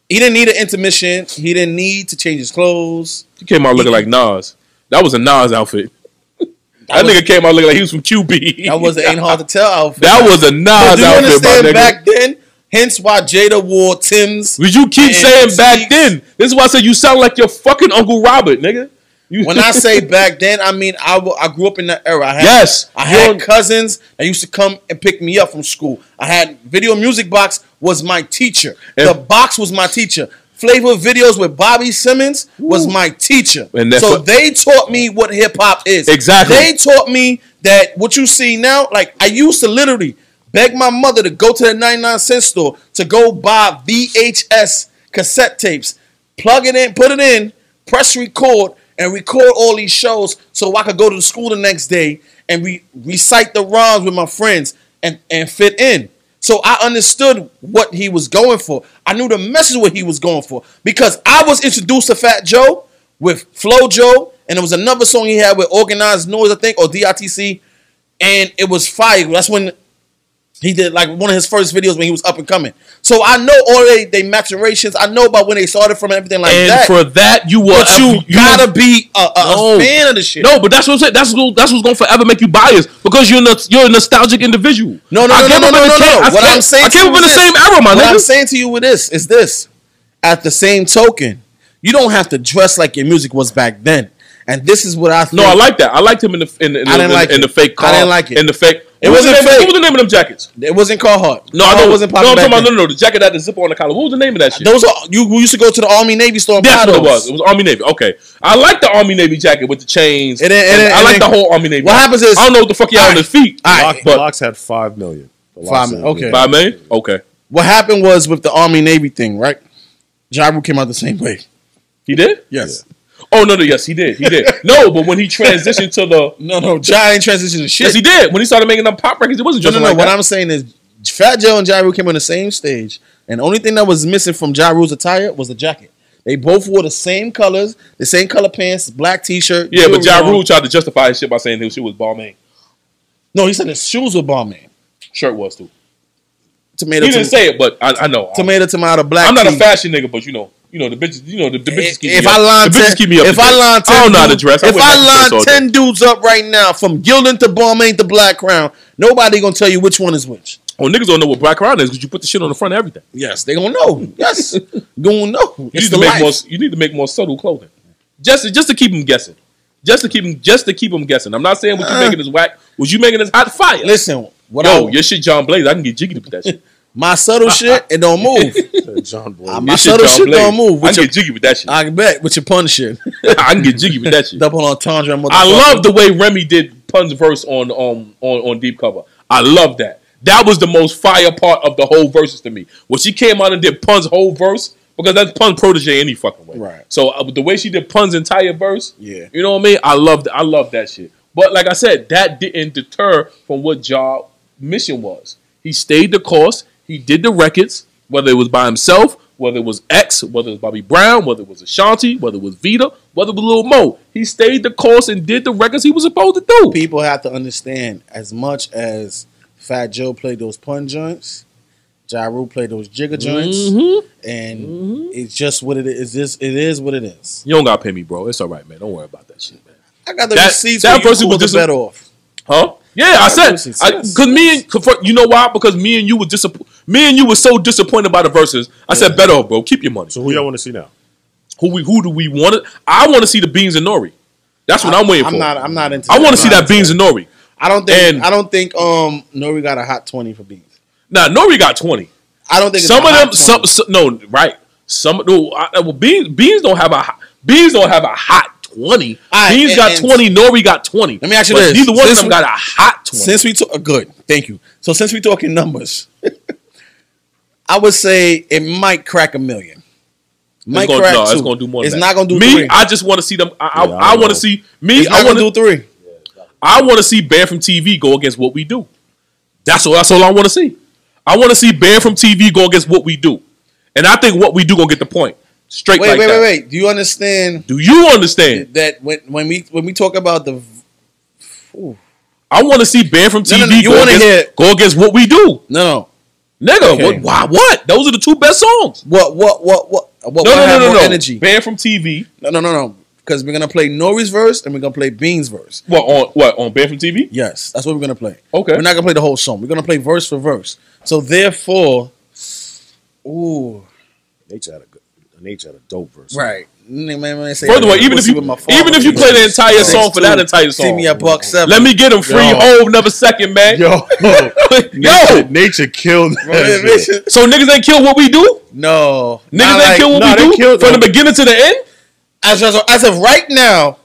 Speaker 2: He didn't need an intermission. He didn't need to change his
Speaker 3: *laughs*
Speaker 2: clothes.
Speaker 3: He came
Speaker 2: *laughs*
Speaker 3: out looking like Nas. That was a Nas outfit. That,
Speaker 2: was-
Speaker 3: nigga came out looking like he was from QB.
Speaker 2: That was the ain't hard to tell outfit.
Speaker 3: *laughs* That was a
Speaker 2: But
Speaker 3: Nas
Speaker 2: do you
Speaker 3: outfit, my
Speaker 2: understand
Speaker 3: nigga.
Speaker 2: back then? Hence why Jada wore Tim's.
Speaker 3: Would you keep
Speaker 2: And
Speaker 3: saying back
Speaker 2: Speaks.
Speaker 3: then? This is why I said you sound like your fucking Uncle Robert, nigga. *laughs* You-
Speaker 2: When I say back then, I mean I wa- I grew up in that era. I had,
Speaker 3: Yes.
Speaker 2: I had cousins that used to come and pick me up from school. I had Video Music Box was my teacher. the
Speaker 3: And-
Speaker 2: box was my teacher. Flavor videos with Bobby Simmons was my teacher.
Speaker 3: And that's
Speaker 2: so
Speaker 3: what-
Speaker 2: they taught me what hip hop is.
Speaker 3: Exactly.
Speaker 2: They taught me that what you see now, like I used to literally beg my mother to go to the 99 cent store to go buy VHS cassette tapes, plug it in, put it in, press record, and record all these shows so I could go to the school the next day and re- recite the rhymes with my friends and, and fit in. So I understood what he was going for. I knew the message what he was going for because I was introduced to Fat Joe with Flo Joe, and there was another song he had with Organized Noise, I think, or DITC, and it was fire. That's when he did like one of his first videos when he was up and coming. So I know already they maturations. I know about when they started from and everything like
Speaker 3: and
Speaker 2: that.
Speaker 3: for that, you were
Speaker 2: but you, gotta be a, a, a
Speaker 3: No.
Speaker 2: fan of the shit.
Speaker 3: No, but that's what I'm saying. That's what, that's what's gonna forever make you biased because you're a, you're a nostalgic individual.
Speaker 2: No, no, no,
Speaker 3: I came
Speaker 2: no,
Speaker 3: up
Speaker 2: no,
Speaker 3: in
Speaker 2: no,
Speaker 3: the
Speaker 2: no.
Speaker 3: camp- I
Speaker 2: What
Speaker 3: came-
Speaker 2: I'm saying
Speaker 3: I
Speaker 2: to
Speaker 3: came
Speaker 2: you
Speaker 3: up in the
Speaker 2: is
Speaker 3: same
Speaker 2: this.
Speaker 3: era, my
Speaker 2: What I'm
Speaker 3: nigga.
Speaker 2: saying to you with this is this. At the same token, you don't have to dress like your music was back then. And this is what I think.
Speaker 3: No, I like that. I liked him in the in, the- in,
Speaker 2: I
Speaker 3: the-
Speaker 2: didn't
Speaker 3: in,
Speaker 2: like
Speaker 3: in
Speaker 2: it.
Speaker 3: the fake
Speaker 2: I
Speaker 3: car.
Speaker 2: didn't like it.
Speaker 3: In the fake.
Speaker 2: It
Speaker 3: What was the
Speaker 2: wasn't
Speaker 3: name-
Speaker 2: fake.
Speaker 3: What was the name of them jackets?
Speaker 2: It wasn't Carhartt.
Speaker 3: No, I
Speaker 2: Carhartt
Speaker 3: know
Speaker 2: wasn't
Speaker 3: No,
Speaker 2: popular.
Speaker 3: I'm
Speaker 2: back
Speaker 3: talking about
Speaker 2: then.
Speaker 3: no, no, no. The jacket that had the zipper on the collar. What was the name of that shit?
Speaker 2: Those are you who used to go to the Army Navy store. And buy
Speaker 3: That's what it
Speaker 2: those.
Speaker 3: was. It was Army Navy. Okay, I like the Army Navy jacket with the chains.
Speaker 2: It ain't- it
Speaker 3: and
Speaker 2: ain't-
Speaker 3: I
Speaker 2: it
Speaker 3: like
Speaker 2: ain't-
Speaker 3: the whole Army Navy.
Speaker 2: What happens is-
Speaker 3: I don't know what the fuck he had on
Speaker 2: Alright.
Speaker 3: his feet.
Speaker 2: Alright.
Speaker 3: but
Speaker 4: Locks had five million. The Lox
Speaker 2: Five
Speaker 4: had
Speaker 2: million, okay.
Speaker 3: five million. Okay,
Speaker 2: What happened was with the Army Navy thing, right? Ja Rule came out the same way.
Speaker 3: he did.
Speaker 2: Yes.
Speaker 3: Oh no, no, yes, he did. He
Speaker 2: *laughs*
Speaker 3: did. no, but when he transitioned to the
Speaker 2: No, no, Ja ain't transitioning to shit.
Speaker 3: yes, he did. When he started making them pop records, it wasn't
Speaker 2: No, no,
Speaker 3: just
Speaker 2: no.
Speaker 3: like
Speaker 2: what
Speaker 3: that.
Speaker 2: I'm saying is Fat Joe and Ja Rule came on the same stage, and the only thing that was missing from Ja Rule's attire was the jacket. They both wore the same colors, the same color pants, black t-shirt.
Speaker 3: yeah, but Ja
Speaker 2: jewelry on.
Speaker 3: Rule tried to justify his shit by saying his shit was Balmain.
Speaker 2: No, he said his shoes were bomb man.
Speaker 3: Shirt was too.
Speaker 2: Tomato,
Speaker 3: He didn't
Speaker 2: tomato,
Speaker 3: say it, but I, I know. I'm,
Speaker 2: tomato, tomato, black.
Speaker 3: I'm not a
Speaker 2: tee.
Speaker 3: fashion nigga, but you know, you know the bitches, you know the, the bitches keep
Speaker 2: if
Speaker 3: me
Speaker 2: I
Speaker 3: up.
Speaker 2: line
Speaker 3: the
Speaker 2: ten,
Speaker 3: bitches keep me up.
Speaker 2: if
Speaker 3: to
Speaker 2: I
Speaker 3: date.
Speaker 2: line ten,
Speaker 3: I don't know how to
Speaker 2: dudes-
Speaker 3: dress. I
Speaker 2: If
Speaker 3: wear Michael
Speaker 2: I
Speaker 3: Phelps all
Speaker 2: line
Speaker 3: day.
Speaker 2: ten dudes up right now, from Gildan to Balmain to Black Crown, nobody gonna tell you which one is which.
Speaker 3: oh niggas don't know what Black Crown is because you put the shit on the front of everything.
Speaker 2: Yes, they gonna know. Yes, *laughs* gonna know.
Speaker 3: You
Speaker 2: It's
Speaker 3: need
Speaker 2: the
Speaker 3: to make
Speaker 2: life.
Speaker 3: more. You need to make more subtle clothing, just to, just to keep them guessing, just to keep them just to keep them guessing. I'm not saying what you are making is whack. Was you making this hot fire?
Speaker 2: Listen, what
Speaker 3: Yo,
Speaker 2: I,
Speaker 3: your shit, John Blaze. I can get jiggy to put that shit.
Speaker 2: my subtle shit, it don't move.
Speaker 4: million. John Boy.
Speaker 2: Uh, my
Speaker 3: *laughs* Your
Speaker 2: subtle
Speaker 3: John
Speaker 2: shit
Speaker 3: Blaze.
Speaker 2: don't move.
Speaker 3: I
Speaker 2: With
Speaker 3: can
Speaker 2: your,
Speaker 3: get jiggy with that shit. *laughs* I,
Speaker 2: I can bet with your pun
Speaker 3: *laughs*
Speaker 2: shit,
Speaker 3: can get jiggy with that shit.
Speaker 2: double entendre. motherfucker.
Speaker 3: I love the way Remy did Pun's verse on um on, on Deep Cover. I love that. That was the most fire part of the whole verses to me. When she came out and did Pun's whole verse, because that's Pun protege any fucking way.
Speaker 2: Right.
Speaker 3: So uh, the way she did Pun's entire verse,
Speaker 2: Yeah.
Speaker 3: you know what I mean. I loved I loved that shit. But like I said, that didn't deter from what Ja mission was. He stayed the course. He did the records, whether it was by himself, whether it was X, whether it was Bobby Brown, whether it was Ashanti, whether it was Vita, whether it was Lil Mo. He stayed the course and did the records he was supposed to do.
Speaker 2: people have to understand as much as Fat Joe played those pun joints, Ja Rule played those jigger joints, and it's just what it is. It's just, it is what it is.
Speaker 3: You don't gotta pay me, bro. It's all right, man. Don't worry about that shit, man.
Speaker 2: I got the
Speaker 3: That-
Speaker 2: receipts.
Speaker 3: that
Speaker 2: That person
Speaker 3: person was
Speaker 2: was
Speaker 3: dis-
Speaker 2: the bet off.
Speaker 3: Huh? Yeah, I said
Speaker 2: Yes, yes.
Speaker 3: because me and 'cause for- you know why? Because me and you were disappointed. Me and you were so disappointed by the verses. I said, better off, bro. Keep your money.
Speaker 4: So who y'all want to see now?
Speaker 3: Who we? Who do we want? to I want to see the beans and nori. That's what I, am waiting
Speaker 2: I'm
Speaker 3: for.
Speaker 2: not. I'm not into.
Speaker 3: I want to
Speaker 2: I'm
Speaker 3: see
Speaker 2: not
Speaker 3: that
Speaker 2: into
Speaker 3: beans and nori.
Speaker 2: I don't think.
Speaker 3: and-
Speaker 2: I don't think. Um, Nori got a hot twenty for beats.
Speaker 3: Now nori got twenty.
Speaker 2: I don't think it's
Speaker 3: Some
Speaker 2: a
Speaker 3: of
Speaker 2: hot
Speaker 3: them,
Speaker 2: 20.
Speaker 3: some, some no right. Some no, I, well, beans beans don't have a hot- beans don't have a hot twenty.
Speaker 2: All right,
Speaker 3: beans
Speaker 2: and-
Speaker 3: got
Speaker 2: and-
Speaker 3: twenty. Nori got twenty.
Speaker 2: Let me ask you
Speaker 3: But
Speaker 2: this.
Speaker 3: Neither one of
Speaker 2: Since
Speaker 3: them
Speaker 2: we-
Speaker 3: got a hot twenty.
Speaker 2: Since we talk, good, thank you. So since we talking numbers, *laughs* I would say it might crack a million. Might
Speaker 3: it's gonna,
Speaker 2: crack
Speaker 3: no,
Speaker 2: two.
Speaker 3: it's gonna do more. than
Speaker 2: It's
Speaker 3: that.
Speaker 2: not gonna do
Speaker 3: me.
Speaker 2: three.
Speaker 3: I just want to see them. I,
Speaker 4: Yeah, I
Speaker 3: I, I
Speaker 4: don't
Speaker 3: want to
Speaker 4: know.
Speaker 3: see me.
Speaker 2: it's
Speaker 3: I
Speaker 2: not
Speaker 3: want
Speaker 2: gonna
Speaker 3: to.
Speaker 2: do three.
Speaker 3: I want to see Bear from TV go against what we do. That's all. That's all I want to see. I want to see Bear from TV go against what we do, and I think what we do gonna get the point straight.
Speaker 2: Wait,
Speaker 3: like
Speaker 2: wait,
Speaker 3: that.
Speaker 2: wait, wait. Do you understand
Speaker 3: Do you understand?
Speaker 2: that when when we when we talk about the v-
Speaker 3: I want to see Bear from TV
Speaker 2: No, no, no, you
Speaker 3: go,
Speaker 2: wanna
Speaker 3: against,
Speaker 2: hear-
Speaker 3: go against what we do.
Speaker 2: no no
Speaker 3: Nigga,
Speaker 2: Okay.
Speaker 3: what, why? What? Those are the two best songs.
Speaker 2: What? What? What? What? What?
Speaker 3: No,
Speaker 2: what
Speaker 3: no, no,
Speaker 2: have
Speaker 3: no,
Speaker 2: more
Speaker 3: no.
Speaker 2: Energy.
Speaker 3: Banned from TV.
Speaker 2: No, no, no, no. Because we're gonna play Nori's verse and we're gonna play Bean's verse.
Speaker 3: What on? What on? Banned from TV.
Speaker 2: Yes, that's what we're gonna play.
Speaker 3: Okay.
Speaker 2: We're not gonna play the whole song. We're gonna play verse for verse. So therefore, ooh,
Speaker 4: Nature had a good, Nature had a dope verse.
Speaker 2: right. Man, man, they say,
Speaker 3: Furthermore,
Speaker 2: "Pussy
Speaker 3: even if you
Speaker 2: with my father,
Speaker 3: even if you play the entire
Speaker 2: Six
Speaker 3: song for that
Speaker 2: two.
Speaker 3: entire
Speaker 2: see me
Speaker 3: song,
Speaker 2: at buck seven.
Speaker 3: let me get him free whole another second, man. *laughs* Yo,
Speaker 4: *laughs* Yo, nature, nature killed. that shit.
Speaker 3: so niggas ain't kill what we do.
Speaker 2: *laughs* no,
Speaker 3: Niggas ain't
Speaker 2: like,
Speaker 3: kill what
Speaker 4: nah, they
Speaker 3: we do
Speaker 4: killed
Speaker 3: from the
Speaker 4: them.
Speaker 3: beginning to the end.
Speaker 2: as, as, as of right now,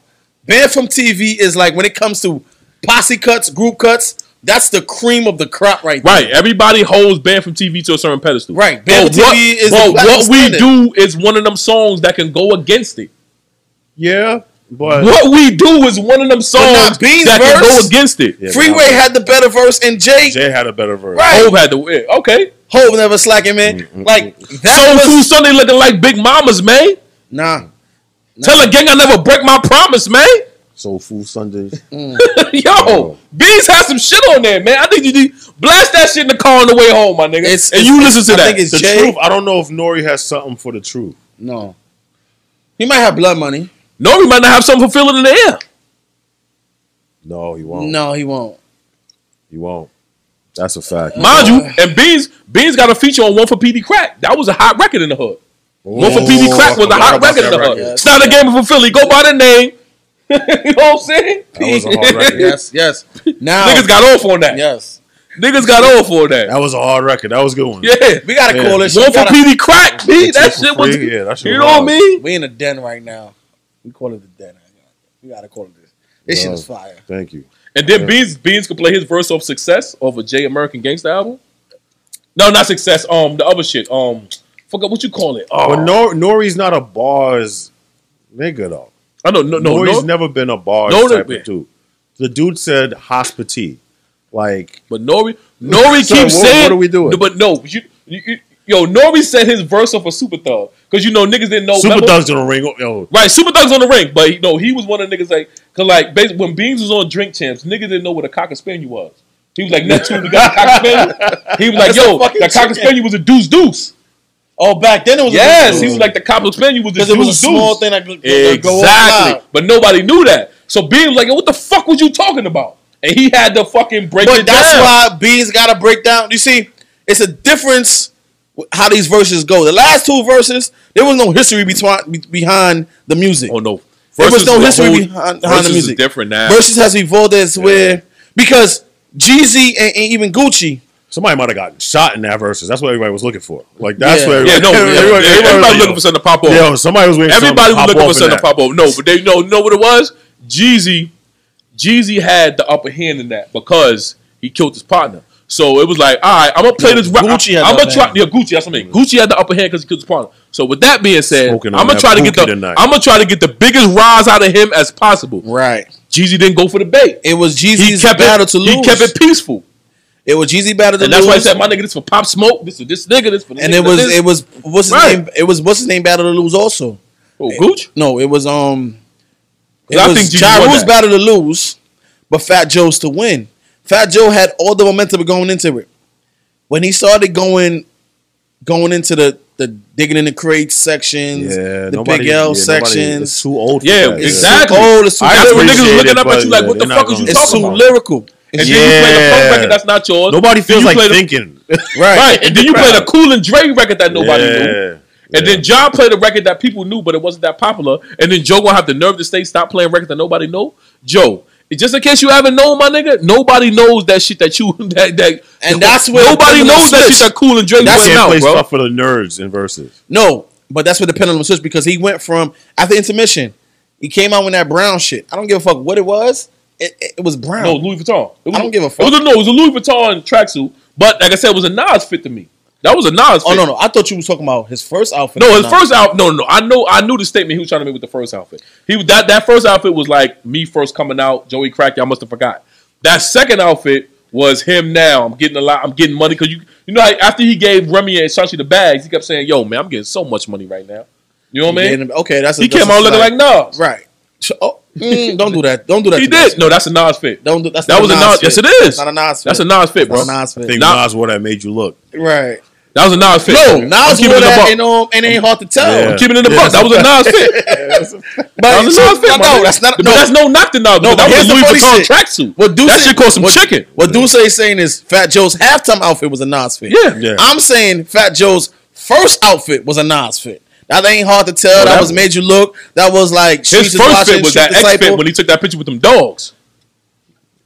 Speaker 2: banned from TV is like when it comes to posse cuts, group cuts. That's the cream of the crop, right? there.
Speaker 3: Right. Everybody holds banned from TV to a certain pedestal.
Speaker 2: Right,
Speaker 3: But
Speaker 2: Banned from
Speaker 3: what,
Speaker 2: TV is
Speaker 3: but
Speaker 2: the platinum
Speaker 3: what we
Speaker 2: standard.
Speaker 3: do is one of them songs that can go against it.
Speaker 4: Yeah, but
Speaker 3: What we do is one of them songs
Speaker 2: Bean's
Speaker 3: that can
Speaker 2: verse?
Speaker 3: go against it.
Speaker 4: Yeah,
Speaker 2: Freeway had the better verse, and Jay,
Speaker 4: Jay had a better verse.
Speaker 2: right?
Speaker 3: Hove had to win. Okay.
Speaker 2: Hove never slacking, man.
Speaker 3: Mm,
Speaker 2: Like
Speaker 3: Soul
Speaker 2: that
Speaker 3: Food
Speaker 2: was
Speaker 3: Sunday looking like Big Mamas, man.
Speaker 2: nah.
Speaker 3: Tell a gang I never break my promise, man. *laughs*
Speaker 4: So Food Sundays.
Speaker 3: Yo, Beans has some shit on there, man. I think you need blast that shit in the car on the way home, my nigga.
Speaker 2: It's-
Speaker 3: and
Speaker 2: it's-
Speaker 3: you listen to
Speaker 2: I
Speaker 3: that.
Speaker 2: think it's
Speaker 4: the
Speaker 2: Jay.
Speaker 4: truth. I don't know if Nori has something for the truth.
Speaker 2: No, he might have blood money.
Speaker 3: no, we might not have something fulfilling in the air.
Speaker 4: No,
Speaker 3: Oh.
Speaker 4: he won't.
Speaker 2: No, he
Speaker 3: *laughs*
Speaker 2: won't.
Speaker 4: he won't. That's a fact.
Speaker 3: Mind you, and Beans Beans got a feature on one for PD Crack. That was a hot record in the hood. One for PD Crack was a hot record in the hood. It's not a game of Philly. Go by the name. *laughs* you know what I'm saying?
Speaker 4: That was a hard record.
Speaker 2: Yes, yes. Now,
Speaker 3: Niggas got off on that.
Speaker 2: yes.
Speaker 3: Niggas got off on that.
Speaker 4: That was a hard record. That was a good one.
Speaker 3: Yeah.
Speaker 2: We gotta
Speaker 4: Yeah.
Speaker 2: call this. We,
Speaker 3: One for
Speaker 2: gotta,
Speaker 3: PD Crack. B. That
Speaker 4: Two for
Speaker 3: shit was.
Speaker 4: free. Yeah, that shit
Speaker 3: You
Speaker 4: was
Speaker 3: know what I
Speaker 4: hard.
Speaker 3: mean?
Speaker 2: we in a den right now. We call it the den. We gotta call it this. This shit is fire.
Speaker 4: Thank you.
Speaker 3: And then Beans Beans could play his verse of success off a J American Gangsta album. No, not success. Um, the other shit. Um, forgot what you call it. Oh,
Speaker 4: But Nor- Nori's not a bars nigga though.
Speaker 3: I know. No, no, no.
Speaker 4: Nori's never been a bars
Speaker 3: No,
Speaker 4: type
Speaker 3: no-
Speaker 4: of dude. The dude said hospitee. Like
Speaker 3: but Nori,
Speaker 2: *laughs*
Speaker 3: Nori
Speaker 4: So
Speaker 3: keeps
Speaker 4: what-
Speaker 3: saying.
Speaker 4: what are we doing?
Speaker 3: No, But no, you, you, you- yo, Nori said his verse off a Super Thug because you know niggas didn't know.
Speaker 4: Super
Speaker 3: remember?
Speaker 4: Thug's gonna ring. Yo,
Speaker 3: Right, Super Thug's on the ring, but you know he was one of the niggas like, cause like bas when Beans was on Drink Champs, niggas didn't know what a cocker spaniel was. He was like, Neptune, we got a cocker
Speaker 2: *laughs*
Speaker 3: spaniel. He was like, yo,
Speaker 2: fucking
Speaker 3: the cocker
Speaker 2: chicken.
Speaker 3: spaniel was a deuce deuce.
Speaker 2: Oh, back then it was
Speaker 3: Yes, he was like the cobbler spaniel was the
Speaker 2: because it was a
Speaker 3: deuce
Speaker 2: small
Speaker 3: deuce.
Speaker 2: thing that go- that go
Speaker 3: Exactly, but nobody knew that. So Bean was like, yo, what the fuck was you talking about? And he had to fucking break
Speaker 2: But
Speaker 3: it
Speaker 2: that's
Speaker 3: down.
Speaker 2: why Beans got to break down. You see, it's a difference with how these verses go. The last two verses, there was no history between be- behind the music.
Speaker 3: oh no,
Speaker 2: There was no
Speaker 3: is a
Speaker 2: history
Speaker 3: whole-
Speaker 2: behind, behind
Speaker 3: versus
Speaker 2: the
Speaker 3: is
Speaker 2: music.
Speaker 3: different now.
Speaker 2: Versus has evolved as where because Jeezy and, and even Gucci.
Speaker 4: somebody might have gotten shot in that versus. That's what everybody was looking for. Like that's
Speaker 2: Yeah.
Speaker 4: what
Speaker 2: *laughs*
Speaker 3: yeah,
Speaker 4: everybody,
Speaker 3: no, everybody,
Speaker 4: everybody- everybody-
Speaker 3: looking for something to pop off.
Speaker 4: Yo, somebody was waiting. for
Speaker 3: Everybody was
Speaker 4: something
Speaker 3: looking for
Speaker 4: to
Speaker 3: something to
Speaker 4: pop off
Speaker 3: pop up. No, but they know know what it was. Jeezy, Jeezy had the upper hand in that because he killed his partner. So it was like, all right, I'm gonna play this. Rap.
Speaker 2: Gucci had
Speaker 3: I'm
Speaker 2: the
Speaker 3: gonna
Speaker 2: upper
Speaker 3: try.
Speaker 2: hand.
Speaker 3: Yeah, Gucci. That's what I mean. Gucci had the upper hand because he killed his partner. So with that being said,
Speaker 4: Smoking on
Speaker 3: I'm gonna
Speaker 4: that
Speaker 3: tonight. I'm gonna try to get the.
Speaker 4: Pookie tonight.
Speaker 3: I'm gonna try to get the biggest rise out of him as possible.
Speaker 2: Right.
Speaker 3: Jeezy didn't go for the bait.
Speaker 2: It was
Speaker 3: He
Speaker 2: Jeezy's
Speaker 3: kept
Speaker 2: battle
Speaker 3: it.
Speaker 2: to lose.
Speaker 3: He kept it peaceful,
Speaker 2: It was Jeezy battle to
Speaker 3: and
Speaker 2: lose.
Speaker 3: that's why he said, "My nigga, this for pop smoke. This for this nigga. This for this
Speaker 2: and
Speaker 3: nigga,
Speaker 2: it was
Speaker 3: this.
Speaker 2: it was what's his
Speaker 3: Right.
Speaker 2: name? It was what's his name battle to lose also.
Speaker 3: oh, Gucci.
Speaker 2: No, it was um. It
Speaker 3: I
Speaker 2: was
Speaker 3: think Jeezy
Speaker 2: Ja
Speaker 3: won
Speaker 2: Rule's
Speaker 3: that.
Speaker 2: battle to lose, but Fat Joe's to win. Fat Joe had all the momentum going into it. When he started going, going into the the digging in the crate sections,
Speaker 4: Yeah,
Speaker 2: the
Speaker 4: nobody-
Speaker 2: big L
Speaker 4: yeah, nobody- It's
Speaker 2: sections,
Speaker 4: too old. For
Speaker 3: Yeah,
Speaker 4: that.
Speaker 3: exactly.
Speaker 2: too old, it's too-
Speaker 3: I heard when
Speaker 4: appreciate
Speaker 3: niggas
Speaker 4: it,
Speaker 3: looking up at you
Speaker 4: but,
Speaker 3: like,
Speaker 4: yeah,
Speaker 3: "What the
Speaker 4: they're not
Speaker 3: fuck is you
Speaker 4: gonna-
Speaker 2: it's
Speaker 3: talking
Speaker 2: too
Speaker 3: about?"
Speaker 2: lyrical.
Speaker 3: And then you play the
Speaker 4: Yeah.
Speaker 3: funk record that's not yours.
Speaker 4: Nobody
Speaker 3: Then
Speaker 4: feels
Speaker 3: you
Speaker 4: like
Speaker 3: play the-
Speaker 4: thinking. *laughs*
Speaker 2: Right.
Speaker 3: Right. And then you play the Cool and Dre record that nobody knew.
Speaker 4: Yeah.
Speaker 3: And then John played a record that people knew, but it wasn't that popular. And then Joe gonna have the nerve to say stop playing records that nobody know. Joe, just in case you haven't known, my nigga, nobody knows that shit that you *laughs* that that.
Speaker 2: And that's where
Speaker 3: nobody
Speaker 2: the pendulum
Speaker 3: knows that shit
Speaker 2: switched.
Speaker 3: that Cool and Dre
Speaker 2: That's
Speaker 3: went
Speaker 4: Can't
Speaker 3: out,
Speaker 4: play
Speaker 3: bro.
Speaker 4: stuff for the nerds in verses.
Speaker 2: No, but that's where the pendulum switched because he went from after intermission, he came out with that brown shit. I don't give a fuck what it was. It, it, it was brown.
Speaker 3: No, Louis Vuitton. It was,
Speaker 2: I don't give a
Speaker 3: It
Speaker 2: fuck.
Speaker 3: was a, no, it was a Louis Vuitton tracksuit, but like I said, it was a Nas fit to me. That was a Nas.
Speaker 2: oh
Speaker 3: fit.
Speaker 2: no, no, I thought you was talking about his first outfit.
Speaker 3: No, his
Speaker 2: Nah.
Speaker 3: first outfit. No, no, I know. I knew the statement he was trying to make with the first outfit. He was- that that first outfit was like me first coming out. Joey Crack. I must have forgot. That second outfit was him. Now I'm getting a lot. I'm getting money because you you know how after he gave Remy and Shashi the bags, he kept saying, "Yo, man, I'm getting so much money right now." You know what I mean?
Speaker 2: Okay, that's a,
Speaker 3: He
Speaker 2: that's
Speaker 3: came
Speaker 2: a
Speaker 3: out looking
Speaker 2: flag.
Speaker 3: like no.
Speaker 2: Right. So, oh, Mm, don't do that. Don't do that.
Speaker 3: He
Speaker 2: to Nas.
Speaker 3: did. No, that's a Nas fit.
Speaker 2: Don't do that's
Speaker 3: That
Speaker 2: not
Speaker 3: was a Nas. Yes,
Speaker 2: fit.
Speaker 3: it is.
Speaker 2: That's not a Nas.
Speaker 3: That's a
Speaker 2: fit.
Speaker 3: Nas fit, bro.
Speaker 2: That's a Nas
Speaker 4: I
Speaker 2: fit.
Speaker 4: think
Speaker 3: Nah.
Speaker 4: Nas would have made you look.
Speaker 2: Right.
Speaker 3: That was a Nas fit.
Speaker 2: No,
Speaker 3: I'm
Speaker 2: Nas
Speaker 3: keeping it
Speaker 2: wore
Speaker 3: in the
Speaker 2: that
Speaker 3: buck.
Speaker 2: and um, and it ain't hard to tell.
Speaker 4: Yeah.
Speaker 3: Keeping it in the buck. That was a
Speaker 2: *laughs*
Speaker 3: Nas fit. That
Speaker 2: But
Speaker 3: was a
Speaker 2: no,
Speaker 3: Nas fit. my
Speaker 2: no,
Speaker 3: nigga.
Speaker 2: that's not.
Speaker 3: But
Speaker 2: No,
Speaker 3: that's no knock to Nas.
Speaker 2: no.
Speaker 3: but that was a Louis Vuitton track.
Speaker 2: tracksuit. What Duce
Speaker 3: That shit cost some
Speaker 2: what,
Speaker 3: chicken.
Speaker 2: What Duce is saying is Fat Joe's halftime outfit was a Nas fit.
Speaker 3: Yeah.
Speaker 4: Yeah.
Speaker 2: I'm saying Fat Joe's first outfit was a Nas fit. Now that ain't hard to tell. that,
Speaker 3: that
Speaker 2: was made you look. That was like Streets
Speaker 3: His
Speaker 2: is
Speaker 3: first
Speaker 2: watching,
Speaker 3: fit was
Speaker 2: Street
Speaker 3: that X
Speaker 2: Disciple.
Speaker 3: fit when he took that picture with them dogs.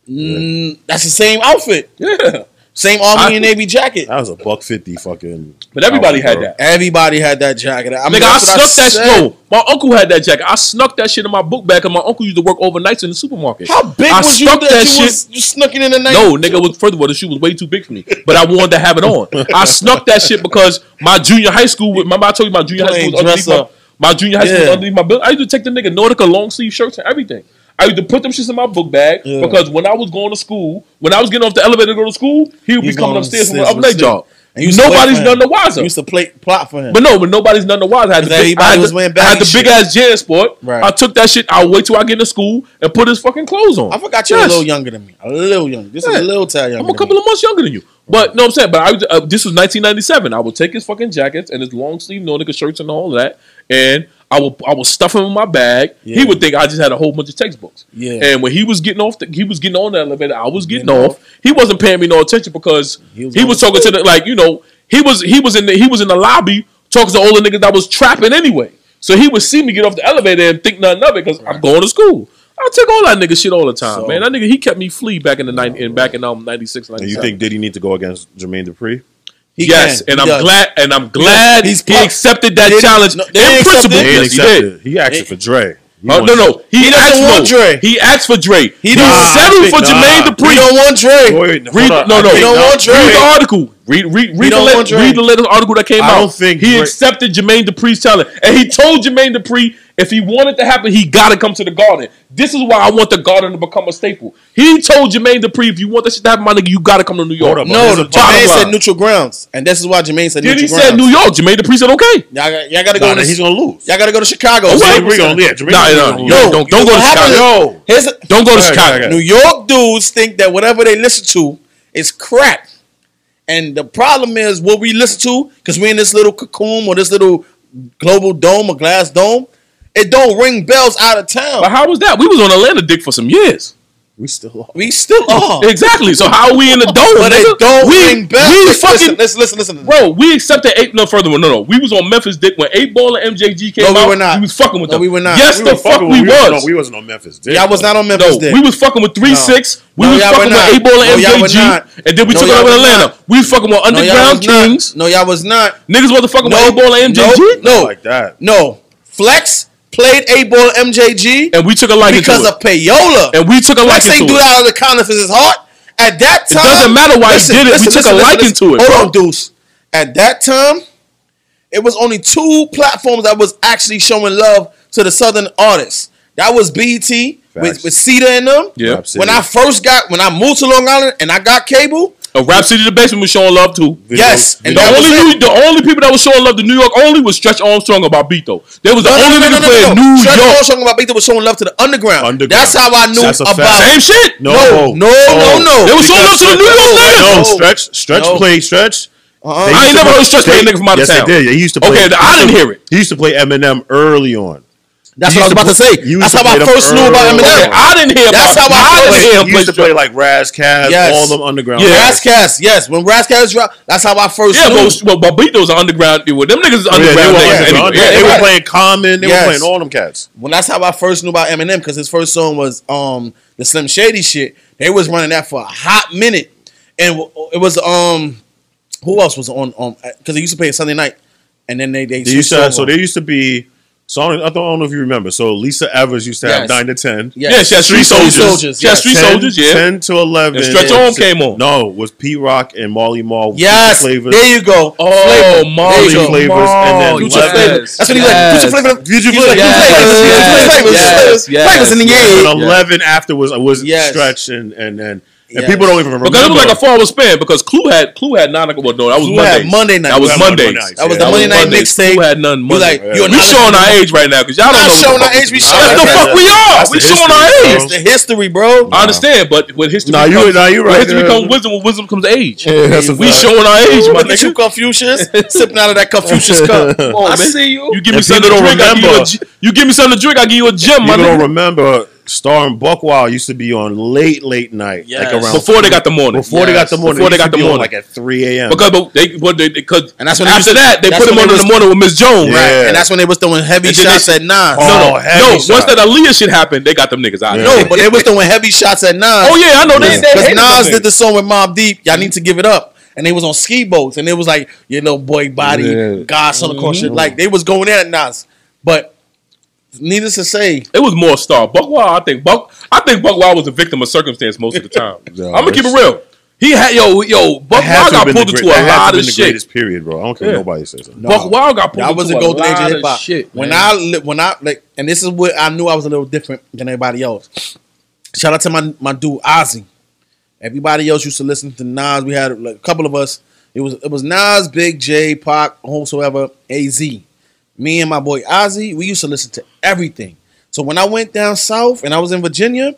Speaker 2: Mm, That's the same outfit.
Speaker 3: Yeah,
Speaker 2: Same army
Speaker 3: I-
Speaker 2: and navy jacket.
Speaker 4: That was a buck fifty fucking.
Speaker 3: but everybody
Speaker 4: outfit,
Speaker 3: had
Speaker 4: bro.
Speaker 3: that.
Speaker 2: Everybody had that jacket. I mean,
Speaker 3: Nigga, I
Speaker 2: that's what
Speaker 3: snuck that
Speaker 2: said.
Speaker 3: shit. My uncle had that jacket. I snuck that shit in my book bag, and my uncle used to work overnights in the supermarket.
Speaker 2: How big
Speaker 3: I
Speaker 2: was you that,
Speaker 3: snuck
Speaker 2: you was you snuck it in the night?
Speaker 3: No, nigga, was furthermore, the shoe was way too big for me, but I wanted to have it on. I snuck that shit because my junior high school, remember I told you my junior high school was
Speaker 2: Plain
Speaker 3: underneath
Speaker 2: dress
Speaker 3: my,
Speaker 2: up.
Speaker 3: my junior high school was
Speaker 2: Yeah.
Speaker 3: underneath my belt. I used to take the nigga Nautica long sleeve shirts and everything. I used to put them shits in my book bag because when I was going to school, when I was getting off the elevator to go to school, he would
Speaker 2: He's
Speaker 3: be coming
Speaker 2: going
Speaker 3: upstairs from an
Speaker 2: upstairs
Speaker 3: overnight
Speaker 2: upstairs.
Speaker 3: job.
Speaker 2: And you used to play
Speaker 3: Nobody's
Speaker 2: for him.
Speaker 3: none the wiser.
Speaker 2: You used to play plot for him.
Speaker 3: But no, but nobody's none the wiser. I had the,
Speaker 2: Because
Speaker 3: big, I
Speaker 2: everybody
Speaker 3: had
Speaker 2: was
Speaker 3: the,
Speaker 2: wearing
Speaker 3: I had
Speaker 2: baggy
Speaker 3: the big
Speaker 2: shit.
Speaker 3: ass jam sport.
Speaker 2: Right.
Speaker 3: I took that shit. I'll wait till I get into school and put his fucking clothes on.
Speaker 2: I forgot you're
Speaker 3: Yes.
Speaker 2: a little younger than me. A little younger. Just
Speaker 3: Yeah.
Speaker 2: a little tad younger.
Speaker 3: I'm a couple of months younger than you. But no, I'm saying, but I was- uh, this was 1997. I would take his fucking jackets and his long sleeve no nigga shirts and all that, and I would I would stuff him in my bag. He would think I just had a whole bunch of textbooks.
Speaker 2: Yeah.
Speaker 3: And when he was getting off, the, he was getting on the elevator. I was getting, off. He wasn't paying me no attention because he was,
Speaker 2: was on
Speaker 3: talking to the like you know he was he was in the, he was in the lobby talking to all the niggas that was trapping anyway. So he would see me get off the elevator and think nothing of it because I'm going to school. I take all that nigga shit all the time, man. That nigga he kept me flea back in the nine in back in um 96,
Speaker 4: And
Speaker 3: 97.
Speaker 4: you think did he need to go against Jermaine Dupri?
Speaker 2: He
Speaker 3: yes,
Speaker 2: can.
Speaker 3: and
Speaker 2: He
Speaker 3: I'm
Speaker 2: does.
Speaker 3: glad and I'm glad
Speaker 2: He's
Speaker 3: he
Speaker 2: pumped.
Speaker 3: accepted that
Speaker 2: didn't-
Speaker 3: challenge
Speaker 2: no, they
Speaker 3: in
Speaker 2: didn't accept
Speaker 3: principle.
Speaker 2: it. They
Speaker 3: Yes,
Speaker 4: He ain't
Speaker 3: he
Speaker 4: accept
Speaker 3: did.
Speaker 4: it. He asked it for Dre. He
Speaker 3: Oh, no,
Speaker 4: wants-
Speaker 3: no. He,
Speaker 2: doesn't
Speaker 3: asked
Speaker 2: want
Speaker 3: for
Speaker 2: Dre.
Speaker 3: He asked for Dre. He,
Speaker 2: doesn't want
Speaker 3: settled
Speaker 2: Dre.
Speaker 3: for
Speaker 4: Nah.
Speaker 3: Jermaine
Speaker 2: We
Speaker 3: Dupri.
Speaker 2: don't want Dre.
Speaker 4: Wait, hold
Speaker 3: Read,
Speaker 4: on.
Speaker 3: no, no.
Speaker 4: I think-
Speaker 2: We don't want Dre.
Speaker 3: Read the article. Read, read, read, the,
Speaker 2: don't
Speaker 3: let,
Speaker 2: want Dre.
Speaker 3: read the latest article that came
Speaker 4: I
Speaker 3: out.
Speaker 4: don't think
Speaker 3: he
Speaker 4: Dre-
Speaker 3: accepted Jermaine Dupri's challenge, and he told Jermaine Dupri if he wanted to happen, he got to come to the Garden. This is why I want the Garden to become a staple. He told Jermaine Dupri, if you want that shit to happen, my nigga, you got to come to New York.
Speaker 4: Hold up,
Speaker 2: No,
Speaker 4: Here's
Speaker 2: the
Speaker 4: the bottom
Speaker 2: Jermaine said
Speaker 4: line.
Speaker 2: neutral grounds, and this is why Jermaine said
Speaker 3: Then
Speaker 2: neutral
Speaker 3: he
Speaker 2: grounds.
Speaker 3: said New York. Jermaine Dupri said okay.
Speaker 2: Y'all, got- y'all gotta go.
Speaker 4: Nah,
Speaker 2: to,
Speaker 4: nah, he's gonna lose.
Speaker 2: y'all gotta go to Chicago.
Speaker 3: what?
Speaker 4: We're gonna yeah, Jermaine.
Speaker 3: Nah,
Speaker 4: Dupri
Speaker 3: nah,
Speaker 4: gonna
Speaker 3: yo,
Speaker 4: lose.
Speaker 3: don't- don't go to Chicago.
Speaker 2: Yo, here's a,
Speaker 3: Don't go to
Speaker 4: Sorry,
Speaker 3: Chicago.
Speaker 4: sorry,
Speaker 2: New York dudes think that whatever they listen to is crap. And the problem is what we listen to, because we're in this little cocoon or this little global dome or glass dome, it don't ring bells out of town.
Speaker 3: But how was that? We was on Atlanta dick for some years.
Speaker 4: We still lost.
Speaker 2: we still are.
Speaker 3: *laughs* Exactly. So how are we in the dome?
Speaker 2: Oh. But
Speaker 3: nigga?
Speaker 2: it don't
Speaker 3: we,
Speaker 2: ring bells.
Speaker 3: We
Speaker 2: Listen,
Speaker 3: fucking
Speaker 2: listen, listen, listen. listen.
Speaker 3: bro. We accepted eight. No further. No, no. We was on Memphis dick when eight ball and MJG came
Speaker 2: No, we
Speaker 3: out.
Speaker 2: were not.
Speaker 3: was fucking with
Speaker 2: No,
Speaker 3: them.
Speaker 2: we were not.
Speaker 3: Yes,
Speaker 2: We
Speaker 3: the
Speaker 2: were
Speaker 3: fuck we
Speaker 4: wasn't on-
Speaker 3: was.
Speaker 4: we wasn't on Memphis. Did
Speaker 2: Y'all was not on Memphis
Speaker 3: No,
Speaker 2: then.
Speaker 3: we was fucking with three six. We
Speaker 2: No,
Speaker 3: was
Speaker 2: y'all
Speaker 3: fucking
Speaker 2: were
Speaker 3: with
Speaker 2: not.
Speaker 3: eight ball and
Speaker 2: No, y'all were
Speaker 3: MJG,
Speaker 2: not.
Speaker 3: and then we
Speaker 2: No,
Speaker 3: took it
Speaker 2: y'all
Speaker 3: over
Speaker 2: was
Speaker 3: Atlanta.
Speaker 2: not.
Speaker 3: We fucking
Speaker 2: no,
Speaker 3: with
Speaker 2: y'all
Speaker 3: underground
Speaker 2: was not.
Speaker 3: kings.
Speaker 2: No, y'all was not.
Speaker 3: Niggas was fucking with
Speaker 2: No,
Speaker 3: eight ball and
Speaker 2: No,
Speaker 3: MJG,
Speaker 2: no,
Speaker 4: Like that.
Speaker 2: No. Flex played a ball MJG
Speaker 3: and we took a liking
Speaker 2: because
Speaker 3: to
Speaker 2: of payola.
Speaker 3: it. And we took a
Speaker 2: Flex
Speaker 3: liking
Speaker 2: ain't
Speaker 3: to
Speaker 2: do
Speaker 3: it.
Speaker 2: that out of the kindness of his heart. At that time,
Speaker 3: doesn't matter why he did it. We took a liking to it,
Speaker 2: Hold
Speaker 3: bro.
Speaker 2: on, Deuce. At that time, it was only two platforms that was actually showing love to the Southern artists. That was BET
Speaker 4: Facts.
Speaker 2: with, with Cedar and them.
Speaker 3: Yeah.
Speaker 4: Rap City.
Speaker 2: When I first got when I moved to Long Island and I got cable,
Speaker 3: A rap city the basement was showing love too.
Speaker 4: Video-
Speaker 2: yes, and
Speaker 3: The
Speaker 2: that was
Speaker 3: only
Speaker 2: it.
Speaker 3: New- the only people that was showing love to New York only was Stretch Armstrong and Barbito. They was the
Speaker 2: No, no,
Speaker 3: only
Speaker 2: no, no, no,
Speaker 3: niggas
Speaker 2: no,
Speaker 3: playing
Speaker 2: no.
Speaker 3: New
Speaker 2: Shut the
Speaker 3: York.
Speaker 2: fuck talking about Big Dip was showing love to the underground.
Speaker 4: Underground.
Speaker 2: That's how I knew
Speaker 4: That's a
Speaker 2: about
Speaker 4: fact.
Speaker 3: Same shit.
Speaker 4: No,
Speaker 2: No, no, no, no.
Speaker 3: They was showing love to the New York
Speaker 4: No,
Speaker 3: niggas.
Speaker 4: stretch, stretch,
Speaker 2: No.
Speaker 4: play, stretch. They
Speaker 3: Uh-uh. I ain't
Speaker 4: used to
Speaker 3: never
Speaker 4: play-
Speaker 3: heard Stretch play a
Speaker 4: they-
Speaker 3: nigga from out of
Speaker 4: yes,
Speaker 3: town.
Speaker 4: They did. He used to play.
Speaker 3: Okay, I didn't hear it.
Speaker 4: He used to play Eminem early on.
Speaker 2: That's
Speaker 4: You
Speaker 2: what I was
Speaker 4: used
Speaker 2: about
Speaker 4: to
Speaker 2: to say.
Speaker 4: play- you
Speaker 2: That's how
Speaker 4: used to
Speaker 2: I
Speaker 4: play them
Speaker 2: first knew about
Speaker 4: early
Speaker 2: Eminem.
Speaker 3: Okay, I didn't hear
Speaker 2: That's
Speaker 3: about
Speaker 2: how I
Speaker 3: I
Speaker 2: feel.
Speaker 3: didn't hear
Speaker 4: He
Speaker 3: him play
Speaker 4: used to play
Speaker 3: Stretch.
Speaker 4: like Raz, Cavs,
Speaker 2: Yes.
Speaker 4: all them underground.
Speaker 3: Yeah.
Speaker 4: artists.
Speaker 2: Razzcast, yes. When Razzcast dropped, that's how I first
Speaker 3: Yeah,
Speaker 2: knew.
Speaker 3: but well, Barbito's are underground. Well, them niggas is
Speaker 4: Oh, yeah, they
Speaker 3: underground
Speaker 4: were,
Speaker 3: niggas
Speaker 4: underground.
Speaker 3: anyway.
Speaker 4: Yeah,
Speaker 3: Yeah,
Speaker 4: they were
Speaker 2: right.
Speaker 4: playing Common. They
Speaker 2: Yes.
Speaker 4: were playing all them cats.
Speaker 2: Well, that's how I first knew about Eminem because his first song was um the Slim Shady shit. They was running that for a hot minute, and w- it was um who else was on um because they used to play it Sunday night, and then they they,
Speaker 4: They used to have,
Speaker 2: switched
Speaker 4: so
Speaker 2: over.
Speaker 4: there used to be. So I don't, I don't know if you remember. So Lisa Evers used to have
Speaker 2: Yes.
Speaker 4: nine to ten.
Speaker 2: Yes.
Speaker 3: yeah, she had Street
Speaker 4: Street
Speaker 3: Soldiers.
Speaker 2: Soldiers,
Speaker 3: She had
Speaker 2: yes.
Speaker 3: Street Soldiers, yeah.
Speaker 4: ten to eleven.
Speaker 3: And Stretch Arm came on.
Speaker 4: No, was P Rock and Molly Mall. with
Speaker 2: yes,
Speaker 4: Future Flavors.
Speaker 2: there you go.
Speaker 3: Oh, Molly.
Speaker 4: Future Flavors, and then
Speaker 3: Future
Speaker 4: Levin.
Speaker 3: Flavors.
Speaker 2: That's what he
Speaker 3: Yes.
Speaker 2: was like. Future flavor, future
Speaker 4: Flavor.
Speaker 2: flavor,
Speaker 3: Yes.
Speaker 2: flavor, flavor,
Speaker 3: Yes.
Speaker 2: flavors in the
Speaker 4: And
Speaker 2: air.
Speaker 4: then eleven after was was
Speaker 2: Yes.
Speaker 4: Stretch and and then and people don't even remember.
Speaker 3: Because it was like a four-hour span. Because Clue had Clue had nine o'clock. Well, no, that was
Speaker 2: Clue
Speaker 3: Monday.
Speaker 2: had Monday night.
Speaker 3: That was
Speaker 2: That
Speaker 4: was
Speaker 3: Monday.
Speaker 4: Monday night.
Speaker 2: That was the
Speaker 4: Yeah, that
Speaker 2: Monday
Speaker 4: was
Speaker 2: night mixtape.
Speaker 3: Clue had none
Speaker 2: You
Speaker 3: Monday.
Speaker 2: like you're
Speaker 3: we
Speaker 2: not
Speaker 3: showing our age right now because y'all
Speaker 2: Not
Speaker 3: don't know. what the
Speaker 2: showing
Speaker 3: fuck-
Speaker 2: our age, we
Speaker 3: That's
Speaker 2: showing
Speaker 3: the
Speaker 2: our
Speaker 3: fuck
Speaker 4: age.
Speaker 3: we are.
Speaker 4: That's
Speaker 3: We
Speaker 4: the
Speaker 3: showing our
Speaker 4: history,
Speaker 3: age.
Speaker 2: It's the history, bro.
Speaker 3: I understand, but when history
Speaker 4: Nah, you-
Speaker 3: comes,
Speaker 4: nah, you
Speaker 3: when
Speaker 4: right
Speaker 3: history
Speaker 4: there.
Speaker 3: becomes wisdom, when wisdom comes age.
Speaker 4: Yeah, that's a
Speaker 3: we
Speaker 4: fact.
Speaker 3: showing our age, my
Speaker 2: Look at you,
Speaker 3: nigga. Oh,
Speaker 2: Confucius, sipping out of that Confucius
Speaker 3: *laughs*
Speaker 2: cup. I
Speaker 3: man.
Speaker 2: see you.
Speaker 3: You give me
Speaker 4: If
Speaker 3: something to
Speaker 4: people don't
Speaker 3: drink. I give you, a,
Speaker 4: remember-
Speaker 3: g- you give me something to drink. I give you a gym, my
Speaker 4: People
Speaker 3: nigga.
Speaker 4: don't remember Star and Buckwild used to be on late, late night,
Speaker 2: Yes.
Speaker 4: like around
Speaker 3: Before they got the morning.
Speaker 4: before they got the morning.
Speaker 3: Before they got
Speaker 4: used
Speaker 3: the
Speaker 4: to be on,
Speaker 3: morning.
Speaker 4: like at three a.m.
Speaker 3: Because but they, but they, because
Speaker 2: And that's when they
Speaker 3: after
Speaker 2: used to-
Speaker 3: that they
Speaker 2: that's
Speaker 3: put him
Speaker 2: when
Speaker 3: on
Speaker 2: they
Speaker 3: in the
Speaker 2: was-
Speaker 3: morning with Miss Jones.
Speaker 4: Right. Yeah.
Speaker 2: And that's when they was throwing heavy
Speaker 3: And then
Speaker 2: shots
Speaker 3: they-
Speaker 2: at nine.
Speaker 4: Oh,
Speaker 3: No, no,
Speaker 4: heavy
Speaker 3: no.
Speaker 4: shot.
Speaker 3: Once that Aaliyah shit happened, they got them niggas out.
Speaker 2: No,
Speaker 3: No,
Speaker 2: but they was throwing heavy shots at nine.
Speaker 3: oh yeah, I know they. they
Speaker 2: Because
Speaker 3: hated them
Speaker 2: Nas
Speaker 3: niggas.
Speaker 2: did the song with Mob Deep. Y'all need to give it up. And they was on ski boats, and it was like your little boy body,
Speaker 4: Yeah.
Speaker 2: God's son of course.
Speaker 3: Mm-hmm.
Speaker 2: shit. Like they was going in at Nas, but needless to say,
Speaker 3: It was more star. Buck Wild, I think Buck I think Buck Wild was a victim of circumstance most of the time.
Speaker 4: Yeah,
Speaker 3: I'm gonna keep it
Speaker 4: that's-
Speaker 3: real. He had yo, yo, Buck
Speaker 4: That had
Speaker 3: Wild
Speaker 4: to have
Speaker 3: got
Speaker 4: been the
Speaker 3: pulled
Speaker 4: great-
Speaker 3: into a
Speaker 4: that had to have
Speaker 3: lot
Speaker 4: been
Speaker 3: of
Speaker 4: the
Speaker 3: shit.
Speaker 4: greatest period, bro. I don't care
Speaker 3: Yeah.
Speaker 4: what nobody says. No.
Speaker 3: Buck Wild got pulled
Speaker 2: I was
Speaker 3: into
Speaker 2: a
Speaker 3: a
Speaker 2: golden age of
Speaker 3: lot
Speaker 2: hip hop.
Speaker 3: of shit.
Speaker 2: When
Speaker 3: man.
Speaker 2: I li- when I like, and this is what I knew I was a little different than everybody else. Shout out to my my dude Ozzy. Everybody else used to listen to Nas. We had like, a couple of us. It was it was Nas, Big J, Pac, whosoever, A Z. Me and my boy Ozzy, we used to listen to everything. So when I went down south and I was in Virginia,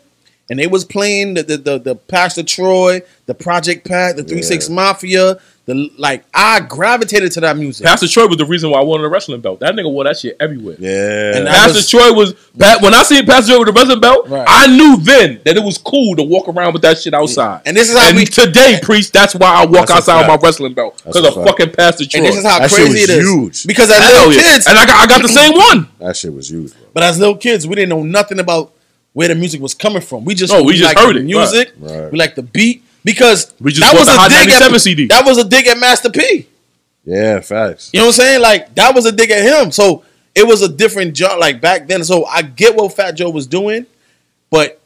Speaker 2: and they was playing the the the, the Pastor Troy, the Project Pat, the Three Six Mafia, the like I gravitated to that music.
Speaker 3: Pastor Troy was the reason why I wanted a wrestling belt. That nigga wore that shit everywhere.
Speaker 4: Yeah,
Speaker 2: And I
Speaker 3: Pastor
Speaker 2: was-
Speaker 3: Troy was Pat, when I seen Pastor Troy with the wrestling belt,
Speaker 2: Right.
Speaker 3: I knew then that it was cool to walk around with that shit outside.
Speaker 2: And this is how we-
Speaker 3: today, priest. That's why I walk
Speaker 4: That's a
Speaker 3: outside with my
Speaker 4: fact.
Speaker 3: wrestling belt because
Speaker 4: a
Speaker 3: of
Speaker 4: fact.
Speaker 3: fucking Pastor Troy.
Speaker 2: And this is how
Speaker 4: That shit
Speaker 2: crazy
Speaker 4: was
Speaker 2: it is.
Speaker 4: huge.
Speaker 2: Because as
Speaker 3: Hell
Speaker 2: little
Speaker 3: yeah.
Speaker 2: kids,
Speaker 3: and I got I got the same one.
Speaker 4: that shit was huge, bro.
Speaker 2: but as little kids, we didn't know nothing about where the music was coming from. We just
Speaker 3: No, we just
Speaker 2: liked
Speaker 3: heard
Speaker 2: the
Speaker 3: it.
Speaker 2: music.
Speaker 4: Right. Right.
Speaker 2: We like the beat because
Speaker 3: We just bought the Hot 97
Speaker 2: at
Speaker 3: CD.
Speaker 2: that was a dig at Master P.
Speaker 4: Yeah, facts.
Speaker 2: You know what I'm saying? Like that was a dig at him. So it was a different job. Like back then, so I get what Fat Joe was doing, but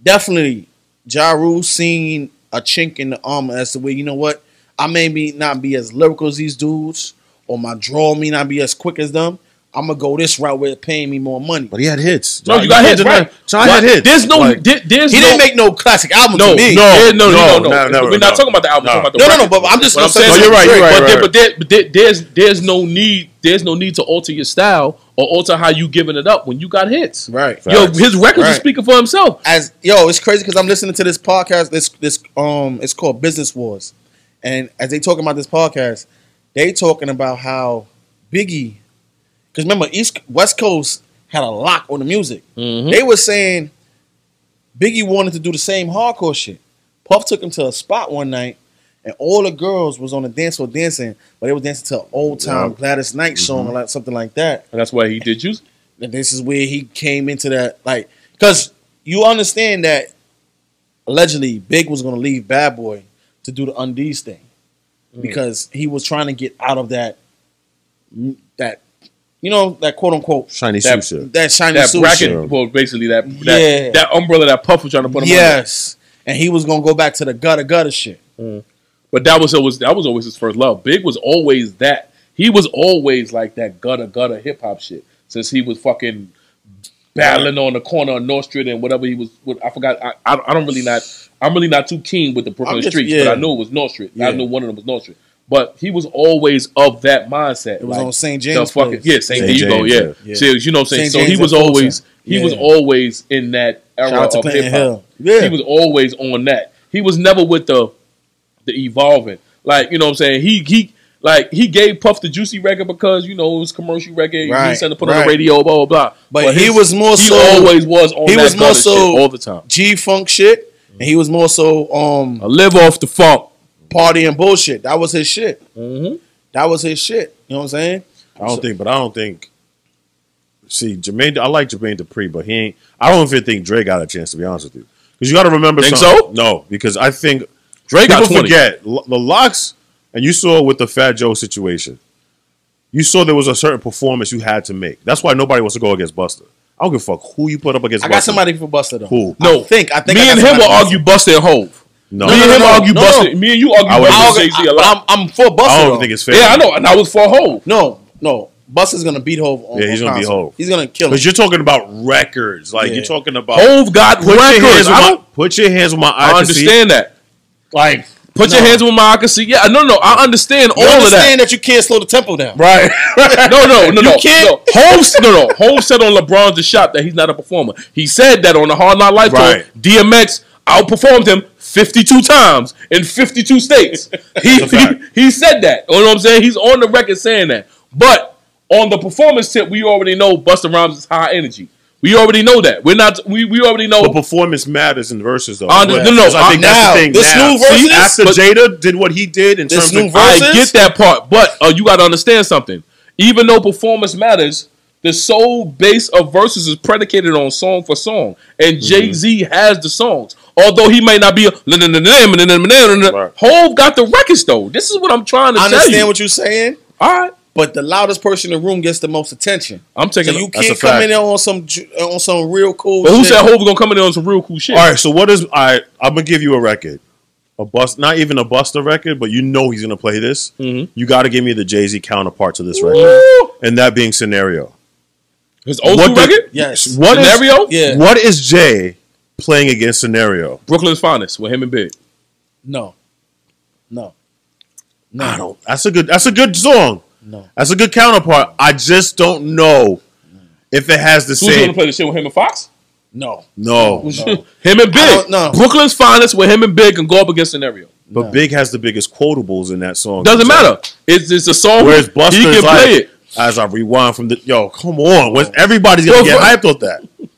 Speaker 2: definitely Ja Rule seen a chink in the armor as to where you know what I may be not be as lyrical as these dudes, or my draw may not be as quick as them. I'm gonna go this route where it paying me more money.
Speaker 4: But he had hits.
Speaker 3: No, you got hits, right?
Speaker 4: John
Speaker 3: Why-
Speaker 4: had hits.
Speaker 3: There's no,
Speaker 4: Like,
Speaker 3: there- there's
Speaker 2: He
Speaker 3: no,
Speaker 2: didn't make no classic album
Speaker 3: no,
Speaker 2: to me.
Speaker 3: no, no, no, no,
Speaker 4: no, no,
Speaker 3: We're not
Speaker 4: no.
Speaker 3: talking about the album.
Speaker 4: No.
Speaker 3: We're talking about the
Speaker 2: No, no, no,
Speaker 3: record.
Speaker 2: but I'm just
Speaker 3: What I'm
Speaker 2: gonna
Speaker 3: saying,
Speaker 2: say-
Speaker 4: No, you're right, you're right,
Speaker 3: but,
Speaker 4: right,
Speaker 3: there,
Speaker 4: right.
Speaker 3: but, there, but there, there's there's no need there's no need to alter your style or alter how you giving it up when you got hits.
Speaker 2: Right.
Speaker 3: Yo,
Speaker 4: Facts.
Speaker 3: his records are
Speaker 2: Right.
Speaker 3: speaking for himself.
Speaker 2: as yo, it's crazy because I'm listening to this podcast. This this um, it's called Business Wars, and as they talking about this podcast, they talking about how Biggie, because remember East West Coast had a lock on the music. They were saying Biggie wanted to do the same hardcore shit. Puff took him to a spot one night, and all the girls was on the dance floor dancing, but they was dancing to an old time Gladys Knight song or like, something like that
Speaker 3: And that's why he did you.
Speaker 2: that this is where he came into that like because you understand that allegedly big was going to leave bad boy to do the undies thing because he was trying to get out of that mm, that you know that quote unquote
Speaker 4: Chinese
Speaker 3: That-
Speaker 4: sushi.
Speaker 2: that shiny
Speaker 3: That
Speaker 2: suit
Speaker 3: bracket,
Speaker 2: shit.
Speaker 3: well, basically that that,
Speaker 2: Yeah.
Speaker 3: that umbrella that Puff was trying to put him under.
Speaker 2: yes and he was going to go back to the gutter gutter shit
Speaker 3: But that was always that was always his first love. Big was always that. He was always like that gutter gutter hip hop shit since he was fucking battling on the corner of North Street and whatever he was. With, I forgot. I, I I don't really not. I'm really not too keen with the Brooklyn
Speaker 2: I'm just-
Speaker 3: streets,
Speaker 2: yeah.
Speaker 3: but I know it was North Street. I
Speaker 2: Yeah.
Speaker 3: knew one of them was North Street. But he was always of that mindset.
Speaker 2: It was on St.
Speaker 3: the
Speaker 2: James
Speaker 3: fucking-
Speaker 2: Place.
Speaker 3: Yeah, St.
Speaker 4: St.
Speaker 3: There you go.
Speaker 4: James,
Speaker 3: Yeah,
Speaker 2: yeah.
Speaker 3: So, you know what I'm saying.
Speaker 2: St.
Speaker 3: so he
Speaker 2: James
Speaker 3: was
Speaker 2: and
Speaker 3: always he
Speaker 2: Yeah.
Speaker 3: was always in that era
Speaker 2: Shout out to
Speaker 3: of
Speaker 2: Clinton
Speaker 3: hip hop.
Speaker 2: Hill. Yeah.
Speaker 3: He was always on that. He was never with the the evolving. Like, you know what I'm saying? He he like he gave Puff the Juicy record because, you know, it was commercial record. He
Speaker 2: Right,
Speaker 3: said to put on
Speaker 2: right.
Speaker 3: the radio, blah blah blah.
Speaker 2: But he was more
Speaker 3: he
Speaker 2: so-
Speaker 3: always was on
Speaker 2: he
Speaker 3: that
Speaker 2: was more
Speaker 3: gutter shit
Speaker 2: so-
Speaker 3: all the time.
Speaker 2: g funk shit and he was more so um
Speaker 3: I live off the funk.
Speaker 2: party and bullshit that was his shit that was his shit you know what i'm saying
Speaker 4: I don't think, but I don't think. See, Jermaine, I like Jermaine Dupri, but he ain't. I don't even think Dre got a chance to be honest with you, because you got to remember.
Speaker 3: Think
Speaker 4: something. No, because I think
Speaker 3: Drake got
Speaker 4: people
Speaker 3: 20.
Speaker 4: forget L- the locks, and you saw with the Fat Joe situation. You saw there was a certain performance you had to make. That's why nobody wants to go against Buster. I don't give a fuck who you put up against.
Speaker 2: I got
Speaker 4: Buster.
Speaker 2: somebody for Buster though.
Speaker 4: Who?
Speaker 3: No.
Speaker 2: I think I think
Speaker 3: me
Speaker 2: I got
Speaker 3: and him
Speaker 2: somebody
Speaker 3: will
Speaker 2: for
Speaker 3: argue Buster and Hove.
Speaker 4: No,
Speaker 3: me and him
Speaker 2: no,
Speaker 3: argue
Speaker 2: no,
Speaker 3: Buster.
Speaker 2: no.
Speaker 3: Me and you argue
Speaker 4: I would-
Speaker 3: Buster
Speaker 2: Buster.
Speaker 3: and Jay Z a lot.
Speaker 2: I'm, I'm for Buster.
Speaker 4: I don't
Speaker 2: though.
Speaker 4: think it's fair.
Speaker 3: Yeah, I know. And I was for Hove.
Speaker 2: No, no. Buster's gonna beat Hove. On,
Speaker 4: Yeah, he's
Speaker 2: on
Speaker 4: gonna beat
Speaker 2: console.
Speaker 4: Hove.
Speaker 2: He's gonna kill him.
Speaker 4: Because you're talking about records. Like,
Speaker 2: Yeah.
Speaker 4: you're talking about.
Speaker 3: Hove got
Speaker 4: put, your hands
Speaker 3: records.
Speaker 4: with
Speaker 3: I
Speaker 4: my,
Speaker 3: don't
Speaker 4: put your hands with my
Speaker 3: I
Speaker 4: eye. to see.
Speaker 3: understand that.
Speaker 2: Like,
Speaker 3: Put your
Speaker 2: No.
Speaker 3: hands with my I can see. Yeah, no, no, I understand all
Speaker 2: you
Speaker 3: of that.
Speaker 2: understand that. you can't slow the tempo down.
Speaker 3: Right. *laughs* no, no, no, no.
Speaker 2: You can't-
Speaker 3: No. Holmes, no, no. Holmes said on LeBron's The Shop that he's not a performer. He said that on the Hard Knock Life
Speaker 4: Right.
Speaker 3: tour. DMX outperformed him 52 times in 52 states. He,
Speaker 4: That's a fact.
Speaker 3: he, he said that. You know what I'm saying? He's on the record saying that. But on the performance tip, we already know Busta Rhymes is high energy. We already know that. We're not. We, we already know.
Speaker 4: But performance matters in verses, though.
Speaker 3: I under- no, no,
Speaker 4: Because
Speaker 3: I-
Speaker 4: I think that's
Speaker 2: now,
Speaker 4: the thing.
Speaker 2: this
Speaker 4: now.
Speaker 2: new verses-
Speaker 4: See, after
Speaker 3: but-
Speaker 4: Jada did what he did in
Speaker 2: This
Speaker 4: terms
Speaker 2: new
Speaker 4: of.
Speaker 2: ver-
Speaker 3: I
Speaker 2: versus?
Speaker 3: get that part, but uh, you got to understand something. Even though performance matters, the sole base of verses is predicated on song for song, and
Speaker 4: Mm-hmm.
Speaker 3: Jay Z has the songs. Although he may not be, a
Speaker 4: Right.
Speaker 3: Hove got the records though. This is what I'm trying to
Speaker 2: I
Speaker 3: tell
Speaker 2: understand
Speaker 3: you.
Speaker 2: what you're saying,
Speaker 3: All right,
Speaker 2: but the loudest person in the room gets the most attention.
Speaker 3: I'm
Speaker 2: So
Speaker 3: taking.
Speaker 2: you
Speaker 4: that's
Speaker 2: can't
Speaker 4: a
Speaker 2: come
Speaker 4: fact.
Speaker 2: in there on some ju- on some real cool.
Speaker 3: but who
Speaker 2: shit.
Speaker 3: said Hove gonna come in there on some real cool shit?
Speaker 4: All right, so what is. All right, I'm going to give you a record. A bust, not even a Buster record, but you know he's gonna play this.
Speaker 3: Mm-hmm.
Speaker 4: You got to give me the Jay Z counterpart to this record,
Speaker 3: Woo!
Speaker 4: and that being scenario.
Speaker 3: His old
Speaker 4: What
Speaker 3: school
Speaker 4: the-
Speaker 3: record,
Speaker 2: Yes.
Speaker 4: What is-
Speaker 3: scenario,
Speaker 2: Yeah.
Speaker 4: What is Jay playing against scenario?
Speaker 3: Brooklyn's finest with him and Big.
Speaker 2: No, no, no.
Speaker 4: I don't. That's a good. That's a good song.
Speaker 2: No.
Speaker 4: That's a good counterpart. I just don't know if it has the
Speaker 3: Who's gonna
Speaker 4: same.
Speaker 3: play the shit with him and Fox?
Speaker 2: No,
Speaker 4: no,
Speaker 3: Him and Big.
Speaker 2: don't know.
Speaker 3: Brooklyn's finest with him and Big and go up against scenario.
Speaker 4: but Big has the biggest quotables in that song.
Speaker 3: Doesn't matter. It's it's a song.
Speaker 4: Whereas Buster
Speaker 3: he can
Speaker 4: is like,
Speaker 3: play it.
Speaker 4: as I rewind from the yo, come on, when everybody's gonna
Speaker 3: Yo,
Speaker 4: get
Speaker 3: for-
Speaker 4: hyped off that.
Speaker 3: He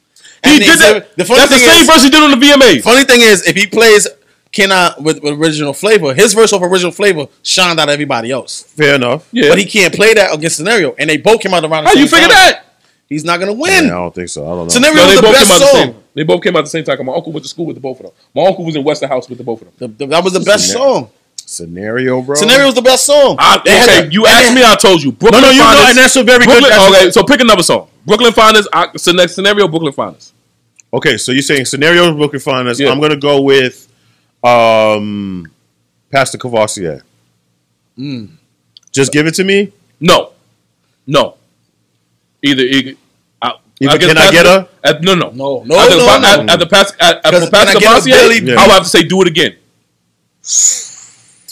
Speaker 2: And
Speaker 3: did
Speaker 2: it's a-
Speaker 3: that.
Speaker 2: the funny
Speaker 3: That's the
Speaker 2: thing
Speaker 3: same
Speaker 2: is-
Speaker 3: verse he did on the VMAs.
Speaker 2: Funny thing is, if he plays "Can I" with, with original flavor, his verse off original flavor shined out everybody else.
Speaker 4: Fair enough.
Speaker 3: yeah.
Speaker 2: But he can't play that against scenario, and they both came out around. The
Speaker 3: How
Speaker 2: same
Speaker 3: you figure
Speaker 2: time.
Speaker 3: that?
Speaker 2: He's not gonna
Speaker 4: Yeah, I
Speaker 2: win.
Speaker 4: don't think so. I don't know.
Speaker 2: Scenario
Speaker 3: No,
Speaker 2: was
Speaker 3: they
Speaker 2: the
Speaker 3: both
Speaker 2: best
Speaker 3: came out the same.
Speaker 2: song.
Speaker 3: They both came out the same time. My uncle went to school with the both of them. My uncle was in Western House with the both of them.
Speaker 2: The- the- that was the best
Speaker 4: Scenario.
Speaker 2: song.
Speaker 4: scenario, bro.
Speaker 2: Scenario was the best song.
Speaker 3: I,
Speaker 2: They had
Speaker 3: Ah, okay,
Speaker 2: the-
Speaker 3: you asked me, I told you. Brooklyn
Speaker 4: No, no, you know,
Speaker 3: Finest-
Speaker 4: and that's a very good-
Speaker 3: Brooklyn,
Speaker 4: that's a-
Speaker 3: Okay, so pick another song. Brooklyn Finest. I, so next scenario, Brooklyn Finest.
Speaker 4: Okay, so you're saying scenario Brooklyn Finals.
Speaker 3: oh. Yeah.
Speaker 4: I'm gonna go with um Pastor Cavassier.
Speaker 3: Hmm.
Speaker 4: Just give it to me.
Speaker 3: No, no. Either, either I,
Speaker 4: Either
Speaker 3: guess
Speaker 4: can I get her?
Speaker 3: At, no, no,
Speaker 2: No, no,
Speaker 3: After,
Speaker 2: no,
Speaker 3: Pa-
Speaker 2: no.
Speaker 3: At, after Pas, at, after
Speaker 2: 'Cause
Speaker 3: Pascal
Speaker 2: can I get a
Speaker 3: Basier,
Speaker 2: Billy-
Speaker 3: I
Speaker 4: Yeah.
Speaker 3: would have to say, do it again.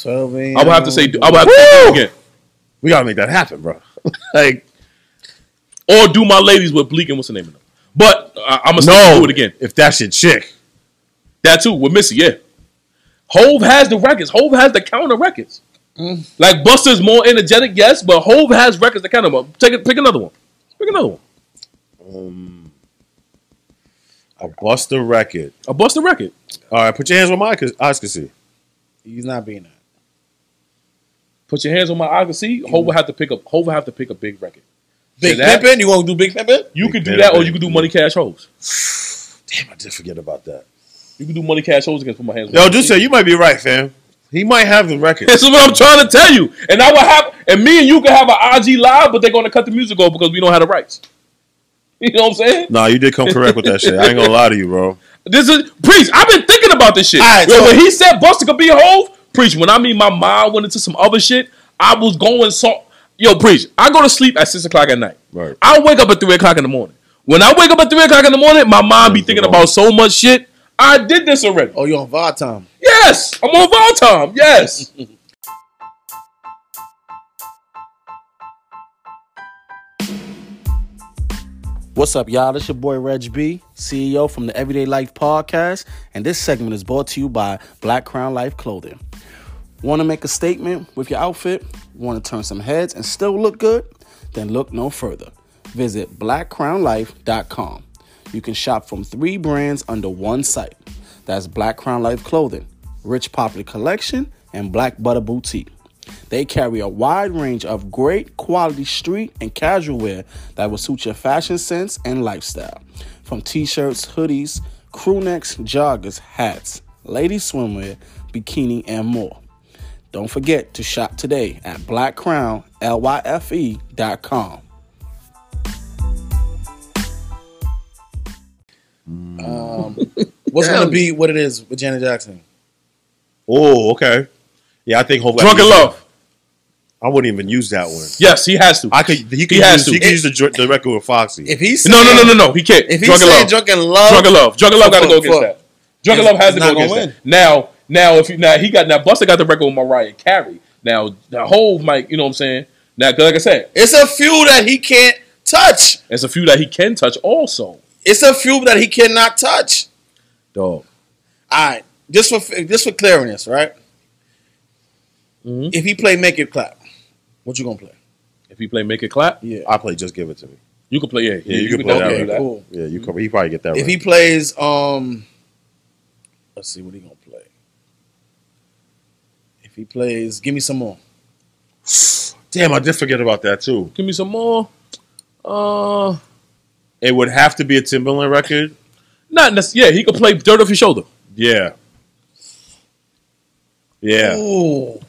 Speaker 2: 12
Speaker 3: I would have to say, do- I would have to
Speaker 4: Woo!
Speaker 3: say, do it again.
Speaker 4: We gotta make that happen, bro. *laughs* like
Speaker 3: or do my ladies with Bleak and what's the name of them. But I, I'm gonna
Speaker 4: no,
Speaker 3: do it again.
Speaker 4: If that's your chick,
Speaker 3: That too with Missy, yeah. Hove has the records. Hove has the counter records.
Speaker 2: Mm.
Speaker 3: Like Buster's more energetic, yes, but Hove has records that counter. Take it, pick another one. Pick another one.
Speaker 4: I bust the record.
Speaker 3: A Buster record.
Speaker 4: All right, put your hands where my eyes- eyes can see.
Speaker 2: he's not being that.
Speaker 3: Put your hands on my eye to see. Hove will have to pick up. Hove will have to pick a big record.
Speaker 2: Big
Speaker 3: Say that.
Speaker 2: Pimpin', you want to do Big Pimpin'?
Speaker 3: You
Speaker 4: Big
Speaker 3: could do
Speaker 4: Pimpin',
Speaker 3: that, or
Speaker 4: Big
Speaker 3: you could do
Speaker 4: Pimpin'.
Speaker 3: Money Cash Hoes.
Speaker 4: Damn, I did forget about that.
Speaker 3: You could do Money Cash Hoes against put my hands.
Speaker 4: Yo,
Speaker 3: on
Speaker 4: do say you might be right, fam. He might have the record.
Speaker 3: This is what I'm trying to tell you. And I will have, and me and you can have an IG live, but they're going to cut the music off because we don't have the rights. *laughs* You know what I'm saying?
Speaker 4: *laughs* nah, you did come correct with that shit. I ain't gonna lie to you, bro.
Speaker 3: This is preach. I've been thinking about this shit.
Speaker 2: Alright,
Speaker 3: when,
Speaker 2: so-
Speaker 3: when he said Buster could be a hove, preach. When I mean my mind went into some other shit, I was going so. Yo, preach. I go to sleep at six o'clock at night.
Speaker 4: Right.
Speaker 3: I wake up at three o'clock in the morning. When I wake up at three o'clock in the morning, my mind be
Speaker 4: Where's the
Speaker 3: thinking
Speaker 4: wrong?
Speaker 3: about so much shit. I did this already.
Speaker 2: Oh, you on VOD time.
Speaker 3: Yes, I'm on Vol time. Yes.
Speaker 1: What's up, y'all? It's your boy Reg B, CEO from the Everyday Life Podcast, and this segment is brought to you by Black Crown Life Clothing. Want to make a statement with your outfit? Want to turn some heads and still look good? Then look no further. Visit blackcrownlife.com. You can shop from three brands under one site. That's Black Crown Life Clothing, Rich Popular Collection, and Black Butter Boutique. They carry a wide range of great quality street and casual wear that will suit your fashion sense and lifestyle. From t shirts, hoodies, crew necks, joggers, hats, ladies' swimwear, bikini, and more. Don't forget to shop today at E blackcrownlyfe.com.
Speaker 2: What's going to be what it is with Janet Jackson?
Speaker 4: Oh, okay. Yeah, I think Hov.
Speaker 3: Drunk in love.
Speaker 4: I I wouldn't even use that one.
Speaker 3: Yes, he has to.
Speaker 4: I could. He could
Speaker 3: He has
Speaker 4: use. He
Speaker 3: to.
Speaker 4: could use the, dr- the record with Foxy.
Speaker 2: If he's
Speaker 3: no, no, no, no, no. He can't.
Speaker 2: If
Speaker 3: Drug
Speaker 2: he's
Speaker 3: and
Speaker 2: saying
Speaker 3: love.
Speaker 2: drug and love,
Speaker 3: Drug and love. Drug and love got to go
Speaker 2: Fuck,
Speaker 3: against
Speaker 2: fuck.
Speaker 3: that. Drug and love has to
Speaker 2: He's
Speaker 3: go
Speaker 2: not
Speaker 3: against
Speaker 2: gonna
Speaker 3: that. Now, now, if you now he got now Buster got the record with Mariah Carey. Now, now Hove might, you know what I'm saying. Now, 'cause like I said,
Speaker 2: it's a few that he can't touch.
Speaker 3: there's a few that he can touch also.
Speaker 2: It's a few that he cannot touch.
Speaker 3: Dog.
Speaker 2: All right, just for just for clearness, right?
Speaker 4: Mm-hmm.
Speaker 2: If he play Make It Clap, what you gonna play?
Speaker 3: If he play make it clap,
Speaker 4: I play. Just give it to me.
Speaker 3: you can play. Yeah,
Speaker 4: Yeah, you can play
Speaker 3: don't
Speaker 4: that
Speaker 3: do
Speaker 4: right.
Speaker 2: cool.
Speaker 4: Yeah, you could. He probably get that.
Speaker 2: If
Speaker 4: right.
Speaker 2: he plays, um, let's see what he gonna play. If he plays, give me some more.
Speaker 4: Damn, I did forget about that too.
Speaker 3: Give me some more. Uh,
Speaker 4: It would have to be a Timberland record.
Speaker 3: not necess- Yeah, he could play dirt off your shoulder.
Speaker 4: Yeah. Yeah.
Speaker 2: Ooh,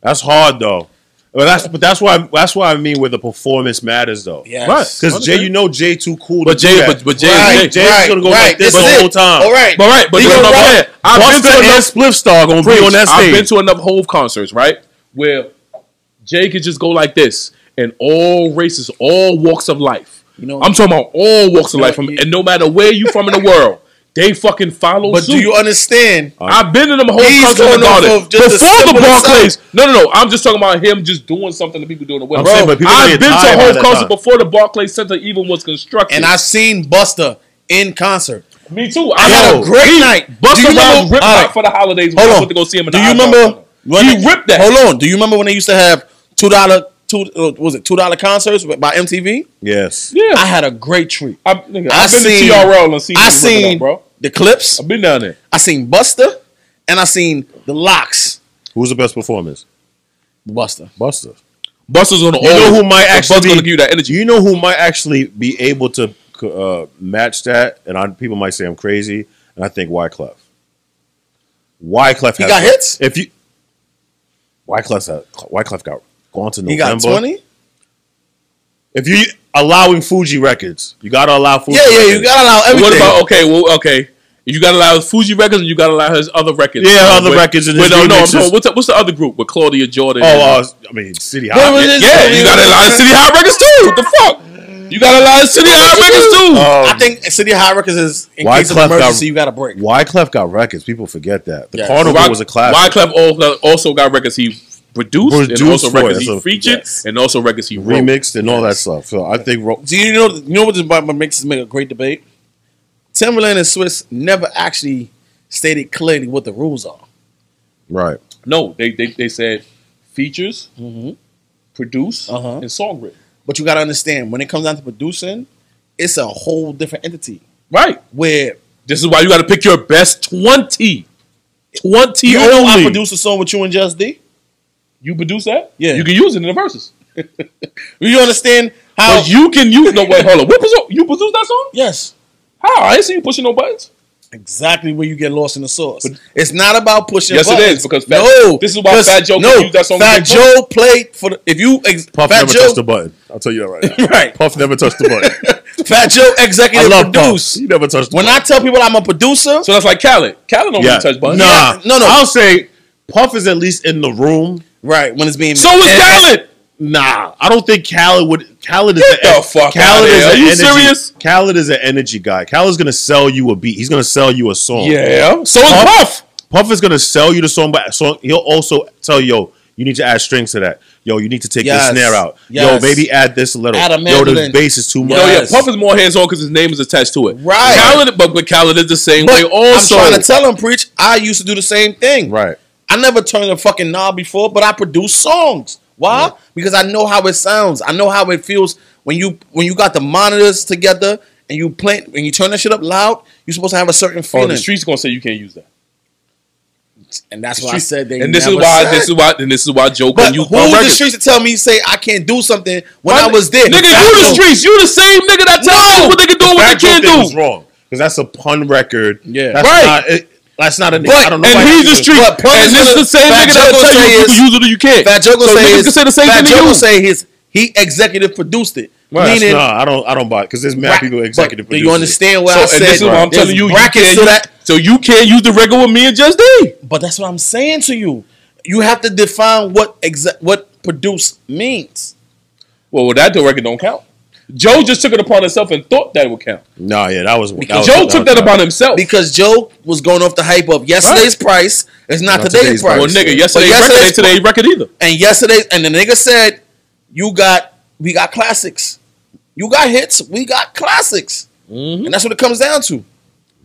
Speaker 4: That's hard though. But that's but that's why that's why I mean where the performance matters though.
Speaker 2: yes.
Speaker 3: Right.
Speaker 4: Because Jay, you know Jay too cool.
Speaker 3: But
Speaker 4: to
Speaker 3: Jay-
Speaker 4: do that.
Speaker 3: but- but Jay-
Speaker 4: right,
Speaker 3: Jay-
Speaker 4: Jay's
Speaker 2: right,
Speaker 4: gonna go
Speaker 2: right,
Speaker 4: like this the
Speaker 2: that's it.
Speaker 4: whole time.
Speaker 2: All right.
Speaker 3: But right, but
Speaker 2: He
Speaker 3: this is
Speaker 2: gonna
Speaker 3: what I'm
Speaker 2: rock.
Speaker 3: saying. I've
Speaker 4: Buster
Speaker 3: been to
Speaker 4: and
Speaker 3: enough
Speaker 4: Spliff Star gonna be on that
Speaker 3: I've been
Speaker 4: stage.
Speaker 3: to enough Hove concerts, right? Where Jay could just go like this, and all races, all walks of life. You
Speaker 2: know-
Speaker 3: know, I'm talking about all walks of life, from, and no matter where you from in the world, they fucking follow
Speaker 2: But
Speaker 3: suit.
Speaker 2: do you understand?
Speaker 3: I've been to them whole
Speaker 2: He's
Speaker 3: concerts
Speaker 2: going off
Speaker 3: about it
Speaker 2: of just a
Speaker 3: before the
Speaker 2: simple
Speaker 3: Barclays. No, no, no. I'm just talking about him just doing something to people doing the wedding.
Speaker 4: saying, but people
Speaker 3: I've
Speaker 4: get
Speaker 3: been to
Speaker 4: tired by
Speaker 3: Hove
Speaker 4: that time.
Speaker 3: concert before the Barclays Center even was constructed.
Speaker 2: And I've seen Buster in concert.
Speaker 3: me too.
Speaker 2: I had a
Speaker 3: know.
Speaker 2: great night.
Speaker 3: Busta
Speaker 2: Do you
Speaker 3: Rhymes
Speaker 2: remember-
Speaker 3: ripped
Speaker 2: All
Speaker 3: out
Speaker 2: right.
Speaker 3: for the holidays. When
Speaker 2: Hold
Speaker 3: I
Speaker 2: on.
Speaker 3: went to go see him. In
Speaker 2: Do
Speaker 3: the
Speaker 2: you
Speaker 3: Icon
Speaker 2: remember?
Speaker 3: Center. He ripped that.
Speaker 2: Hold on. Do you remember when they used to have two dollar two? Uh, was it two dollar concerts with- by MTV?
Speaker 4: Yes.
Speaker 3: Yeah,
Speaker 2: I had a great treat.
Speaker 3: I, nigga,
Speaker 2: I
Speaker 3: I've been
Speaker 2: seen-
Speaker 3: to TRL and seen.
Speaker 2: I
Speaker 3: people ripping
Speaker 2: seen
Speaker 3: up, bro.
Speaker 2: the clips.
Speaker 3: I've been down there.
Speaker 2: I seen Buster, and I seen the Locks.
Speaker 4: Who's the best performance?
Speaker 2: Buster.
Speaker 4: Buster.
Speaker 3: Buster's on the
Speaker 4: You know who might actually
Speaker 3: Buster's
Speaker 4: be,
Speaker 3: gonna give you that energy.
Speaker 4: You know who might actually be able to uh, match that, and I, people might say I'm crazy, and I think Wyclef. Wyclef
Speaker 2: He
Speaker 4: has
Speaker 2: got hits?
Speaker 4: If you Wyclef, had, Wyclef got gone to November.
Speaker 2: He got twenty.
Speaker 4: If you allowing Fuji records, you gotta allow Fuji.
Speaker 2: Yeah, yeah. You
Speaker 4: records.
Speaker 2: gotta allow everything.
Speaker 3: What about okay? Well, okay. You gotta allow his Fuji records, and you gotta allow his other records.
Speaker 4: Yeah,
Speaker 3: Uh,
Speaker 4: other
Speaker 3: with-
Speaker 4: records and
Speaker 3: with-
Speaker 4: his
Speaker 3: no, no, I'm
Speaker 4: remixes.
Speaker 3: talking- what's, the, what's the other group with Claudia Jordan? and-
Speaker 4: Oh, uh, I mean City
Speaker 2: What was
Speaker 4: High.
Speaker 2: it?
Speaker 3: yeah, you gotta allow his City High records too. What the fuck? You gotta allow his City High records *laughs* too.
Speaker 4: Uh,
Speaker 2: I think City High Records is in
Speaker 4: Wyclef
Speaker 2: case of emergency.
Speaker 4: got-
Speaker 2: you got a break.
Speaker 4: Wyclef got records. People forget that. The
Speaker 2: Yes.
Speaker 4: Carnival
Speaker 3: Wy-
Speaker 4: was a classic.
Speaker 3: Wyclef al- also got records he produced,
Speaker 4: Produced
Speaker 3: and also
Speaker 4: for it,
Speaker 3: records he
Speaker 4: so-
Speaker 3: featured,
Speaker 2: yes.
Speaker 3: and also records he wrote.
Speaker 4: remixed and all that stuff. So I think Ro-
Speaker 2: Do you know? You know what this what makes this make a great debate? Timberland and Swiss never actually stated clearly what the rules are.
Speaker 4: right.
Speaker 3: No, they they, they said features, produce,
Speaker 2: Mm-hmm. Uh-huh.
Speaker 3: and song written.
Speaker 2: But you gotta understand when it comes down to producing, it's a whole different entity.
Speaker 3: Right.
Speaker 2: Where
Speaker 3: This is why you got to pick your best 20. 20
Speaker 2: you know I
Speaker 3: only.
Speaker 2: produced a song with you and Just D.
Speaker 3: you produce that?
Speaker 2: Yeah.
Speaker 3: You can use it in the verses.
Speaker 2: You understand how?
Speaker 3: But you can use no wait, hold on. What was you produce that song?
Speaker 2: yes,
Speaker 3: How? I ain't see you pushing no buttons.
Speaker 2: exactly where you get lost in the sauce. it's not about pushing.
Speaker 3: Yes, it
Speaker 2: buttons.
Speaker 3: is, because Fat-
Speaker 2: no,
Speaker 3: this is why
Speaker 2: 'cause-
Speaker 3: Fat Joe can
Speaker 2: No,
Speaker 3: use that song
Speaker 2: Fat
Speaker 3: with Big Pun.
Speaker 2: Joe played for the, if you ex,
Speaker 4: Puff
Speaker 2: Fat
Speaker 4: never
Speaker 2: Joe *laughs*
Speaker 4: touched the button. I'll tell you that right now. *laughs*
Speaker 2: right.
Speaker 4: Puff never touched
Speaker 3: *laughs*
Speaker 4: the button.
Speaker 2: Fat Joe
Speaker 4: I
Speaker 2: executive
Speaker 4: love Puff.
Speaker 2: produce.
Speaker 4: He never touched. The
Speaker 2: When
Speaker 4: button.
Speaker 2: I tell people I'm a producer,
Speaker 3: So that's like Khaled. Khaled don't
Speaker 4: yeah.
Speaker 3: really touch buttons.
Speaker 4: Nah,
Speaker 2: No, no.
Speaker 4: I'll say Puff is at least in the room.
Speaker 2: right when it's being
Speaker 3: So is
Speaker 2: and-
Speaker 3: Khaled.
Speaker 4: Nah, I don't think Khaled would. Khaled is
Speaker 3: Get
Speaker 4: an-
Speaker 3: the fuck outta
Speaker 4: Khaled is
Speaker 3: here. Are
Speaker 4: an
Speaker 3: you
Speaker 4: energy-
Speaker 3: serious?
Speaker 4: Khaled is an energy guy. Khaled's gonna sell you a beat. He's gonna sell you a song.
Speaker 3: Yeah. So is
Speaker 4: Puff-
Speaker 3: Puff.
Speaker 4: Puff is gonna sell you the song, but song he'll also tell you, yo, you need to add strings to that. Yo, you need to take
Speaker 2: Yes.
Speaker 4: this snare out.
Speaker 2: Yes.
Speaker 4: Yo, maybe add this a little.
Speaker 2: Add a
Speaker 4: yo, the
Speaker 2: mandolin.
Speaker 4: bass is too much.
Speaker 3: No,
Speaker 2: Yes.
Speaker 3: Oh, yeah, Puff is more hands on because his name is attached to it.
Speaker 2: Right.
Speaker 3: Khaled, but, but Khaled is the same
Speaker 2: But
Speaker 3: way also. Oh,
Speaker 2: I'm trying to tell him, preach. I used to do the same thing.
Speaker 4: Right.
Speaker 2: I never turned a fucking knob before, but I produce songs. Why? Because I know how it sounds. I know how it feels when you when you got the monitors together and you play when you turn that shit up loud. You're supposed to have a certain
Speaker 3: Oh,
Speaker 2: feeling,
Speaker 3: the streets gonna say you can't use that.
Speaker 2: and that's why I said they.
Speaker 3: and this is
Speaker 2: never
Speaker 3: why
Speaker 2: said.
Speaker 3: this is why and this is why Joe
Speaker 2: But
Speaker 3: can use
Speaker 2: who
Speaker 3: Puff
Speaker 2: the
Speaker 3: records.
Speaker 2: streets to tell me say I can't do something when I was there?
Speaker 3: Nigga,
Speaker 2: That's
Speaker 3: you the
Speaker 2: all.
Speaker 3: streets. You the same nigga that tells
Speaker 2: No.
Speaker 3: people what they can do and what
Speaker 4: Back
Speaker 3: they
Speaker 4: Door
Speaker 3: can't
Speaker 4: Thing
Speaker 3: do.
Speaker 4: was wrong because that's a pun record.
Speaker 2: Yeah.
Speaker 4: that's
Speaker 3: Right.
Speaker 4: Not, it, that's not a.
Speaker 2: But-
Speaker 4: I don't know.
Speaker 3: And
Speaker 4: why
Speaker 3: he's the
Speaker 4: that's
Speaker 3: street.
Speaker 2: But Puff
Speaker 3: and
Speaker 2: is
Speaker 3: this is
Speaker 2: gonna-
Speaker 3: the same
Speaker 2: Fat
Speaker 3: nigga
Speaker 2: Joe
Speaker 3: that
Speaker 2: gonna
Speaker 3: tell
Speaker 2: say
Speaker 3: you you
Speaker 2: is-
Speaker 3: can use it or you can't.
Speaker 2: Fat Joe gonna
Speaker 3: so
Speaker 2: say
Speaker 3: niggas
Speaker 2: is,
Speaker 3: can say the same
Speaker 2: Fat
Speaker 3: thing
Speaker 2: Joe
Speaker 3: to
Speaker 2: gonna
Speaker 3: you.
Speaker 2: say his he executive produced it,
Speaker 4: Right,
Speaker 2: meaning
Speaker 4: no, I don't. I don't buy because there's mad
Speaker 2: Right,
Speaker 4: people
Speaker 2: but
Speaker 4: executive.
Speaker 2: Do you
Speaker 4: producers.
Speaker 2: understand what
Speaker 3: so
Speaker 2: I
Speaker 3: and
Speaker 2: said?
Speaker 3: this is what I'm
Speaker 2: There's
Speaker 3: telling you. You
Speaker 2: brackets
Speaker 3: can't
Speaker 2: to
Speaker 3: use
Speaker 2: that.
Speaker 3: So you can't use the regular with me and Just D.
Speaker 2: But that's what I'm saying to you. You have to define what exa- what produce means.
Speaker 3: Well, well, that record don't count. Joe just took it upon himself and thought that would count.
Speaker 4: Nah, yeah, that was.
Speaker 2: Because
Speaker 4: was-
Speaker 3: Joe took
Speaker 4: was-
Speaker 3: that upon himself.
Speaker 2: Because Joe was going off the hype of yesterday's price is not,
Speaker 4: Not
Speaker 2: today's,
Speaker 4: today's
Speaker 2: price.
Speaker 4: price.
Speaker 3: well, nigga, yesterday
Speaker 2: But
Speaker 3: record
Speaker 2: yesterday's-
Speaker 3: ain't today's record either.
Speaker 2: And yesterday, and the nigga said, "You got, we got classics. You got hits. We got classics."
Speaker 3: Mm-hmm.
Speaker 2: And that's what it comes down to.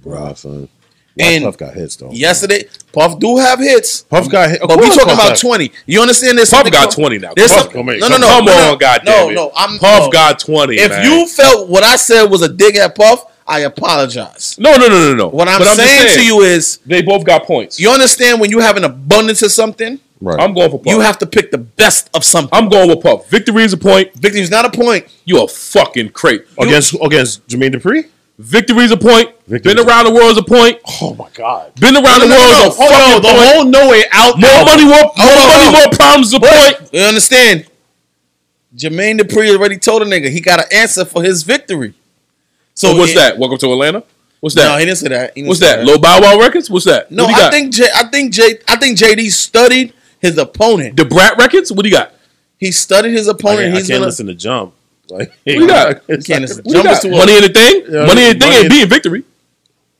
Speaker 4: Bruh, son.
Speaker 2: And-
Speaker 4: And Puff got hits though.
Speaker 2: Yesterday, Puff do have hits,
Speaker 4: Puff got hit.
Speaker 2: but we talking about twenty. You understand this?
Speaker 3: Puff got 20 now.
Speaker 2: There's
Speaker 3: Puff,
Speaker 2: some-
Speaker 3: come here.
Speaker 2: no, no, no,
Speaker 3: Come
Speaker 2: no, no.
Speaker 3: on, goddamn
Speaker 2: No,
Speaker 3: it.
Speaker 2: no, I'm-
Speaker 3: Puff
Speaker 2: no.
Speaker 3: got 20.
Speaker 2: If
Speaker 3: man.
Speaker 2: you felt what I said was a dig at Puff, I apologize.
Speaker 3: No, no, no, no, no.
Speaker 2: What I'm,
Speaker 3: But just
Speaker 2: saying to you is,
Speaker 3: They both got points.
Speaker 2: you understand when you have an abundance of something,
Speaker 4: Right.
Speaker 3: I'm going for Puff.
Speaker 2: you have to pick the best of something.
Speaker 3: I'm going with Puff. Victory is a point.
Speaker 2: Victory's not a point.
Speaker 3: You a fucking crate.
Speaker 4: against against Jermaine Dupri.
Speaker 3: Victory is a point.
Speaker 4: Victory
Speaker 3: Been
Speaker 4: is a-
Speaker 3: around the world is a point.
Speaker 4: Oh my god.
Speaker 3: Been around the world is a
Speaker 4: Hold
Speaker 3: fucking
Speaker 4: on, the
Speaker 3: point.
Speaker 4: whole no way out.
Speaker 3: More
Speaker 4: album.
Speaker 3: money, more, more money, more problems is a point.
Speaker 2: You understand? Jermaine Dupri already told a nigga he got an answer for his victory.
Speaker 3: So what's
Speaker 2: it-
Speaker 3: that? Welcome to Atlanta. What's
Speaker 2: No,
Speaker 3: that?
Speaker 2: he didn't say that. He didn't
Speaker 3: what's
Speaker 2: say
Speaker 3: that? Low Bow Wow Records. What's that?
Speaker 2: No,
Speaker 3: What do you
Speaker 2: I
Speaker 3: got?
Speaker 2: think J, I think J, I think JD studied his opponent.
Speaker 3: the Brat Records. What do you got?
Speaker 2: He studied his
Speaker 4: I,
Speaker 2: opponent.
Speaker 4: can't- I
Speaker 2: he's
Speaker 4: can't
Speaker 2: gonna.
Speaker 4: listen to Jump. *laughs* Like,
Speaker 3: you got?
Speaker 4: *laughs* it's
Speaker 2: He can't
Speaker 4: like-
Speaker 2: listen.
Speaker 3: What do you
Speaker 2: Numbers
Speaker 3: got?
Speaker 2: to us.
Speaker 3: Money in the thing.
Speaker 4: Yeah,
Speaker 3: money in the thing
Speaker 4: money
Speaker 3: ain't
Speaker 4: in-
Speaker 3: being victory.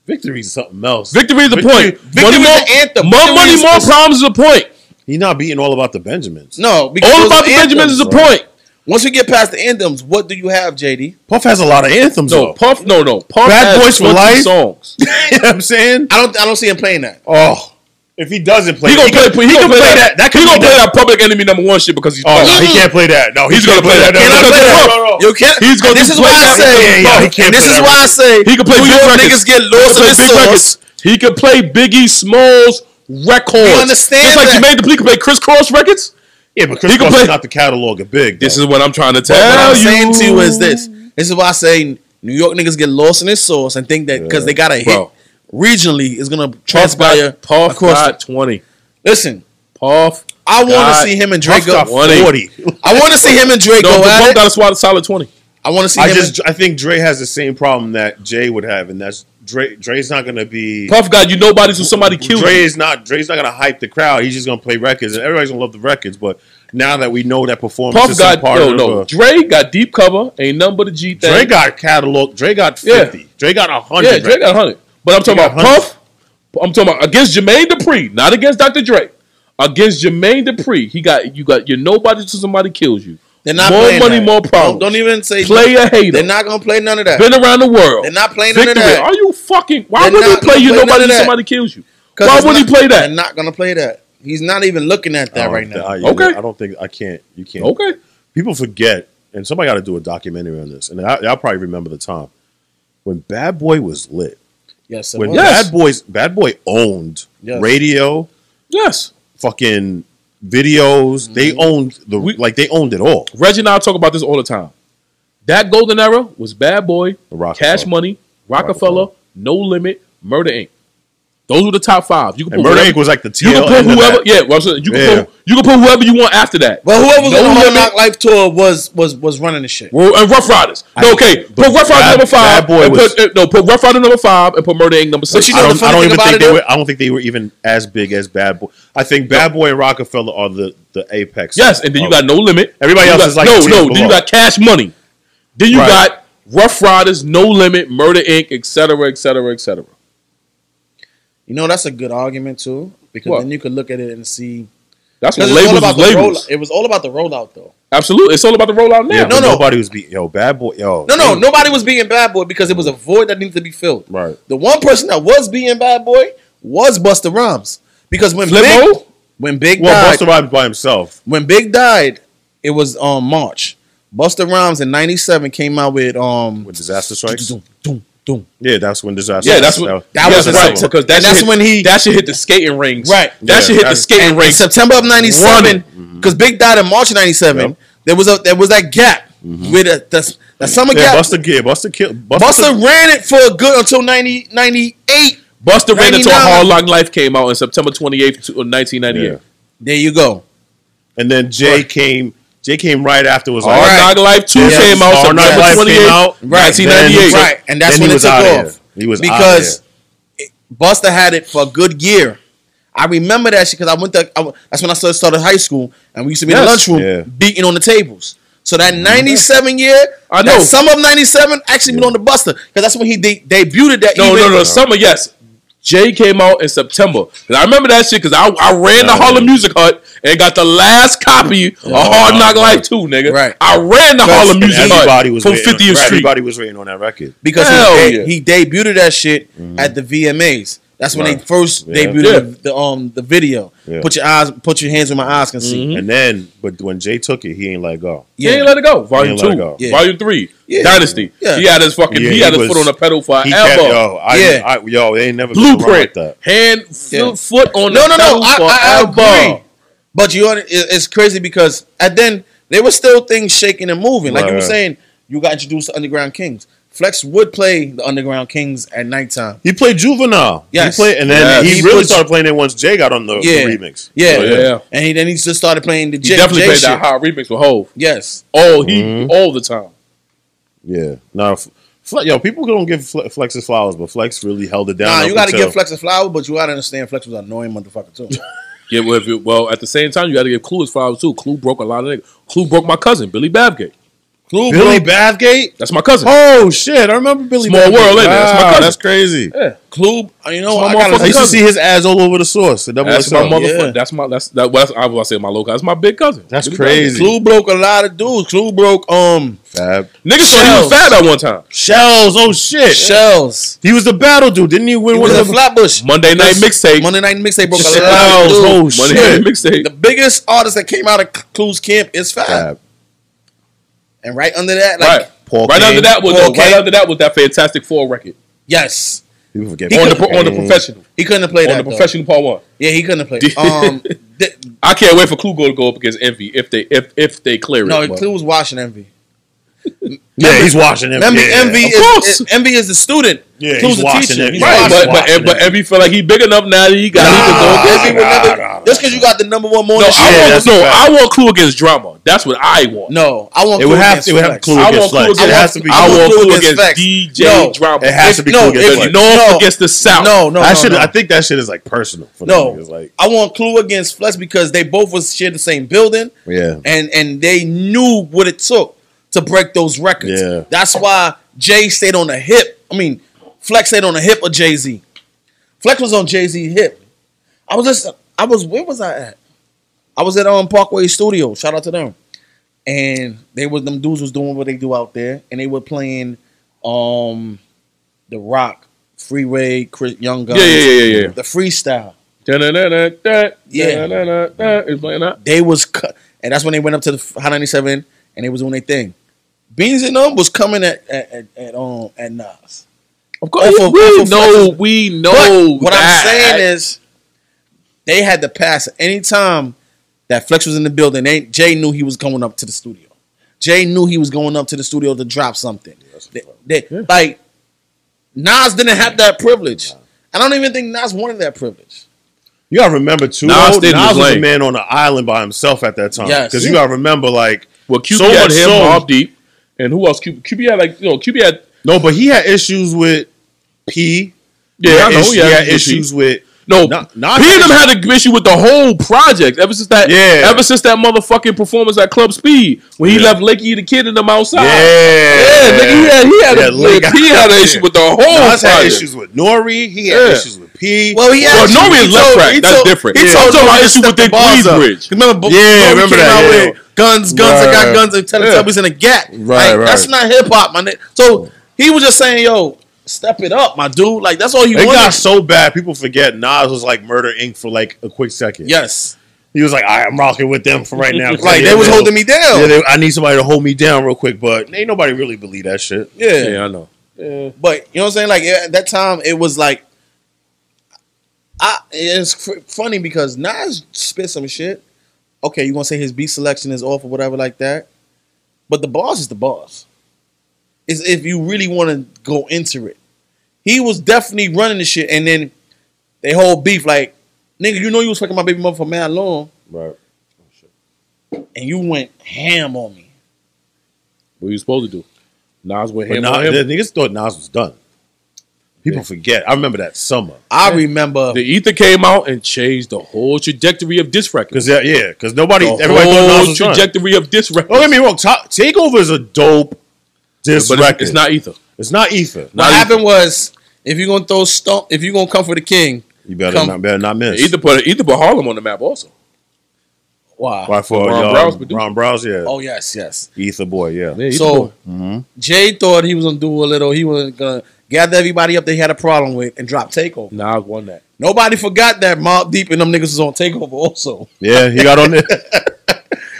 Speaker 4: Victory is something else.
Speaker 3: Victory is a
Speaker 4: Victory-
Speaker 3: point.
Speaker 2: victory
Speaker 3: money
Speaker 2: is
Speaker 3: more,
Speaker 2: an anthem.
Speaker 3: more
Speaker 2: Victory
Speaker 3: money,
Speaker 2: is-
Speaker 3: more problems is a point.
Speaker 4: He's not beating all about the Benjamins.
Speaker 2: No, because
Speaker 3: All
Speaker 2: those
Speaker 3: about
Speaker 2: are
Speaker 3: the Benjamins is a
Speaker 2: anthems.
Speaker 3: point.
Speaker 2: Once we get past the anthems, what do you have, JD?
Speaker 4: *laughs* Puff has a lot of anthems.
Speaker 3: No,
Speaker 4: though. *laughs*
Speaker 3: Puff. No, no. Puff
Speaker 4: Bad
Speaker 3: has
Speaker 4: Boys for
Speaker 3: 20
Speaker 4: Life?
Speaker 3: songs.
Speaker 4: you know what I'm saying.
Speaker 2: I don't. I don't see him playing that.
Speaker 4: Oh, if he doesn't play,
Speaker 3: He gonna play. He, gonna play, that.
Speaker 4: That
Speaker 3: he
Speaker 4: could be
Speaker 3: gonna play that
Speaker 4: that.
Speaker 3: public enemy number one shit because he's.
Speaker 4: Oh,
Speaker 3: Puff.
Speaker 4: no, he can't play that. No, he
Speaker 3: He's
Speaker 4: can't
Speaker 3: gonna play that.
Speaker 4: No,
Speaker 3: Cannot
Speaker 4: no,
Speaker 3: play
Speaker 4: no,
Speaker 3: that.
Speaker 4: no, no, no.
Speaker 2: You can't.
Speaker 3: Oh. He's gonna
Speaker 2: this is
Speaker 3: play
Speaker 2: why I
Speaker 3: that.
Speaker 2: say.
Speaker 4: Yeah, yeah, he can't
Speaker 2: and this
Speaker 4: play
Speaker 2: is
Speaker 4: that.
Speaker 2: why I say.
Speaker 3: He could play
Speaker 2: New
Speaker 3: big
Speaker 2: York
Speaker 3: records.
Speaker 2: niggas get
Speaker 3: He could
Speaker 2: lost in
Speaker 3: play
Speaker 2: this
Speaker 3: big
Speaker 2: sauce.
Speaker 3: records. He could play Biggie Smalls records.
Speaker 2: We understand
Speaker 3: Just like
Speaker 2: that.
Speaker 3: Jermaine Dupri could play crisscross records.
Speaker 4: Yeah, but Chris
Speaker 3: He can
Speaker 4: Paul's
Speaker 3: play-
Speaker 4: not the catalog of big.
Speaker 3: This
Speaker 4: This
Speaker 3: is
Speaker 4: is
Speaker 3: what I'm trying to tell
Speaker 2: But what I'm saying
Speaker 3: you.
Speaker 2: to you is this. This is why I say New York niggas get lost in this sauce and think that because they got a hit
Speaker 3: Bro.
Speaker 2: regionally is gonna
Speaker 3: Puff
Speaker 2: transpire.
Speaker 3: got, Puff
Speaker 2: across
Speaker 3: got twenty.
Speaker 2: the- Listen,
Speaker 3: Puff.
Speaker 2: I want to
Speaker 3: God.
Speaker 2: see him and Drake
Speaker 4: Puff
Speaker 2: go.
Speaker 4: got
Speaker 3: One eight.
Speaker 4: *laughs* forty.
Speaker 2: I want to see him and Drake
Speaker 3: No,
Speaker 2: go
Speaker 3: but
Speaker 2: at
Speaker 3: Puff
Speaker 2: it.
Speaker 3: got a solid, solid twenty.
Speaker 2: I want to see
Speaker 4: I
Speaker 2: him.
Speaker 4: just I think Dre has the same problem that Jay would have, and that's Dre. Dre's not gonna be.
Speaker 3: Puff got you nobody so somebody killed
Speaker 4: Dre
Speaker 3: you.
Speaker 4: is not Dre's not gonna hype the crowd. He's just gonna play records, and everybody's gonna love the records. But now that we know that performance,
Speaker 3: Puff
Speaker 4: is some
Speaker 3: got
Speaker 4: part
Speaker 3: no,
Speaker 4: of
Speaker 3: no.
Speaker 4: a-
Speaker 3: Dre got deep cover. Ain't nothing but a G thing.
Speaker 4: Dre got catalog. Dre got
Speaker 3: Yeah.
Speaker 4: fifty. Dre got hundred.
Speaker 3: yeah, Dre got hundred. But I'm talking
Speaker 4: Dre
Speaker 3: about
Speaker 4: got 100.
Speaker 3: Puff. I'm talking about against Jermaine Dupri, not against Dr. Dre. Against Jermaine Dupri, he got you got your nobody till somebody kills you.
Speaker 2: They're not
Speaker 3: more
Speaker 2: playing
Speaker 3: money,
Speaker 2: that.
Speaker 3: more
Speaker 2: Don't-
Speaker 3: problems.
Speaker 2: Don't, even say
Speaker 3: play a hater.
Speaker 2: They're not gonna play none of that.
Speaker 3: been around the world.
Speaker 2: They're not playing none
Speaker 3: Victory.
Speaker 2: of that.
Speaker 3: Are you fucking? Why
Speaker 2: They're
Speaker 3: would he
Speaker 2: not
Speaker 3: play
Speaker 2: gonna
Speaker 3: you?
Speaker 2: play none
Speaker 3: nobody
Speaker 2: of
Speaker 3: till
Speaker 2: that.
Speaker 3: somebody kills you.
Speaker 2: 'Cause
Speaker 3: Why
Speaker 2: it's
Speaker 3: would he
Speaker 2: not-
Speaker 3: play
Speaker 2: They're
Speaker 3: that? Oh,
Speaker 2: not gonna play that. He's not even looking at that right now.
Speaker 3: Okay.
Speaker 4: okay. Oh, I don't think I can't. You can't.
Speaker 3: Okay.
Speaker 4: people forget, and somebody got to do a documentary on this. And I, I'll probably remember the time when Bad Boy was lit.
Speaker 2: Yes, it
Speaker 4: When
Speaker 2: was.
Speaker 3: Yes.
Speaker 4: Bad Boys, Bad Boy owned
Speaker 2: Yes.
Speaker 4: radio,
Speaker 3: Yes.
Speaker 4: fucking videos. They owned the
Speaker 3: Mm-hmm. We-
Speaker 4: like they owned it all.
Speaker 3: Reggie and I talk about this all the time. That golden era was Bad Boy,
Speaker 4: Rockefeller.
Speaker 3: Cash Money, Rockefeller, No Limit, Murder Inc. Those were the top five. You can
Speaker 4: And
Speaker 3: put
Speaker 4: Murder
Speaker 3: whoever-
Speaker 4: Inc was like the
Speaker 3: You
Speaker 4: tail
Speaker 3: can put
Speaker 4: end of
Speaker 3: whoever.
Speaker 4: that.
Speaker 3: Yeah, well, I'm saying, you can
Speaker 4: Yeah.
Speaker 3: put you can put whoever you want after that.
Speaker 2: But whoever was
Speaker 3: No
Speaker 2: on the
Speaker 3: limit.
Speaker 2: Knock Life tour was was was running the shit.
Speaker 3: Well, and Rough Riders. No, okay, put Rough Riders
Speaker 4: Bad-
Speaker 3: number five.
Speaker 4: Bad Boy
Speaker 3: and put,
Speaker 4: was-
Speaker 3: uh, no, put Rough Rider number five and put Murder Inc. number six.
Speaker 2: you
Speaker 4: I
Speaker 2: know the
Speaker 4: don't, I
Speaker 2: funny
Speaker 4: don't
Speaker 2: thing
Speaker 4: even
Speaker 2: about
Speaker 4: think
Speaker 2: it
Speaker 4: they
Speaker 2: is-
Speaker 4: were. I don't think they were even as big as Bad Boy. I think Bad Boy and Rockefeller are the the apex.
Speaker 3: Yes, and then you
Speaker 4: of-
Speaker 3: got no limit.
Speaker 4: Oh. Everybody
Speaker 3: You
Speaker 4: else
Speaker 3: got-
Speaker 4: is like
Speaker 3: no,
Speaker 4: ten
Speaker 3: no. Then
Speaker 4: below.
Speaker 3: you got Cash Money. Then you
Speaker 4: Right.
Speaker 3: got Rough Riders, No Limit, Murder Inc., et cetera, et cetera, et cetera.
Speaker 2: You know that's a good argument too, because
Speaker 3: What?
Speaker 2: then you could look at it and see.
Speaker 3: That's what
Speaker 2: Because it's all
Speaker 3: labels
Speaker 2: about
Speaker 3: was
Speaker 2: the
Speaker 3: labels.
Speaker 2: rollout. It was all about the rollout though.
Speaker 3: Absolutely, it's all about the rollout now.
Speaker 4: Yeah,
Speaker 2: No, no.
Speaker 4: no, no. Nobody was beat. Yo, Bad Boy. Yo,
Speaker 2: No, no, nobody was being bad boy because it was a void that needed to be filled.
Speaker 4: Right.
Speaker 2: The one person that was being bad boy was Buster Rhymes because when
Speaker 3: Flippo?
Speaker 2: Big, when Big
Speaker 4: Well,
Speaker 2: died,
Speaker 4: Buster Rhymes by himself.
Speaker 2: when Big died, it was um March. Buster Rhymes in '97 came out with um
Speaker 4: When disaster strikes.
Speaker 2: Doom, doom, doom.
Speaker 4: Yeah, that's when disaster.
Speaker 3: Yeah, that's
Speaker 4: strikes.
Speaker 3: what
Speaker 2: That
Speaker 3: yeah,
Speaker 2: was
Speaker 3: that's
Speaker 2: his
Speaker 3: right
Speaker 2: song.
Speaker 3: because that
Speaker 2: And
Speaker 3: shit
Speaker 2: that's
Speaker 3: hit-
Speaker 2: when he-
Speaker 3: that shit hit the skating rings.
Speaker 2: Right.
Speaker 3: that
Speaker 4: Yeah,
Speaker 3: shit hit the
Speaker 4: that's-
Speaker 3: skating
Speaker 2: in
Speaker 3: rings.
Speaker 2: September of '97 because Big died in March '97.
Speaker 4: Yep.
Speaker 2: There was a there was that gap with a, the the summer
Speaker 4: Yeah,
Speaker 2: gap.
Speaker 4: Buster Gear, Buster Kill,
Speaker 2: Buster ran it for a good until 90, 98.
Speaker 3: Buster ran until
Speaker 2: 99.
Speaker 3: Hard Lock Life came out in September twenty eighth, nineteen ninety
Speaker 4: Yeah.
Speaker 3: eight.
Speaker 2: There you go.
Speaker 4: And then Jay came. Jay came right after. Was like,
Speaker 3: Hard
Speaker 2: Right.
Speaker 3: Knock Life two
Speaker 4: Yeah,
Speaker 3: came out
Speaker 4: Hard Knock
Speaker 3: September
Speaker 4: Life
Speaker 3: twenty
Speaker 4: came out.
Speaker 3: eighth,
Speaker 4: Right.
Speaker 3: nineteen ninety eight.
Speaker 2: Right. And that's
Speaker 4: Then
Speaker 2: when
Speaker 4: he
Speaker 2: it
Speaker 4: was
Speaker 2: took
Speaker 4: outta
Speaker 2: off.
Speaker 4: here. He was
Speaker 2: because
Speaker 4: outta
Speaker 2: it- Buster had it for a good year. I remember that shit because I went to. I, w- that's when I started, started high school, and we used to be in the
Speaker 3: Yes.
Speaker 2: lunchroom
Speaker 4: Yeah.
Speaker 2: beating on the tables. So that '97 year,
Speaker 3: I
Speaker 2: that
Speaker 3: know.
Speaker 2: summer of '97 actually been on the Buster because that's when he de- debuted that.
Speaker 3: No,
Speaker 2: even-
Speaker 3: no, no. Summer, yes. Jay came out in September. And I remember that shit because I, I ran the Harlem Music Hut and got the last copy of Hard Knock Life 2, nigga.
Speaker 2: Right.
Speaker 3: I ran the Harlem Music
Speaker 4: Everybody
Speaker 3: Hut
Speaker 4: was
Speaker 3: from
Speaker 4: waiting on-
Speaker 3: 50th
Speaker 4: right,
Speaker 3: Street.
Speaker 4: Everybody was waiting on that record.
Speaker 2: because
Speaker 3: Hell
Speaker 2: he, de-
Speaker 3: yeah. Mm-hmm.
Speaker 2: he debuted that shit at the VMAs. That's when they
Speaker 4: Right.
Speaker 2: first
Speaker 4: Yeah.
Speaker 2: debuted
Speaker 3: Yeah.
Speaker 2: The, the, um the video.
Speaker 4: Yeah.
Speaker 2: Put your eyes, put your hands where my eyes can see.
Speaker 4: And then, but when Jay took it, he ain't let go.
Speaker 3: He Mm-hmm. ain't let it go. Volume
Speaker 4: He ain't let
Speaker 3: two,
Speaker 4: it go.
Speaker 2: Yeah.
Speaker 3: volume three,
Speaker 2: Yeah.
Speaker 3: Dynasty.
Speaker 2: Yeah.
Speaker 3: He had his fucking,
Speaker 4: Yeah,
Speaker 3: he had
Speaker 4: he
Speaker 3: his foot
Speaker 4: was-
Speaker 3: on the pedal forever.
Speaker 4: He kept, yo, I,
Speaker 2: Yeah.
Speaker 4: I, yo, they ain't never been around
Speaker 3: Blueprint,
Speaker 4: like that.
Speaker 3: hand, f-
Speaker 2: Yeah.
Speaker 3: foot on
Speaker 2: No,
Speaker 3: the
Speaker 2: no, no.
Speaker 3: pedal
Speaker 2: I, I, I
Speaker 3: forever.
Speaker 2: agree. But you, know, it- it's crazy because and then there were still things shaking and moving. Like you
Speaker 4: Right,
Speaker 2: were
Speaker 4: right.
Speaker 2: saying, you got introduced to Underground Kings. Flex would play the Underground Kings at nighttime.
Speaker 4: He played Juvenile.
Speaker 2: Yes.
Speaker 4: He played, and then
Speaker 3: Yes.
Speaker 4: he,
Speaker 2: He
Speaker 4: really
Speaker 2: was-
Speaker 4: started playing it once Jay got on the, the
Speaker 2: Yeah.
Speaker 4: remix.
Speaker 2: Yeah,
Speaker 3: Oh, yeah.
Speaker 2: And he, then he just started playing the
Speaker 3: He
Speaker 2: J.
Speaker 3: definitely
Speaker 2: J
Speaker 3: played
Speaker 2: shit.
Speaker 3: that high remix with Hove.
Speaker 2: Yes,
Speaker 3: All he,
Speaker 4: Mm-hmm.
Speaker 3: all the time.
Speaker 4: Yeah. Now, F- Fle- yo, people don't give Fle- Flex his flowers, but Flex really held it down.
Speaker 2: nah,
Speaker 4: up
Speaker 2: you got to
Speaker 4: until-
Speaker 2: give Flex a flower, but you got to understand Flex was an annoying motherfucker
Speaker 3: *laughs*
Speaker 2: too.
Speaker 3: Yeah, well, if you, well, at the same time, you got to give Clue his flowers too. Clue broke a lot of niggas. Clue broke my cousin, Billy Babgate.
Speaker 2: Clue
Speaker 4: Billy
Speaker 2: broke,
Speaker 4: Bathgate.
Speaker 3: That's my cousin.
Speaker 4: Oh shit! I remember Billy.
Speaker 3: Small
Speaker 4: Bathgate.
Speaker 3: world, ain't it? That's my
Speaker 4: Wow,
Speaker 3: cousin.
Speaker 4: That's crazy.
Speaker 2: Clue, you know,
Speaker 3: my
Speaker 2: I gotta-
Speaker 4: I used to
Speaker 3: cousin.
Speaker 4: see his ass all over the source. The double
Speaker 3: That's my
Speaker 4: XL.
Speaker 3: motherfucker.
Speaker 2: Yeah.
Speaker 3: That's my that's that. Well, that's I was gonna say my local. That's my big cousin.
Speaker 4: That's
Speaker 3: Billy
Speaker 4: crazy.
Speaker 2: Clue broke a lot of dudes. Clue broke um
Speaker 4: Fab.
Speaker 3: Babgate. Niggas thought he
Speaker 2: Shells.
Speaker 3: was fab at one time.
Speaker 4: Shells. Oh shit!
Speaker 2: shells.
Speaker 4: He was the battle dude. Didn't he win
Speaker 2: It
Speaker 4: one
Speaker 2: was
Speaker 4: of
Speaker 2: a
Speaker 4: the?
Speaker 2: Flatbush
Speaker 3: Monday night mixtape.
Speaker 2: Monday night mixtape broke a lot of
Speaker 4: Shells.
Speaker 2: dudes.
Speaker 4: Oh
Speaker 3: Monday
Speaker 4: shit!
Speaker 3: night mixtape.
Speaker 2: The biggest artist that came out of Clues Camp is Fab.
Speaker 4: Fab.
Speaker 2: And right under that, like,
Speaker 3: Right.
Speaker 4: Paul
Speaker 3: Right
Speaker 4: Kane.
Speaker 3: under that was
Speaker 2: Paul
Speaker 3: no, right
Speaker 2: Kane.
Speaker 3: under that was that fantastic four record
Speaker 2: yes.
Speaker 4: People forget
Speaker 3: on the
Speaker 4: Paul
Speaker 3: on the
Speaker 4: Kane.
Speaker 3: professional
Speaker 2: He couldn't have played
Speaker 3: on
Speaker 2: that.
Speaker 3: the
Speaker 2: though.
Speaker 3: professional part one.
Speaker 2: Yeah, he couldn't have played. um, th-
Speaker 3: I can't wait for Clue go to go up against Envy if they if if they clear
Speaker 2: no,
Speaker 3: it.
Speaker 2: Clue was watching Envy.
Speaker 4: Yeah, he's watching him.
Speaker 2: Envy,
Speaker 4: yeah.
Speaker 2: Envy,
Speaker 3: of course.
Speaker 2: is, is, Envy is the student.
Speaker 4: Yeah,
Speaker 2: Clue's
Speaker 4: he's
Speaker 2: the
Speaker 4: watching
Speaker 2: teacher.
Speaker 4: it.
Speaker 2: He's
Speaker 4: Right,
Speaker 2: watching it.
Speaker 3: but but,
Speaker 4: watching
Speaker 3: but Envy feel like he big enough now that he got he can go against.
Speaker 2: Envy would
Speaker 4: nah,
Speaker 2: never-
Speaker 4: nah, nah.
Speaker 2: just because you got the number one more
Speaker 3: No,
Speaker 2: shit.
Speaker 3: I want
Speaker 4: that's
Speaker 3: no,
Speaker 4: a fact.
Speaker 3: I want Clue against drama. That's what I want.
Speaker 2: no, I want
Speaker 4: It
Speaker 2: Clue
Speaker 4: would have
Speaker 2: against
Speaker 4: to. It would have
Speaker 2: Flex.
Speaker 4: Clue
Speaker 3: I
Speaker 4: against
Speaker 3: want Clue
Speaker 4: Flex. It
Speaker 3: against-
Speaker 4: has to be.
Speaker 3: I
Speaker 2: Clue
Speaker 3: want Clue
Speaker 2: against
Speaker 3: against
Speaker 2: Flex.
Speaker 3: DJ
Speaker 2: No.
Speaker 3: drama.
Speaker 4: It has to be
Speaker 2: no,
Speaker 4: Clue
Speaker 2: if
Speaker 4: against
Speaker 3: the
Speaker 4: Flex.
Speaker 2: no,
Speaker 3: North against the South.
Speaker 2: No, no,
Speaker 4: That
Speaker 2: no,
Speaker 4: shit.
Speaker 2: no.
Speaker 4: I think that shit is like personal. For
Speaker 2: No,
Speaker 4: no, niggas. like
Speaker 2: I want Clue against Flex because they both was shared the same building.
Speaker 4: Yeah.
Speaker 2: and and they knew what it took to break those records.
Speaker 4: Yeah.
Speaker 2: that's why Jay stayed on the hip. I mean, Flex stayed on the hip of Jay Z. Flex was on Jay Z hip. I was just, I was, where was I at? I was at um Parkway Studio. Shout out to them. And they was them dudes was doing what they do out there, and they were playing um the rock, Freeway, Chris Young Guns,
Speaker 3: Yeah, yeah, yeah, yeah, yeah.
Speaker 2: the freestyle.
Speaker 3: Yeah.
Speaker 2: they was cu- and that's when they went up to the High 97 and they was doing their thing. Beans and them was coming at at at, at um at Nas.
Speaker 3: Of course,
Speaker 2: Off of- off
Speaker 3: we
Speaker 2: of
Speaker 3: know, we know.
Speaker 2: but what
Speaker 3: Oh, that.
Speaker 2: I'm saying is they had to pass at any time that Flex was in the building. They, Jay knew he was going up to the studio. Jay knew he was going up to the studio to drop something. They, they- Like Nas didn't have that privilege. I don't even think Nas wanted that privilege.
Speaker 4: you gotta remember too.
Speaker 3: Nas
Speaker 4: Nas,
Speaker 3: didn't
Speaker 4: Nas was
Speaker 3: play.
Speaker 4: a man on an island by himself at that time.
Speaker 2: Yes.
Speaker 4: Because you gotta remember, like,
Speaker 3: well, QB
Speaker 4: so
Speaker 3: had
Speaker 4: much
Speaker 3: him,
Speaker 4: so-
Speaker 3: Mobb Deep, and who else? QB, QB had like you know, QB had
Speaker 4: no, but he had issues with P.
Speaker 3: yeah, I know,
Speaker 4: He
Speaker 3: yeah,
Speaker 4: had issues with
Speaker 3: No,
Speaker 4: Nas-
Speaker 3: he
Speaker 4: Nas
Speaker 3: and
Speaker 4: had
Speaker 3: them had an issue with the whole project ever since that.
Speaker 4: Yeah.
Speaker 3: ever since that motherfucking performance at Club Speed when he
Speaker 4: Yeah.
Speaker 3: left Lakey the kid and them outside.
Speaker 4: Yeah,
Speaker 3: Yeah, nigga, he had he had,
Speaker 4: Yeah,
Speaker 3: a,
Speaker 4: Lake-
Speaker 3: he had an issue with the whole
Speaker 4: Nas had
Speaker 3: project.
Speaker 4: issues with Nori. He had
Speaker 3: Yeah.
Speaker 4: issues with P.
Speaker 2: Well, he
Speaker 3: Well,
Speaker 2: actually-
Speaker 3: no,
Speaker 2: he
Speaker 3: is left
Speaker 2: told-
Speaker 3: rack.
Speaker 2: he
Speaker 3: That's
Speaker 2: told-
Speaker 3: different.
Speaker 2: he
Speaker 3: Yeah.
Speaker 2: told
Speaker 3: I'm talking
Speaker 2: him
Speaker 3: about
Speaker 2: to
Speaker 3: issue
Speaker 2: step
Speaker 3: with the
Speaker 2: bars up.
Speaker 3: Queensbridge.
Speaker 2: Remember, Bo-
Speaker 4: Yeah,
Speaker 2: Bo
Speaker 4: remember
Speaker 2: came
Speaker 4: that,
Speaker 2: out
Speaker 4: yeah.
Speaker 2: with guns, guns. I
Speaker 4: Right.
Speaker 2: got guns and Teletubbies in a gap.
Speaker 4: Right,
Speaker 2: Like, That's
Speaker 4: right.
Speaker 2: not hip hop, my nigga. So he was just saying, "Yo, step it up, my dude." Like that's all he
Speaker 4: It
Speaker 2: wanted.
Speaker 4: got so bad, people forget Nas was like Murder Inc. for like a quick second.
Speaker 2: yes,
Speaker 4: He was like, "All right, I'm rocking with them for
Speaker 2: *laughs*
Speaker 4: right now.
Speaker 2: like they was holding me down.
Speaker 4: Yeah, they, I need somebody to hold me down real quick, but ain't nobody really believe that shit.
Speaker 2: Yeah.
Speaker 3: Yeah, I know.
Speaker 2: But you know what I'm saying? Like at that time, it was like, I. It's f- funny because Nas spit some shit. Okay, you gonna say his beat selection is off or whatever like that, but the boss is the boss. Is if you really want to go into it, he was definitely running the shit, and then they whole beef like, nigga, you know you was fucking my baby mother for mad long,
Speaker 4: Right.
Speaker 2: and you went ham on me.
Speaker 3: What you supposed to do? Nas went
Speaker 4: But
Speaker 3: ham
Speaker 4: Nas,
Speaker 3: on him.
Speaker 4: niggas thought Nas was done. People forget. I remember that summer
Speaker 2: I remember
Speaker 3: The Ether came out and changed the whole trajectory of this record.
Speaker 4: because yeah, yeah, because nobody,
Speaker 3: The
Speaker 4: everybody thought Nas
Speaker 3: whole
Speaker 4: was trying.
Speaker 3: trajectory of this record.
Speaker 4: Don't get me wrong. Ta- Takeover is a dope diss
Speaker 3: but
Speaker 4: record.
Speaker 3: it's, it's not Ether.
Speaker 4: It's not Ether.
Speaker 3: Not
Speaker 2: what happened was if you're gonna throw stone, if you're gonna come for the king,
Speaker 4: you better
Speaker 2: Come-
Speaker 4: not better not miss.
Speaker 3: Ether put Ether put Harlem on the map also.
Speaker 2: wow.
Speaker 4: Why
Speaker 3: Ron
Speaker 4: for Ron,
Speaker 3: Brown's
Speaker 4: Brown's,
Speaker 3: producer.
Speaker 4: Ron Brown's? Yeah,
Speaker 2: Oh yes, yes.
Speaker 4: Ether boy. Yeah,
Speaker 2: So Jay thought he was gonna do a little. He was gonna gather everybody up. They had a problem with and drop takeover.
Speaker 3: Nah, I won that.
Speaker 2: Nobody forgot that Mob Deep and them niggas was on takeover. Also,
Speaker 4: yeah. He *laughs* got on there.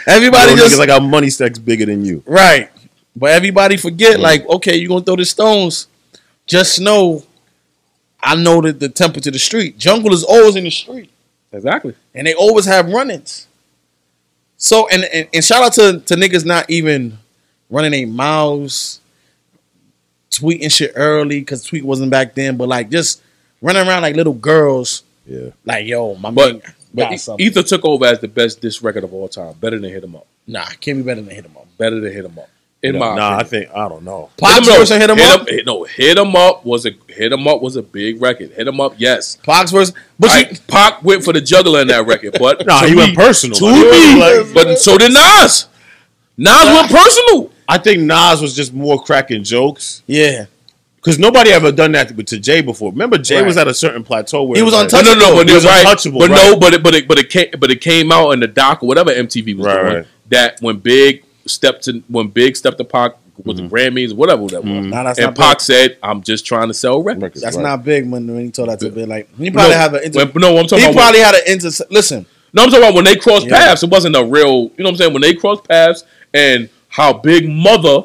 Speaker 2: everybody
Speaker 4: Everybody
Speaker 2: just
Speaker 4: like our money stacks bigger than you.
Speaker 2: right. But everybody forget like okay, you're gonna throw the stones. Just know, I know that the temperature of the street. Jungle is always in the street.
Speaker 3: Exactly.
Speaker 2: and they always have run-ins. So and and, and shout out to, to niggas not even running their mouths, tweeting shit early because tweet wasn't back then, but like just running around like little girls,
Speaker 4: Yeah,
Speaker 2: like yo, my
Speaker 3: But
Speaker 2: man
Speaker 3: but
Speaker 2: got
Speaker 3: E-
Speaker 2: something.
Speaker 3: Ether took over as the best diss record of all time. Better than Hit 'Em Up.
Speaker 2: nah, can't be better than hit him up.
Speaker 3: Better than Hit 'Em Up. In my
Speaker 4: nah. I
Speaker 3: opinion.
Speaker 4: think I don't know.
Speaker 2: Pac's verse and hit him up.
Speaker 3: Hit- no, Hit 'Em Up was a Hit 'Em Up was a big record. Hit 'Em Up, yes.
Speaker 2: Pac's verse, but
Speaker 3: Like,
Speaker 2: you,
Speaker 3: Pac went for the juggler in that record, *laughs* but
Speaker 4: Nah,
Speaker 3: to
Speaker 4: he
Speaker 3: me-
Speaker 4: went personal.
Speaker 3: To
Speaker 4: Like, he
Speaker 3: me,
Speaker 4: was like-
Speaker 3: but so did Nas. Nas went personal.
Speaker 4: I think Nas was just more cracking jokes
Speaker 2: yeah,
Speaker 4: because nobody ever done that to- to Jay before. Remember, Jay was at a certain plateau where
Speaker 2: He
Speaker 4: it
Speaker 2: was
Speaker 4: like-
Speaker 2: untouchable.
Speaker 3: No, no, no, but
Speaker 4: He
Speaker 3: it
Speaker 4: was
Speaker 3: right,
Speaker 4: untouchable,
Speaker 3: But
Speaker 4: right.
Speaker 3: no, but it, but it, but it came, but it came out in the doc or whatever MTV was
Speaker 4: Right,
Speaker 3: doing.
Speaker 4: right.
Speaker 3: That when Big stepped to when Big stepped to Pac with
Speaker 4: Mm-hmm.
Speaker 3: the Grammys, whatever that was,
Speaker 2: Nah, that's
Speaker 3: and
Speaker 2: not
Speaker 3: Pac said, "I'm just trying to sell records."
Speaker 2: that's
Speaker 4: Right.
Speaker 2: not big when when he told that to be like he probably
Speaker 3: no,
Speaker 2: have an inter-
Speaker 3: when- no, I'm talking
Speaker 2: he
Speaker 3: about
Speaker 2: probably had an inter. Listen,
Speaker 3: no, I'm talking about when they crossed
Speaker 2: Yeah.
Speaker 3: paths. It wasn't a real, you know what I'm saying? When they crossed paths and how Big Mother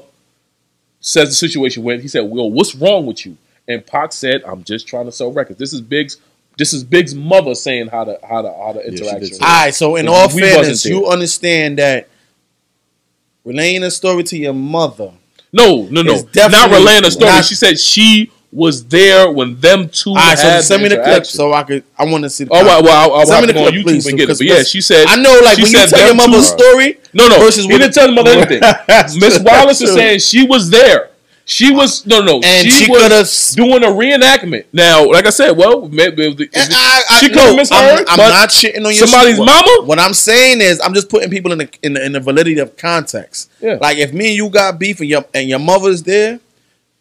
Speaker 3: says the situation went, he said, "Well, what's wrong with you?" And Pac said, "I'm just trying to sell records." This is Big's. This is Big's mother saying how to how to how to
Speaker 4: did
Speaker 3: interact.
Speaker 4: say
Speaker 3: with
Speaker 4: that.
Speaker 2: All right, so in
Speaker 3: We
Speaker 2: all
Speaker 3: wasn't
Speaker 2: fairness,
Speaker 3: there.
Speaker 2: you understand that relaying a story to your mother.
Speaker 3: No, no, no.
Speaker 2: It's definitely
Speaker 3: Not relaying a story.
Speaker 2: not-
Speaker 3: she said she was there when them two.
Speaker 2: All right, so
Speaker 3: had
Speaker 2: send me the clip
Speaker 3: interaction.
Speaker 2: so I could. I want to see. The
Speaker 3: Oh, well, well, I'll, I'll
Speaker 2: Send
Speaker 3: have
Speaker 2: me
Speaker 3: to
Speaker 2: the
Speaker 3: go on
Speaker 2: clip,
Speaker 3: YouTube
Speaker 2: please,
Speaker 3: and get it.
Speaker 2: because-
Speaker 3: But yeah, she said.
Speaker 2: I know, like
Speaker 3: she
Speaker 2: when you
Speaker 3: said
Speaker 2: tell your
Speaker 3: them
Speaker 2: mother a
Speaker 3: two-
Speaker 2: story.
Speaker 3: No, no.
Speaker 2: versus
Speaker 3: he
Speaker 2: what-
Speaker 3: didn't tell his
Speaker 2: *laughs*
Speaker 3: mother anything. Miss Wallace is saying she was there. She was no, no.
Speaker 2: And she
Speaker 3: was
Speaker 2: coulda-
Speaker 3: doing a reenactment. Now, like I said, well, maybe it was-
Speaker 2: And I, I,
Speaker 3: she
Speaker 2: no,
Speaker 3: could have misheard.
Speaker 2: I'm, I'm
Speaker 3: but
Speaker 2: not shitting on your
Speaker 3: somebody's
Speaker 2: shit.
Speaker 3: mama?
Speaker 2: What I'm saying is, I'm just putting people in the in the, in the validity of context.
Speaker 3: Yeah.
Speaker 2: Like if me and you got beef and your and your mother's there,